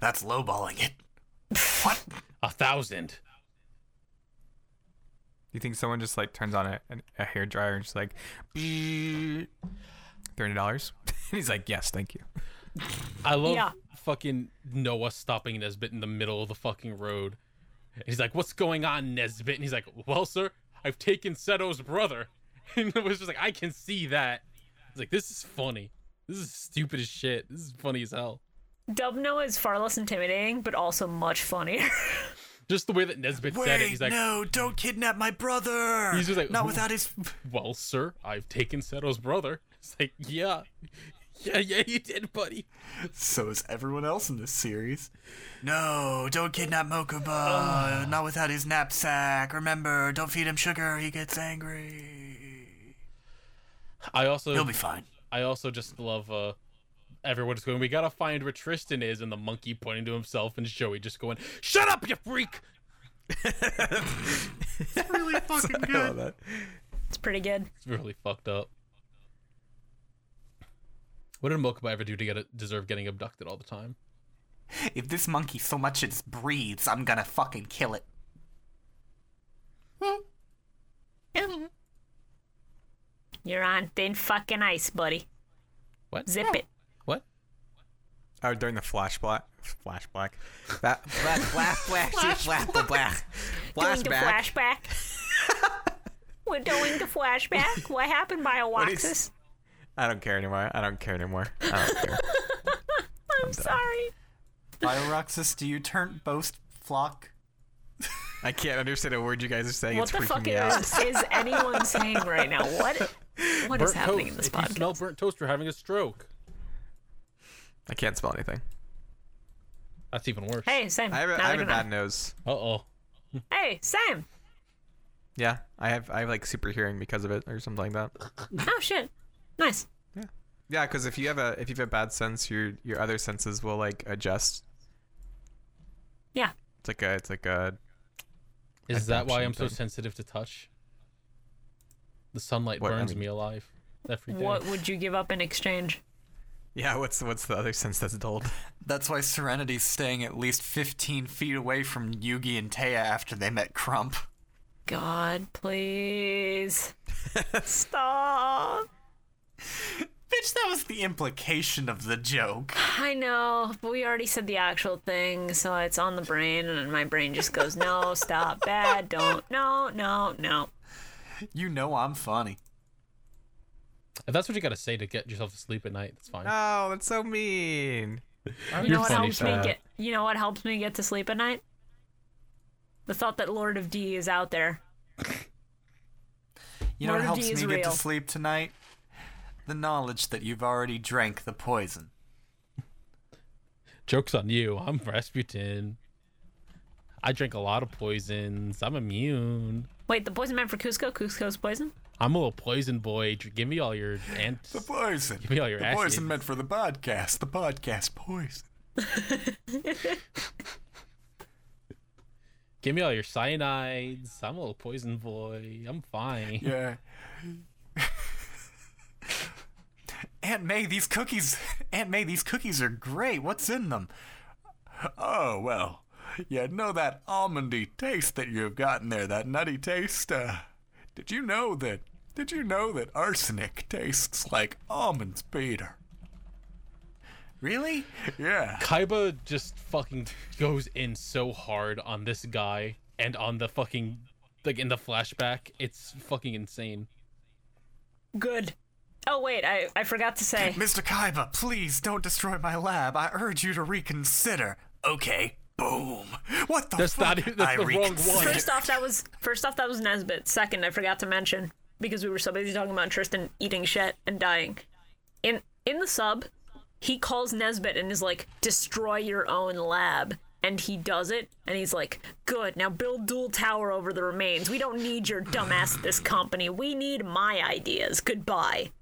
That's lowballing it. What?
A thousand.
You think someone just like turns on a, an- a hair dryer and just like <laughs> thirty dollars? <laughs> He's like, yes, thank you. <laughs>
I love
Yeah.
fucking Noah stopping Nesbit in the middle of the fucking road. And he's like, "What's going on, Nesbit?" And he's like, "Well, sir, I've taken Seto's brother." <laughs> And it was just like, "I can see that." It's like, "This is funny. This is stupid as shit. This is funny as hell."
Dub Noah is far less intimidating, but also much funnier. <laughs>
Just the way that Nesbitt said it, he's like,
no, don't kidnap my brother.
He's just like,
not
"Who-
without his.
"Well, sir, I've taken Seto's brother." It's like, "Yeah, <laughs> yeah, yeah, you did, buddy."
So is everyone else in this series.
No, don't kidnap Mokuba. not without his knapsack. Remember, don't feed him sugar. He gets angry.
I also,
He'll be fine.
I also just love uh, everyone just going, "We gotta find where Tristan is," and the monkey pointing to himself, and Joey just going, "Shut up, you freak!"
Really fucking
I love
good.
that.
It's pretty good.
It's really fucked up. What did Mokuba ever do to get a, deserve getting abducted all the time?
If this monkey so much as breathes, I'm gonna fucking kill it.
You're on thin fucking ice, buddy.
What?
Zip it.
What?
Oh, during the flash black, flash black, that flash <laughs> flash flash flash black, black,
Doing the
flashback.
flashback.
<laughs>
We're doing the flashback. What happened by
is-
Oaxis?
I don't care anymore. I don't care anymore. I don't care.
I'm sorry.
Bioroxus, do you turn boast flock?
I can't understand a word you guys are saying.
What
it's
the
freaking
fuck
me out.
is,
<laughs>
is anyone saying right now? What? What is happening in this
if you
podcast?
smell burnt toast, you're having a stroke.
I can't smell anything.
That's even worse.
Hey, Sam.
I have a,
now
I
I
have a
can laugh.
bad nose.
Uh oh.
Hey, Sam.
Yeah, I have I have like super hearing because of it or something like that.
Oh shit. Nice.
Yeah, because if you have a if you have a bad sense, your your other senses will like adjust.
Yeah.
It's like a it's like a
Is that why
Adaption
I'm so
thing.
sensitive to touch? The sunlight
What, I
burns
mean-
me alive every day.
What would you give up in exchange?
yeah. What's what's the other sense that's dulled? <laughs>
That's why Serenity's staying at least 15 feet away from Yugi and Taya after they met Crump.
God,
<laughs>
please. Stop.
Bitch, that was the implication of the joke.
I know, but we already said the actual thing, so it's on the brain, and my brain just goes, no, stop, bad, don't, no, no, no.
You know I'm funny.
If that's what you gotta say to get yourself to sleep at night, that's fine.
Oh, that's so mean.
You're
Uh, You know what
funny,
helps me
Sam.
get? You know what helps me get to sleep at night? The thought that Lord of D is out there.
You know what
Murder
helps
D
me
is
get
real.
to sleep tonight? The knowledge that you've already drank the poison.
Joke's on you. I'm Rasputin. I drink a lot of poisons. I'm immune.
Wait, the poison man for Cusco? Cusco's poison?
I'm a little poison boy. Dr- Give me all your ant.
poison.
Give me all your
the poison
acid.
meant for the podcast. The podcast poison.
Give me all your cyanides. I'm a little poison boy. I'm fine.
Yeah. Aunt May, these cookies. Aunt May, these cookies are great. What's in them? Oh well, you know that almondy taste that you've gotten there. That nutty taste. Uh, did you know that? Did you know that arsenic tastes like almonds, Peter? Really? Yeah.
Kaiba just fucking goes in so hard on this guy and on the fucking like in the flashback. It's fucking insane.
Good. Oh wait, I I forgot to say.
Mr. Kaiba, please don't destroy my lab. I urge you to reconsider. Okay. Boom. What the
That's
fuck?
not even- that's
I
the wrong one.
reconsider.
First off, that was first off that was Nesbit. Second, I forgot to mention because we were so busy talking about Tristan eating shit and dying. In in the sub, he calls Nesbit and is like, "Destroy your own lab." And he does it, and he's like, "Good. Now build dual tower over the remains. We don't need your dumbass at this company. We need my ideas. Goodbye."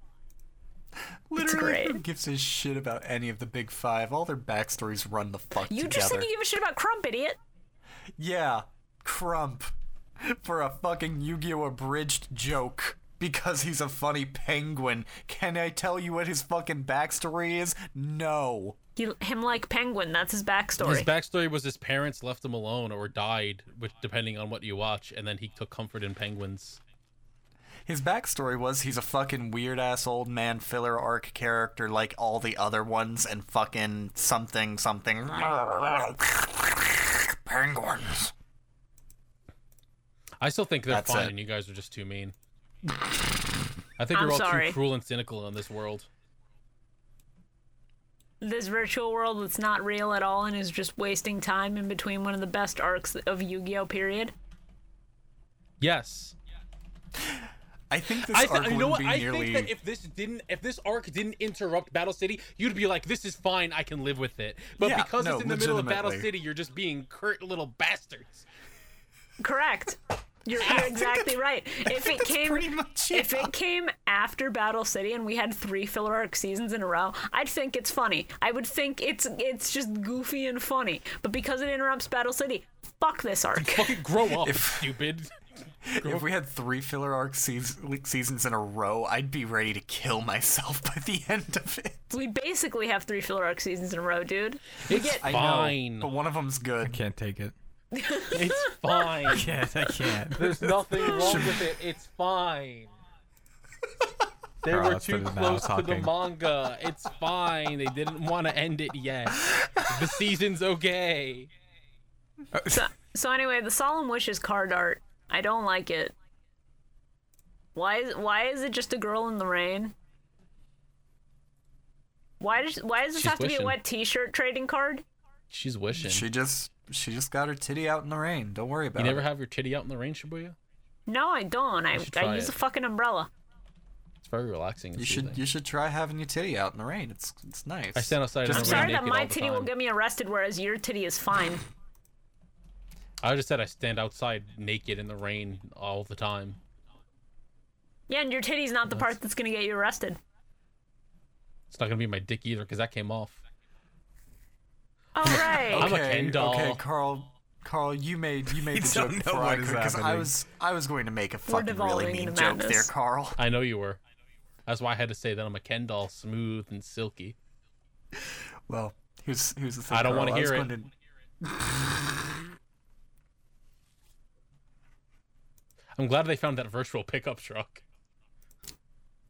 Literally,
great.
who gives a shit about any of the big five? All their backstories run the fuck
You
together.
just said you give a shit about Crump, idiot.
Yeah, Crump. For a fucking Yu Gi Oh! abridged joke. Because he's a funny penguin. Can I tell you what his fucking backstory is? No.
He, him like penguin. That's his backstory.
His backstory was his parents left him alone or died, which depending on what you watch, and then he took comfort in penguins.
His backstory was he's a fucking weird ass old man filler arc character like all the other ones and fucking something something. Penguins.
I still think they're
That's
fine,
it.
and you guys are just too mean. I think
I'm
we're all
sorry.
too cruel and cynical in this world.
this virtual world that's not real at all and is just wasting time in between one of the best arcs of Yu-Gi-Oh period.
Yes.
I think this
I
arc
th- you
wouldn't
know what?
be
I
nearly.
think that if this didn't, if this arc didn't interrupt Battle City, you'd be like, "This is fine. I can live with it." But
Yeah,
because
no,
it's in the middle of Battle
legitimately.
City, you're just being curt little bastards.
Correct. You're,
<laughs>
you're exactly right. If it
that's
came
pretty much it.
if it came after Battle City and we had three filler arc seasons in a row, I'd think it's funny. I would think it's it's just goofy and funny. But because it interrupts Battle City, fuck this arc.
Fucking grow up, stupid.
If we had three filler arc seas- seasons in a row, I'd be ready to kill myself <laughs> by the end of it.
We basically have three filler arc seasons in a row, dude.
It's
<laughs> I
fine.
know, but one of them's good.
Can't take it.
It's fine.
Yes, I <laughs> can't. <laughs>
There's <laughs> nothing wrong with it. It's <laughs> fine. They
Alright,
were
let's
too
finish now
close to the
talking.
manga. It's fine. They didn't want to end it yet. The season's okay.
So, so anyway, the solemn wishes card art. I don't like it. Why is why is it just a girl in the rain? Why does why does this
She's
have to be
wishing.
a wet T-shirt trading card?
She's wishing.
She just she just got her titty out in the rain. Don't worry about
you never
it.
have your titty out in the rain, Shibuya?
No, I don't. I,
should
I
try
use
it.
a fucking umbrella.
It's very relaxing. and
you should
soothing.
you should try having your titty out in the rain. It's it's nice.
I stand outside in
Just
the
I'm
rain
sorry
naked
that my
all the
titty will
time.
get me arrested, whereas your titty is fine.
I just said I stand outside naked in the rain all the time.
yeah, and your titty's not the part that's gonna get you arrested.
It's not gonna be my dick either because that came off.
All right.
<laughs> I'm a Ken doll.
Okay, Carl. Carl, you made
<laughs>
you made the joke
don't know
before
what
I
is
could because I
happening.
was I was going to make a fucking really
devolving
mean
into
joke there,
madness.
Carl.
I know you were. That's why I had to say that I'm a Ken doll, smooth and silky.
Well, here's here's the thing.
I don't
Carl.
wanna
was
hear it.
going to-
I'm glad they found that virtual pickup truck.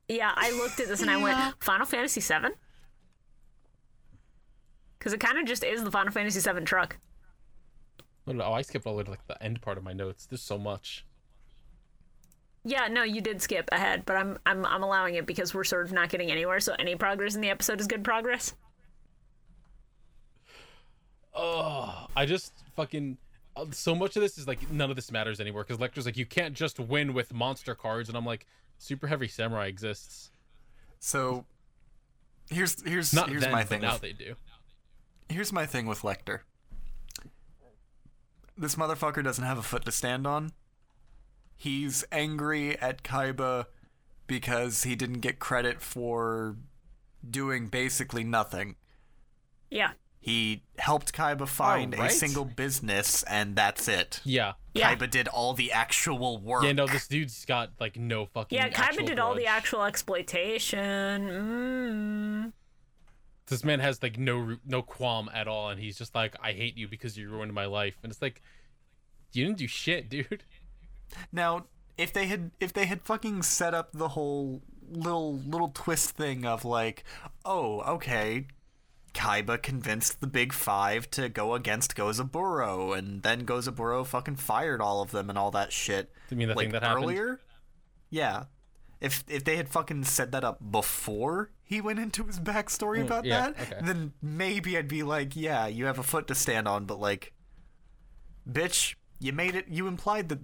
Yeah, I looked at this and I went, Final Fantasy VII? Because it kind of just is the Final Fantasy VII truck.
What did- Oh, I skipped all the way to like the end part of my notes. There's so much.
Yeah, no, you did skip ahead, but I'm I'm I'm allowing it because we're sort of not getting anywhere, so any progress in the episode is good progress.
Oh, I just fucking. uh, So much of this is like none of this matters anymore because Lecter's like you can't just win with monster cards, and I'm like, super heavy samurai exists.
So here's here's
Not
here's
then,
my
but
thing.
now
with-
they do.
here's my thing with Lecter. This motherfucker doesn't have a foot to stand on. He's angry at Kaiba because he didn't get credit for doing basically nothing.
Yeah.
He helped Kaiba find
Oh,
right.
a single business, and that's it.
Yeah,
Yeah.
Kaiba did all the actual work.
yeah. No, this dude's got like no fucking.
yeah, Kaiba
actual
did all the
grudge.
actual exploitation. Mm.
This man has like no ru- no qualm at all, and he's just like, I hate you because you ruined my life, and it's like, you didn't do shit, <laughs> dude.
Now, if they had if they had fucking set up the whole little little twist thing of like, oh, okay, Kaiba convinced the big five to go against Gozaburo, and then Gozaburo fucking fired all of them and all that shit.
You mean the
like
thing that happened?
earlier? Yeah. If if they had fucking set that up before he went into his
Hmm,
backstory about
yeah,
that,
okay.
then maybe I'd be like, yeah, you have a foot to stand on, but like bitch, you made it you implied that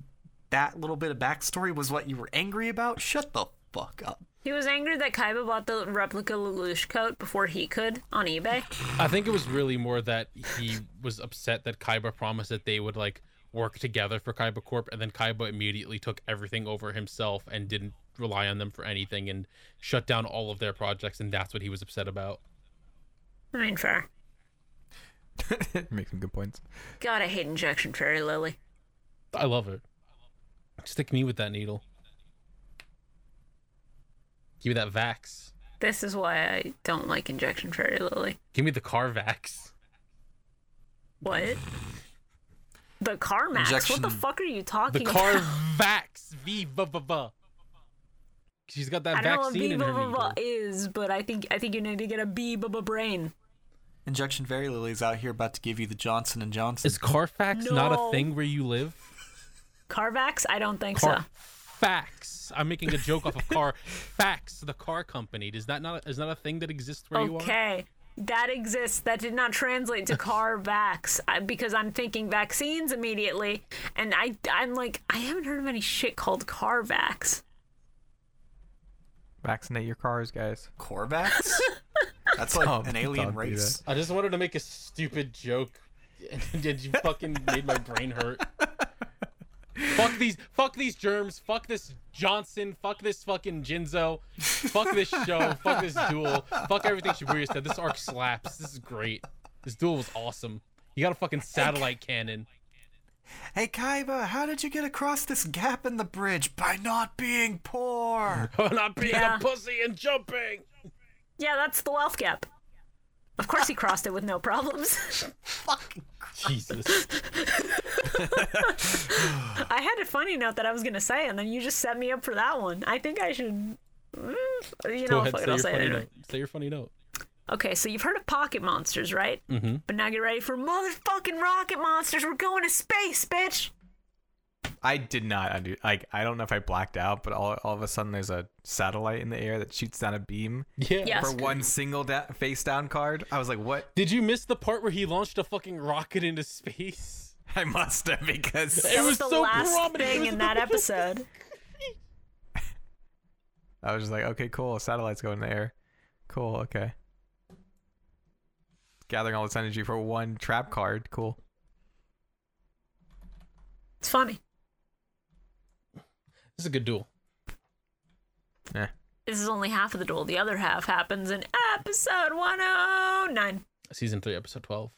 that little bit of backstory was what you were angry about? Shut the fuck up.
He was angry that Kaiba bought the replica Lelouch coat before he could on eBay.
I think it was really more that he was upset that Kaiba promised that they would like work together for Kaiba Corp, and then Kaiba immediately took everything over himself and didn't rely on them for anything and shut down all of their projects, and that's what he was upset about.
I mean, fair.
Make some good points.
God, I hate injection fairy lily.
I love it. Stick me with that needle. Give me that vax.
This is why I don't like injection fairy lily.
Give me the Carvax.
What? The CarMax? What the
Injection-
fuck are you
The
talking
<laughs>
about?
Carvax. V v v v. She's got that
I don't know what
vaccine in her needle.
B-blah-blah-blah is, but I think I think you need to get a B-blah-blah brain.
Injection Fairy Lily's out here about to give you the Johnson and Johnson.
Is Carfax not a
No.
thing where you live?
Carvax? I don't think so.
Car Fax. I'm making
Oh,
a joke off of car. Fax, the car company. Does that not is that a thing that exists where you are?
Okay. that exists. That did not translate to CarVax I- because I'm thinking vaccines immediately, and I I'm like I haven't heard of any shit called CarVax.
Vaccinate your cars, guys.
Corvax?
<laughs>
That's like
Oh,
an alien
don't do
race.
I just wanted to make a stupid joke. <laughs> Did you fucking made my brain hurt? Fuck these, fuck these germs. Fuck this Johnson. Fuck this fucking Jinzo. Fuck this show. fuck this duel. Fuck everything Shibuya said. This arc slaps. This is great. This duel was awesome. You got a fucking satellite cannon. <laughs>
Hey Kaiba, how did you get across this gap in the bridge? By not being
<laughs>
poor.
I'm not being
Yeah.
a pussy and jumping.
Yeah, that's the wealth gap. Of course, he
<laughs>
crossed it with no problems. <laughs>
Jesus.
I had a funny note that I was gonna say, and then you just set me up for that one. I think I should. mm, <laughs> You
Go
know,
ahead,
fuck
say
it, I'll
your
say it
funny
anyway.
note. Say your funny note.
Okay, so you've heard of pocket monsters, right? Mm-hmm. But now get ready for motherfucking rocket monsters. We're going to space, bitch.
I did not undo. Like I don't know if I blacked out, but all, all of a sudden there's a satellite in the air that shoots down a beam
Yeah.
Yeah.
for one single da- face down card. I was like, what? <laughs>
Did you miss the part where he launched a fucking rocket into space? <laughs>
I must have because
It
That
was
the
so
last
prominent. It
thing
was
in
the-
that episode.
I was just like, okay, cool. Satellite's going in the air. Cool. Okay. Gathering all this energy for one trap card. Cool.
It's funny.
This is a good duel.
Yeah.
This is only half of the duel. The other half happens in episode 109.
Season three, episode twelve.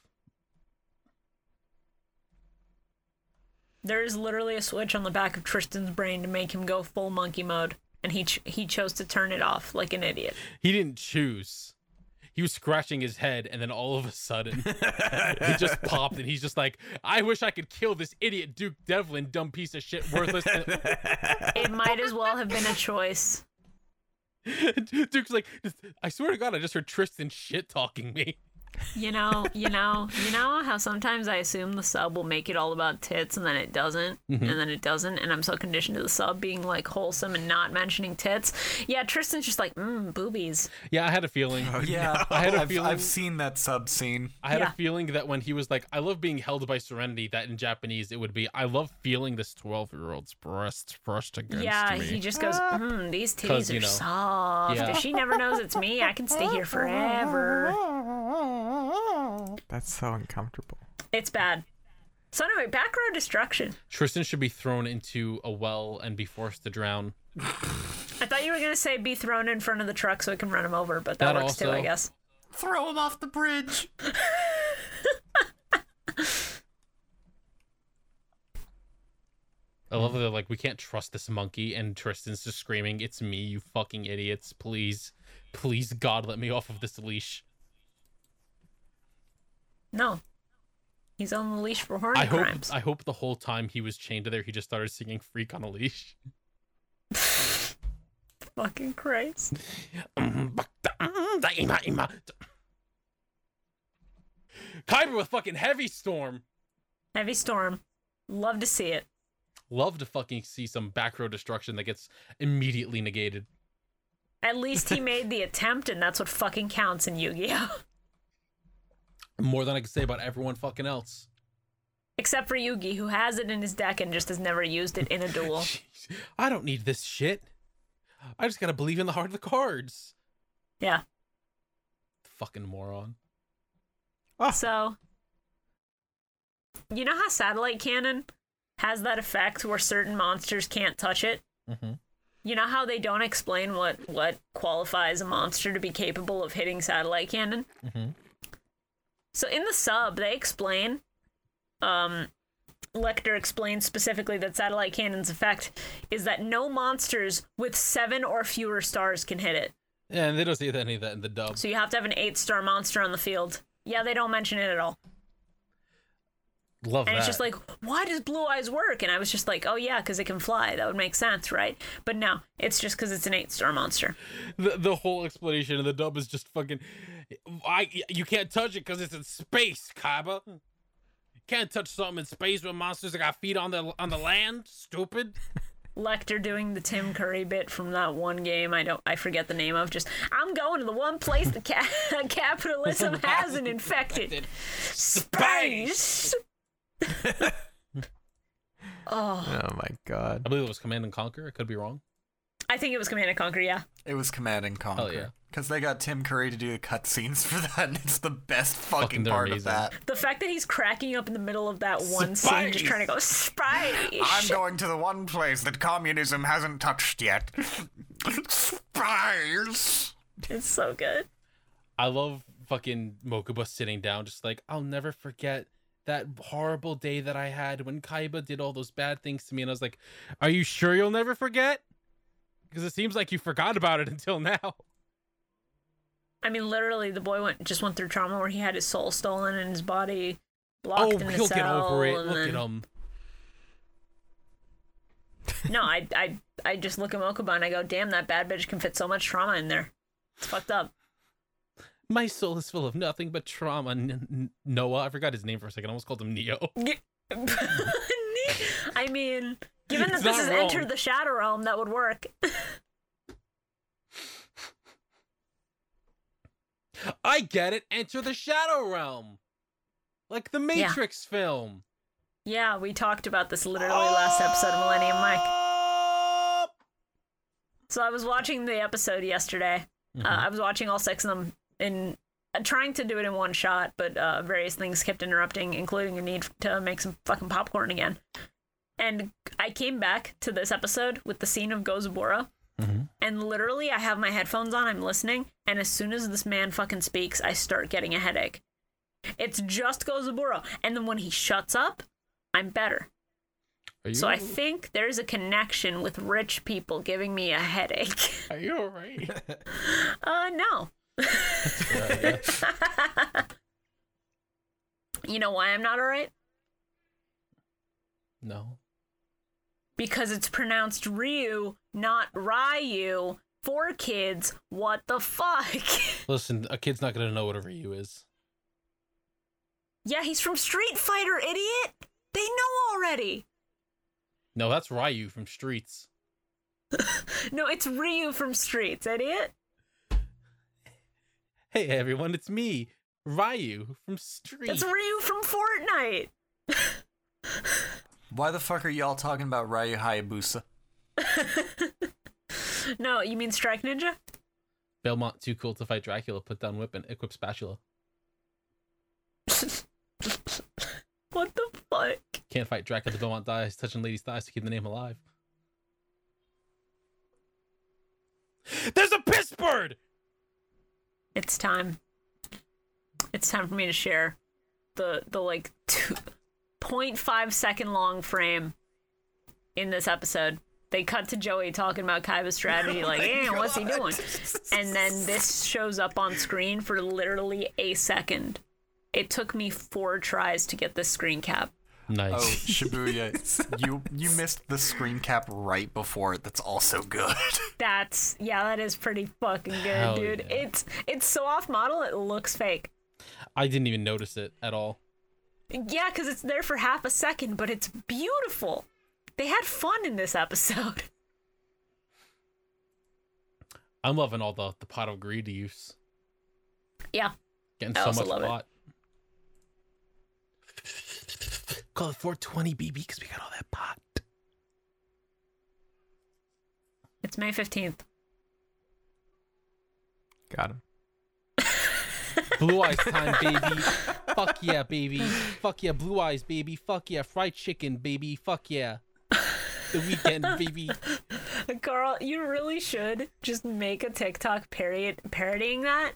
There is literally a switch on the back of Tristan's brain to make him go full monkey mode, and he ch- he chose to turn it off like an idiot.
He didn't choose. He was scratching his head, and then all of a sudden, it just popped, and he's just like, "I wish I could kill this idiot Duke Devlin, dumb piece of shit, worthless." And
It might as well have been a choice.
<laughs> Duke's like, "I swear to God, I just heard Tristan shit talking me."
You know, you know, you know how sometimes I assume the sub will make it all about tits and then it doesn't, and then it doesn't, and I'm so conditioned to the sub being like wholesome and not mentioning tits. Yeah, Tristan's just like, mmm, boobies.
Yeah, I had a feeling.
<laughs> Yeah,
I had a
I've,
feeling-
I've seen that sub scene.
I had
Yeah.
a feeling that when he was like, "I love being held by serenity," that in Japanese it would be, "I love feeling this twelve-year-old's breast brushed against
yeah,
me."
he just goes, mmm, these
'Cause,
titties are
you know,
soft.
yeah.
If she never knows it's me, I can stay here forever.
That's so uncomfortable.
It's bad. So anyway, back row destruction.
Tristan should be thrown into a well and be forced to drown.
I thought you were gonna say be thrown in front of the truck so it can run him over, but that,
That
works too,
also.
I guess.
Throw him off the bridge.
I love that they're like, we can't trust this monkey, and Tristan's just screaming, "It's me, you fucking idiots! Please, please, God, let me off of this leash."
No, he's on the leash for horny
I hope,
crimes.
I hope the whole time he was chained to there, he just started singing "Freak on a Leash."
Fucking Christ.
Kyber with fucking heavy storm.
Heavy storm. Love to see it.
Love to fucking see some back row destruction that gets immediately negated.
At least
<laughs>
he made the attempt, and that's what fucking counts in Yu Gi Oh!
More than I can say about everyone fucking else.
<laughs> Except for Yugi, who has it in his deck and just has never used it in a
<laughs>
duel.
I don't need this shit. I just gotta believe in the heart of the cards.
Yeah.
Fucking moron.
So, you know how satellite cannon has that effect where certain monsters can't touch it?
Mhm.
You know how they don't explain what, what qualifies a monster to be capable of hitting satellite cannon?
Mhm.
So, in the sub, they explain, um, Lecter explains specifically that satellite cannon's effect is that no monsters with seven or fewer stars can hit it.
Yeah, and they don't see any of that in the dub.
So, you have to have an eight star monster on the field. Yeah, they don't mention it at all.
Love
and
that.
it's just like why does blue eyes work and i was just like oh yeah because it can fly that would make sense right but no it's just because it's an eight star monster
the, the whole explanation of the dub is just fucking. I you can't touch it because it's in space, Kaiba. Can't touch something in space with monsters that got feet on the on the land. Stupid.
Lecter doing the Tim Curry bit from that one game. I don't. I forget the name of. Just I'm going to the one place that ca- <laughs> capitalism
<laughs>
hasn't infected. Space. oh,
Oh my god.
I believe it was Command and Conquer. I could be wrong.
I think it was Command and Conquer. Yeah.
It was Command and Conquer.
yeah.
Because they got Tim Curry to do the cutscenes <laughs> for that, and it's the best fucking,
Fucking they're
part of
amazing.
that.
The fact that he's cracking up in the middle of that one scene, just trying to go spice.
I'm going to the one place that communism hasn't touched yet. Spies!
<laughs> It's so good.
I love fucking Mokuba sitting down, just like, I'll never forget that horrible day that I had when Kaiba did all those bad things to me. And I was like, Are you sure you'll never forget? Because it seems like you forgot about it <laughs> until now.
I mean, literally, the boy went just went through trauma where he had his soul stolen and his body blocked
oh,
in a
he'll get
cell,
over it.
and
Look
then-
at him.
No, I, I, I just look at Mokuba and I go, "Damn, that bad bitch can fit so much trauma in there. It's fucked up."
My soul is full of nothing but trauma. N- N- Noah, I forgot his name for a second. I almost called him Neo. <laughs>
<laughs> I mean, given that
It's
this
not
is
wrong.
Enter the Shadow Realm, that would work. <laughs>
I get it. Enter the Shadow Realm. Like the Matrix film.
yeah, we talked about this literally last episode of Millennium Mike. So I was watching the episode yesterday. Uh, I was watching all six of them in uh, trying to do it in one shot, but uh, various things kept interrupting, including a need to make some fucking popcorn again. And I came back to this episode with the scene of Gozabora. And literally, I have my headphones on, I'm listening, and as soon as this man fucking speaks, I start getting a headache. It's just Gozabora. And then when he shuts up, I'm better.
Are you,
So I think there's a connection with rich people giving me a headache. <laughs>
are you all right?
Uh, no. <laughs> you know why I'm not alright?
<laughs> no.
Because it's pronounced Ryu, not Ryu. For kids, what the fuck? <laughs>
Listen, a kid's not going to know whatever you is.
yeah, he's from Street Fighter, idiot! They know already!
No, that's Ryu from Streets.
No, it's Ryu from Streets, idiot!
Hey everyone, it's me, Ryu from Streets.
It's Ryu from Fortnite!
Why the fuck are y'all talking about Ryu Hayabusa?
No, you mean Strike Ninja? <laughs>
Belmont too cool to fight Dracula, put down whip and equip spatula.
What the fuck?
Can't fight Dracula, Belmont dies, touching ladies' thighs to keep the name alive. There's a piss bird!
It's time. It's time for me to share the the like two, 0.5 second long frame in this episode. They cut to Joey talking about Kaiba's
<laughs>
strategy,
Oh
like, eh, what's he doing? And then this shows up on screen for literally a second. It took me four tries to get this screen cap.
<laughs>
Oh,
Nice.
Shibuya, you you missed the screen cap right before it. That's also good. <laughs>
That's yeah, that is pretty fucking good,
Hell
dude.
yeah.
It's it's so off model, it looks fake.
I didn't even notice it at all.
Yeah, because it's there for half a second, but it's beautiful. They had fun in this episode. <laughs>
I'm loving all the, the pot of greed use.
Yeah.
Getting
I
so
also
much
love it.
pot. Call it 420 BB because we got all that pot.
It's May 15th.
Got him.
Blue eyes time, baby. Fuck yeah, baby. Fuck yeah, blue eyes, baby. Fuck yeah, fried chicken, baby. Fuck yeah. The weekend, baby.
Carl, you really should just make a TikTok parody parodying <laughs> that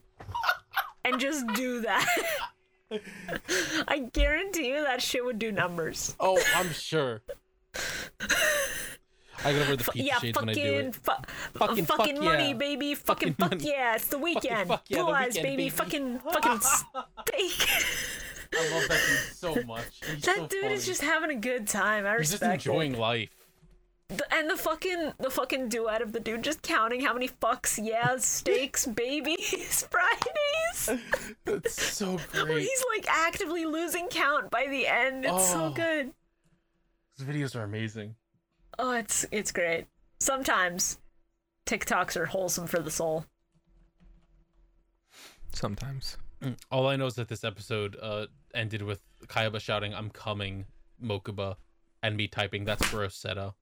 and just do that. <laughs> I guarantee you that shit would do numbers.
Oh, I'm sure. I gotta wear the
Fu-
peach
yeah,
shades when I do
fucking,
it.
fu-
Fucking
fucking,
fuck
money,
yeah.
baby. Fucking,
Fucking
fuck
money.
yeah, it's the weekend.
fuck yeah,
Blue
the
eyes,
weekend,
baby.
baby.
Fucking,
<laughs>
fucking steak.
I love that
<laughs>
dude so much. He's
that
so
dude
funny.
is just having a good time. I
He's just
respect it.
enjoying life.
The, and the fucking the fucking duet of the dude just counting how many fucks, yeah,
<laughs>
steaks, babies, <laughs> Fridays. <laughs>
That's so
Where
great.
he's like actively losing count by the end. It's so
Oh.
good.
His videos are amazing.
Oh, it's it's great. Sometimes TikToks are wholesome for the soul.
Sometimes.
All I know is that this episode uh, ended with Kaiba shouting, I'm coming, Mokuba, and me typing, that's for Rosetta.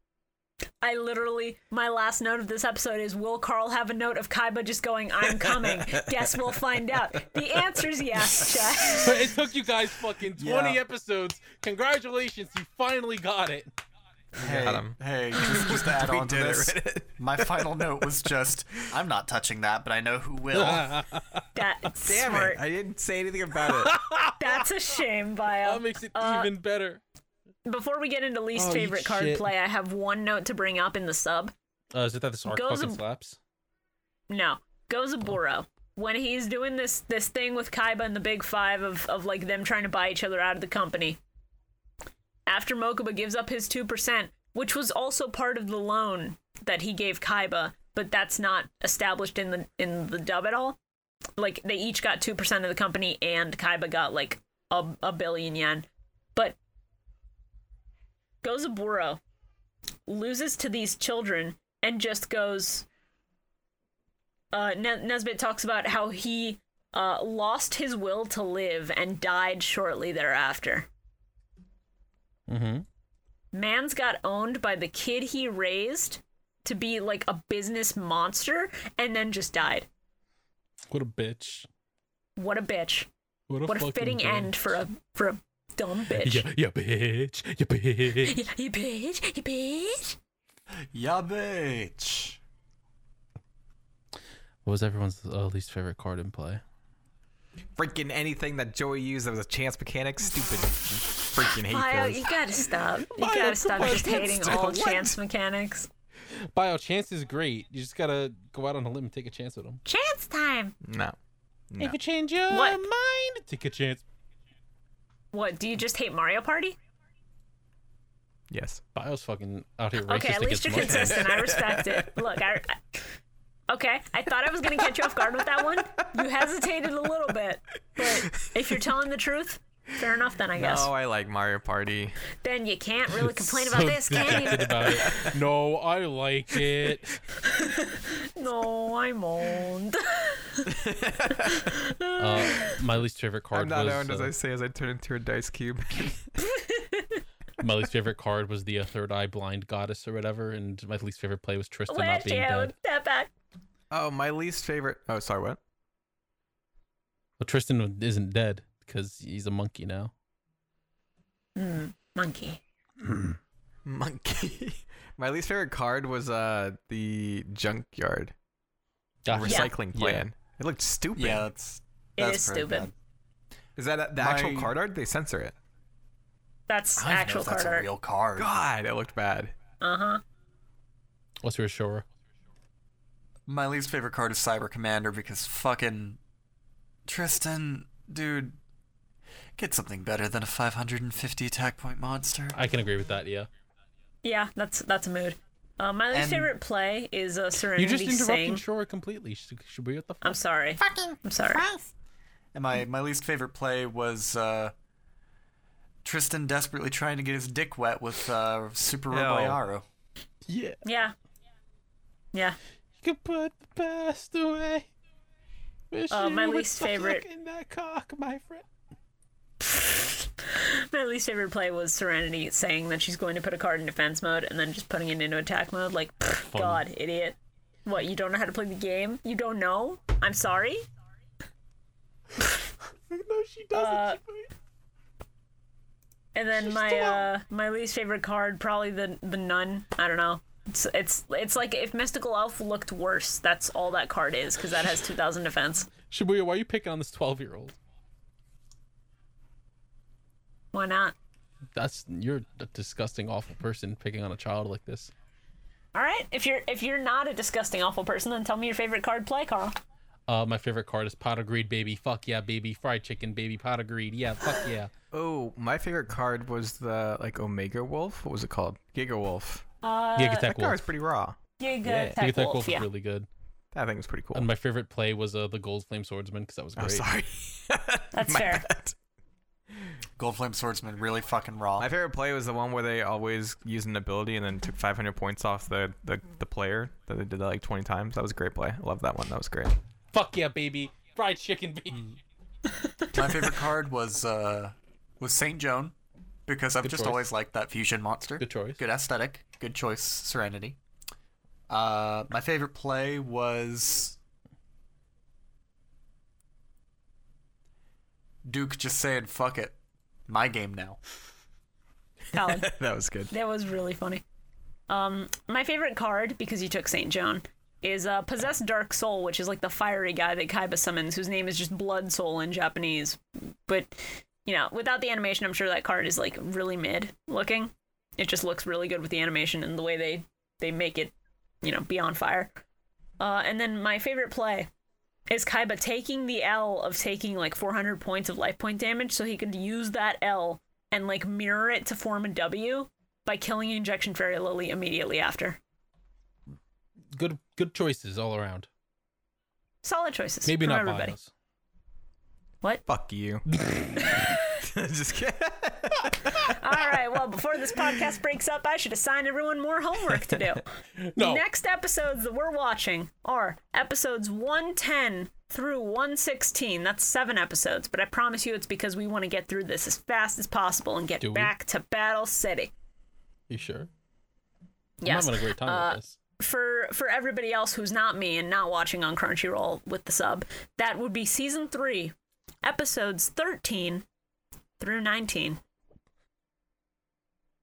I literally, my last note of this episode is Will Carl have a note of Kaiba just going, I'm
<laughs>
coming? Guess we'll find out. The answer's yes, Chet.
<laughs> But it took you guys fucking 20
Yeah.
episodes. Congratulations, you finally got <laughs> it.
Got
Hey,
him.
hey, just,
<laughs>
just to add
We
on to
did it,
this,
Reddit.
my final note was just, I'm not touching that, but I know who
<laughs>
will.
That's
Damn
smart.
it! I didn't say anything about it. <laughs>
That's a shame, Bio.
That makes it
Uh,
even better.
Before we get into least
Oh, you
favorite card
shit.
play, I have one note to bring up in the sub.
Uh, is it that this arc
Goes
fucking
ab-
slaps?
No, Gozaburo. When he's doing this this thing with Kaiba and the Big Five of of like them trying to buy each other out of the company. After Mokuba gives up his two percent, which was also part of the loan that he gave Kaiba, but that's not established in the in the dub at all. Like they each got two percent of the company, and Kaiba got like a, a billion yen. But Gozaburo loses to these children and just goes uh, ne- Nesbitt talks about how he uh, lost his will to live and died shortly thereafter.
Mm-hmm.
Man's got owned by the kid he raised to be like a business monster and then just died.
What a bitch.
What a bitch.
What a,
What a
fucking
fitting
bitch.
end for a for a
<laughs>
dumb bitch. <laughs>
Yeah, yeah, bitch. Yeah, bitch.
You, you bitch, you bitch.
yeah, bitch.
What was everyone's uh, least favorite card in play?
Freaking anything that Joey used that was a chance mechanic, stupid. Freaking
Bio, you
hate those.
gotta stop. You
Bio,
gotta stop
come on,
just hating
stop.
all
What?
chance mechanics.
Bio chance is great. You just gotta go out on a limb and take a chance with them.
Chance time.
No. No.
If you change your
What?
mind, take a chance.
What? Do you just hate Mario Party?
Yes.
Bio's fucking out here racist
Okay, at least
against
you're
Muslims.
consistent.
<laughs>
I respect it. Look, I, I- Okay, I thought I was gonna catch you off guard with that one. You hesitated a little bit, but if you're telling the truth, fair enough. Then I guess.
Oh, I like Mario Party.
Then you can't really complain
So
<laughs>
about this, can
dejected
you?
about it. No, I
<laughs>
like it.
No, I
<laughs>
moaned.
<laughs>
Uh, my least favorite card
I'm not
was
owned, as
uh,
I say, as I turn into a dice cube.
my least favorite card was the uh, third eye blind goddess or whatever, and my least favorite play was Tristan
Where'd
not
you
being dead.
that back?
<laughs> oh, my least favorite. Oh, sorry, what?
Well, Tristan isn't dead because he's a monkey now.
Monkey.
Monkey. <laughs> my least favorite card was uh the junkyard
Ah,
recycling
Yeah.
plan. It looked stupid.
Yeah, that's,
It
that's
is
pretty
stupid.
bad.
Is that the actual
My-
card art? They censor it.
That's
I don't know
actual
if that's
card
a
art.
real card.
God, it looked bad.
Uh huh.
What's your shore?
My least favorite card is Cyber Commander because fucking Tristan, dude, get something better than a 550 attack point monster.
I can agree with that. Yeah.
Yeah, that's that's a mood. Uh, my least
And-
favorite play is uh, Serenity
You just interrupting
Sing.
Shore completely. Should, should we what the fuck?
I'm sorry.
Fucking
I'm sorry.
Christ.
And my, my least favorite play was uh, Tristan desperately trying to get his dick wet with uh, Super Roboyaro.
Yeah.
Yeah. Yeah.
You could put the past away. Wish
Uh, my
you would
least
suck
favorite-
in that cock, my friend.
My least favorite play was Serenity saying that she's going to put a card in defense mode and then just putting it into attack mode. Like, pfft, God, idiot. What, you don't know how to play the game? You don't know? I'm sorry?
No, she doesn't.
Uh,
she might.
And then my uh, my least favorite card, probably the the nun. I don't know. It's it's it's like if Mystical Elf looked worse, that's all that card is because that has two thousand defense.
Shibuya, why are you picking on this 12 year old?
Why not?
That's you're a disgusting, awful person picking on a child like this.
All right, if you're if you're not a disgusting awful person, then tell me your favorite card play, Carl.
Uh, my favorite card is pot of greed, baby. Fuck yeah, baby. Fried chicken, baby. Pot of greed. Yeah, fuck yeah.
Oh, my favorite card was the like Omega Wolf. What was it called? Giga Wolf.
Uh,
Giga
That
Tech
card
Wolf.
was pretty raw.
Giga
Yeah.
Tech
Giga Tech
Wolf,
Wolf was
yeah.
really good.
That thing was pretty cool.
And my favorite
<laughs>
play was uh, the Gold Flame Swordsman because that was
oh,
great.
<laughs> sorry.
That's
My
fair.
bad.
Gold Flame Swordsman really fucking raw.
My favorite play was the one where they always used an ability and then took 500 points off the, the, the player that they did that like 20 times. That was a great play. I love that one. That was great.
Fuck yeah, baby. Fried chicken, baby.
My favorite card was uh was Saint Joan because I've just
choice.
always liked that fusion monster.
Good choice.
Good aesthetic. Good choice. Serenity. Uh, my favorite play was Duke just saying "fuck it." My game now.
Colin.
<laughs> That was good.
<laughs> That was really funny. Um, my favorite card, because you took Saint Joan, is uh, Possessed Dark Soul, which is like the fiery guy that Kaiba summons, whose name is just Blood Soul in Japanese. But you know, without the animation, I'm sure that card is like really mid looking. It just looks really good with the animation and the way they they make it, you know, be on fire. Uh, and then my favorite play is Kaiba taking the L of taking like 400 points of life point damage, so he could use that L and like mirror it to form a W by killing Injection Fairy Lily immediately after.
Good good choices all around.
Solid choices.
Maybe
from
not
everybody.
bios.
What?
<laughs>
Fuck you. <laughs> Just kidding.
All right. Well, before this podcast breaks up, I should assign everyone more homework to do.
<laughs> No.
Next episodes that we're watching are episodes 110 through 116. That's seven episodes, but I promise you it's because we want to get through this as fast as possible and get
Do we?
back to Battle City.
You sure?
Yes.
I'm having a great time
Uh,
with this.
for for everybody else who's not me and not watching on Crunchyroll with the sub, that would be season three, episodes thirteen through nineteen.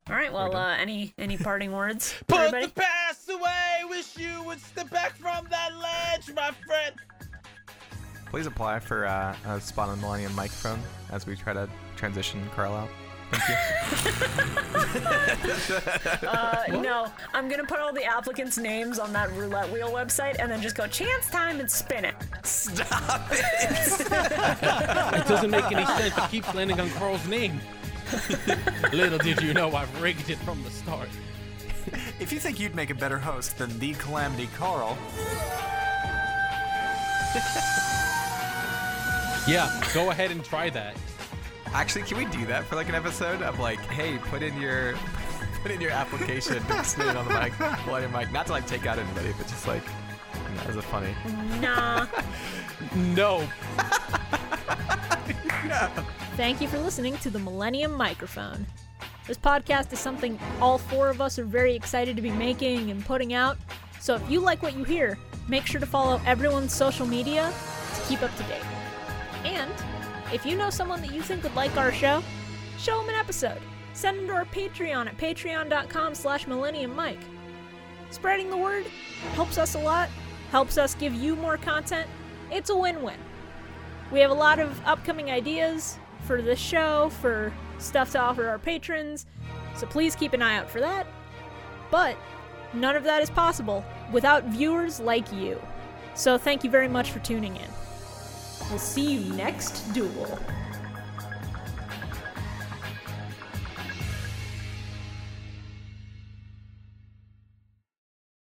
All right. Well, uh, any any
<laughs>
parting words, for
Put
everybody?
the past away. Wish you would step back from that ledge, my friend.
Please apply for uh, a spot on the Millennium Microphone as we try to transition Carl out. Thank you.
Uh, no, I'm gonna put all the applicants' names on that roulette wheel website and then just go chance time and spin it.
It doesn't make any sense to keep landing on Carl's name. <laughs> Little did you know I've rigged it from the start.
If you think you'd make a better host than the Calamity Carl,
Yeah, go ahead and try that.
Actually, can we do that for like an episode of like, hey, put in your <laughs> put in your application, <laughs> spin it on the mic, Millennium mic, not to like take out anybody, but just like as a funny.
Nah.
No.
Thank you for listening to the Millennium Microphone. This podcast is something all four of us are very excited to be making and putting out. So if you like what you hear, make sure to follow everyone's social media to keep up to date. And if you know someone that you think would like our show, show them an episode. Send them to our Patreon at patreon.com slash millenniummike. Spreading the word helps us a lot, helps us give you more content. It's a win-win. We have a lot of upcoming ideas for this show, for stuff to offer our patrons, so please keep an eye out for that. But none of that is possible without viewers like you. So thank you very much for tuning in. We'll see you next duel.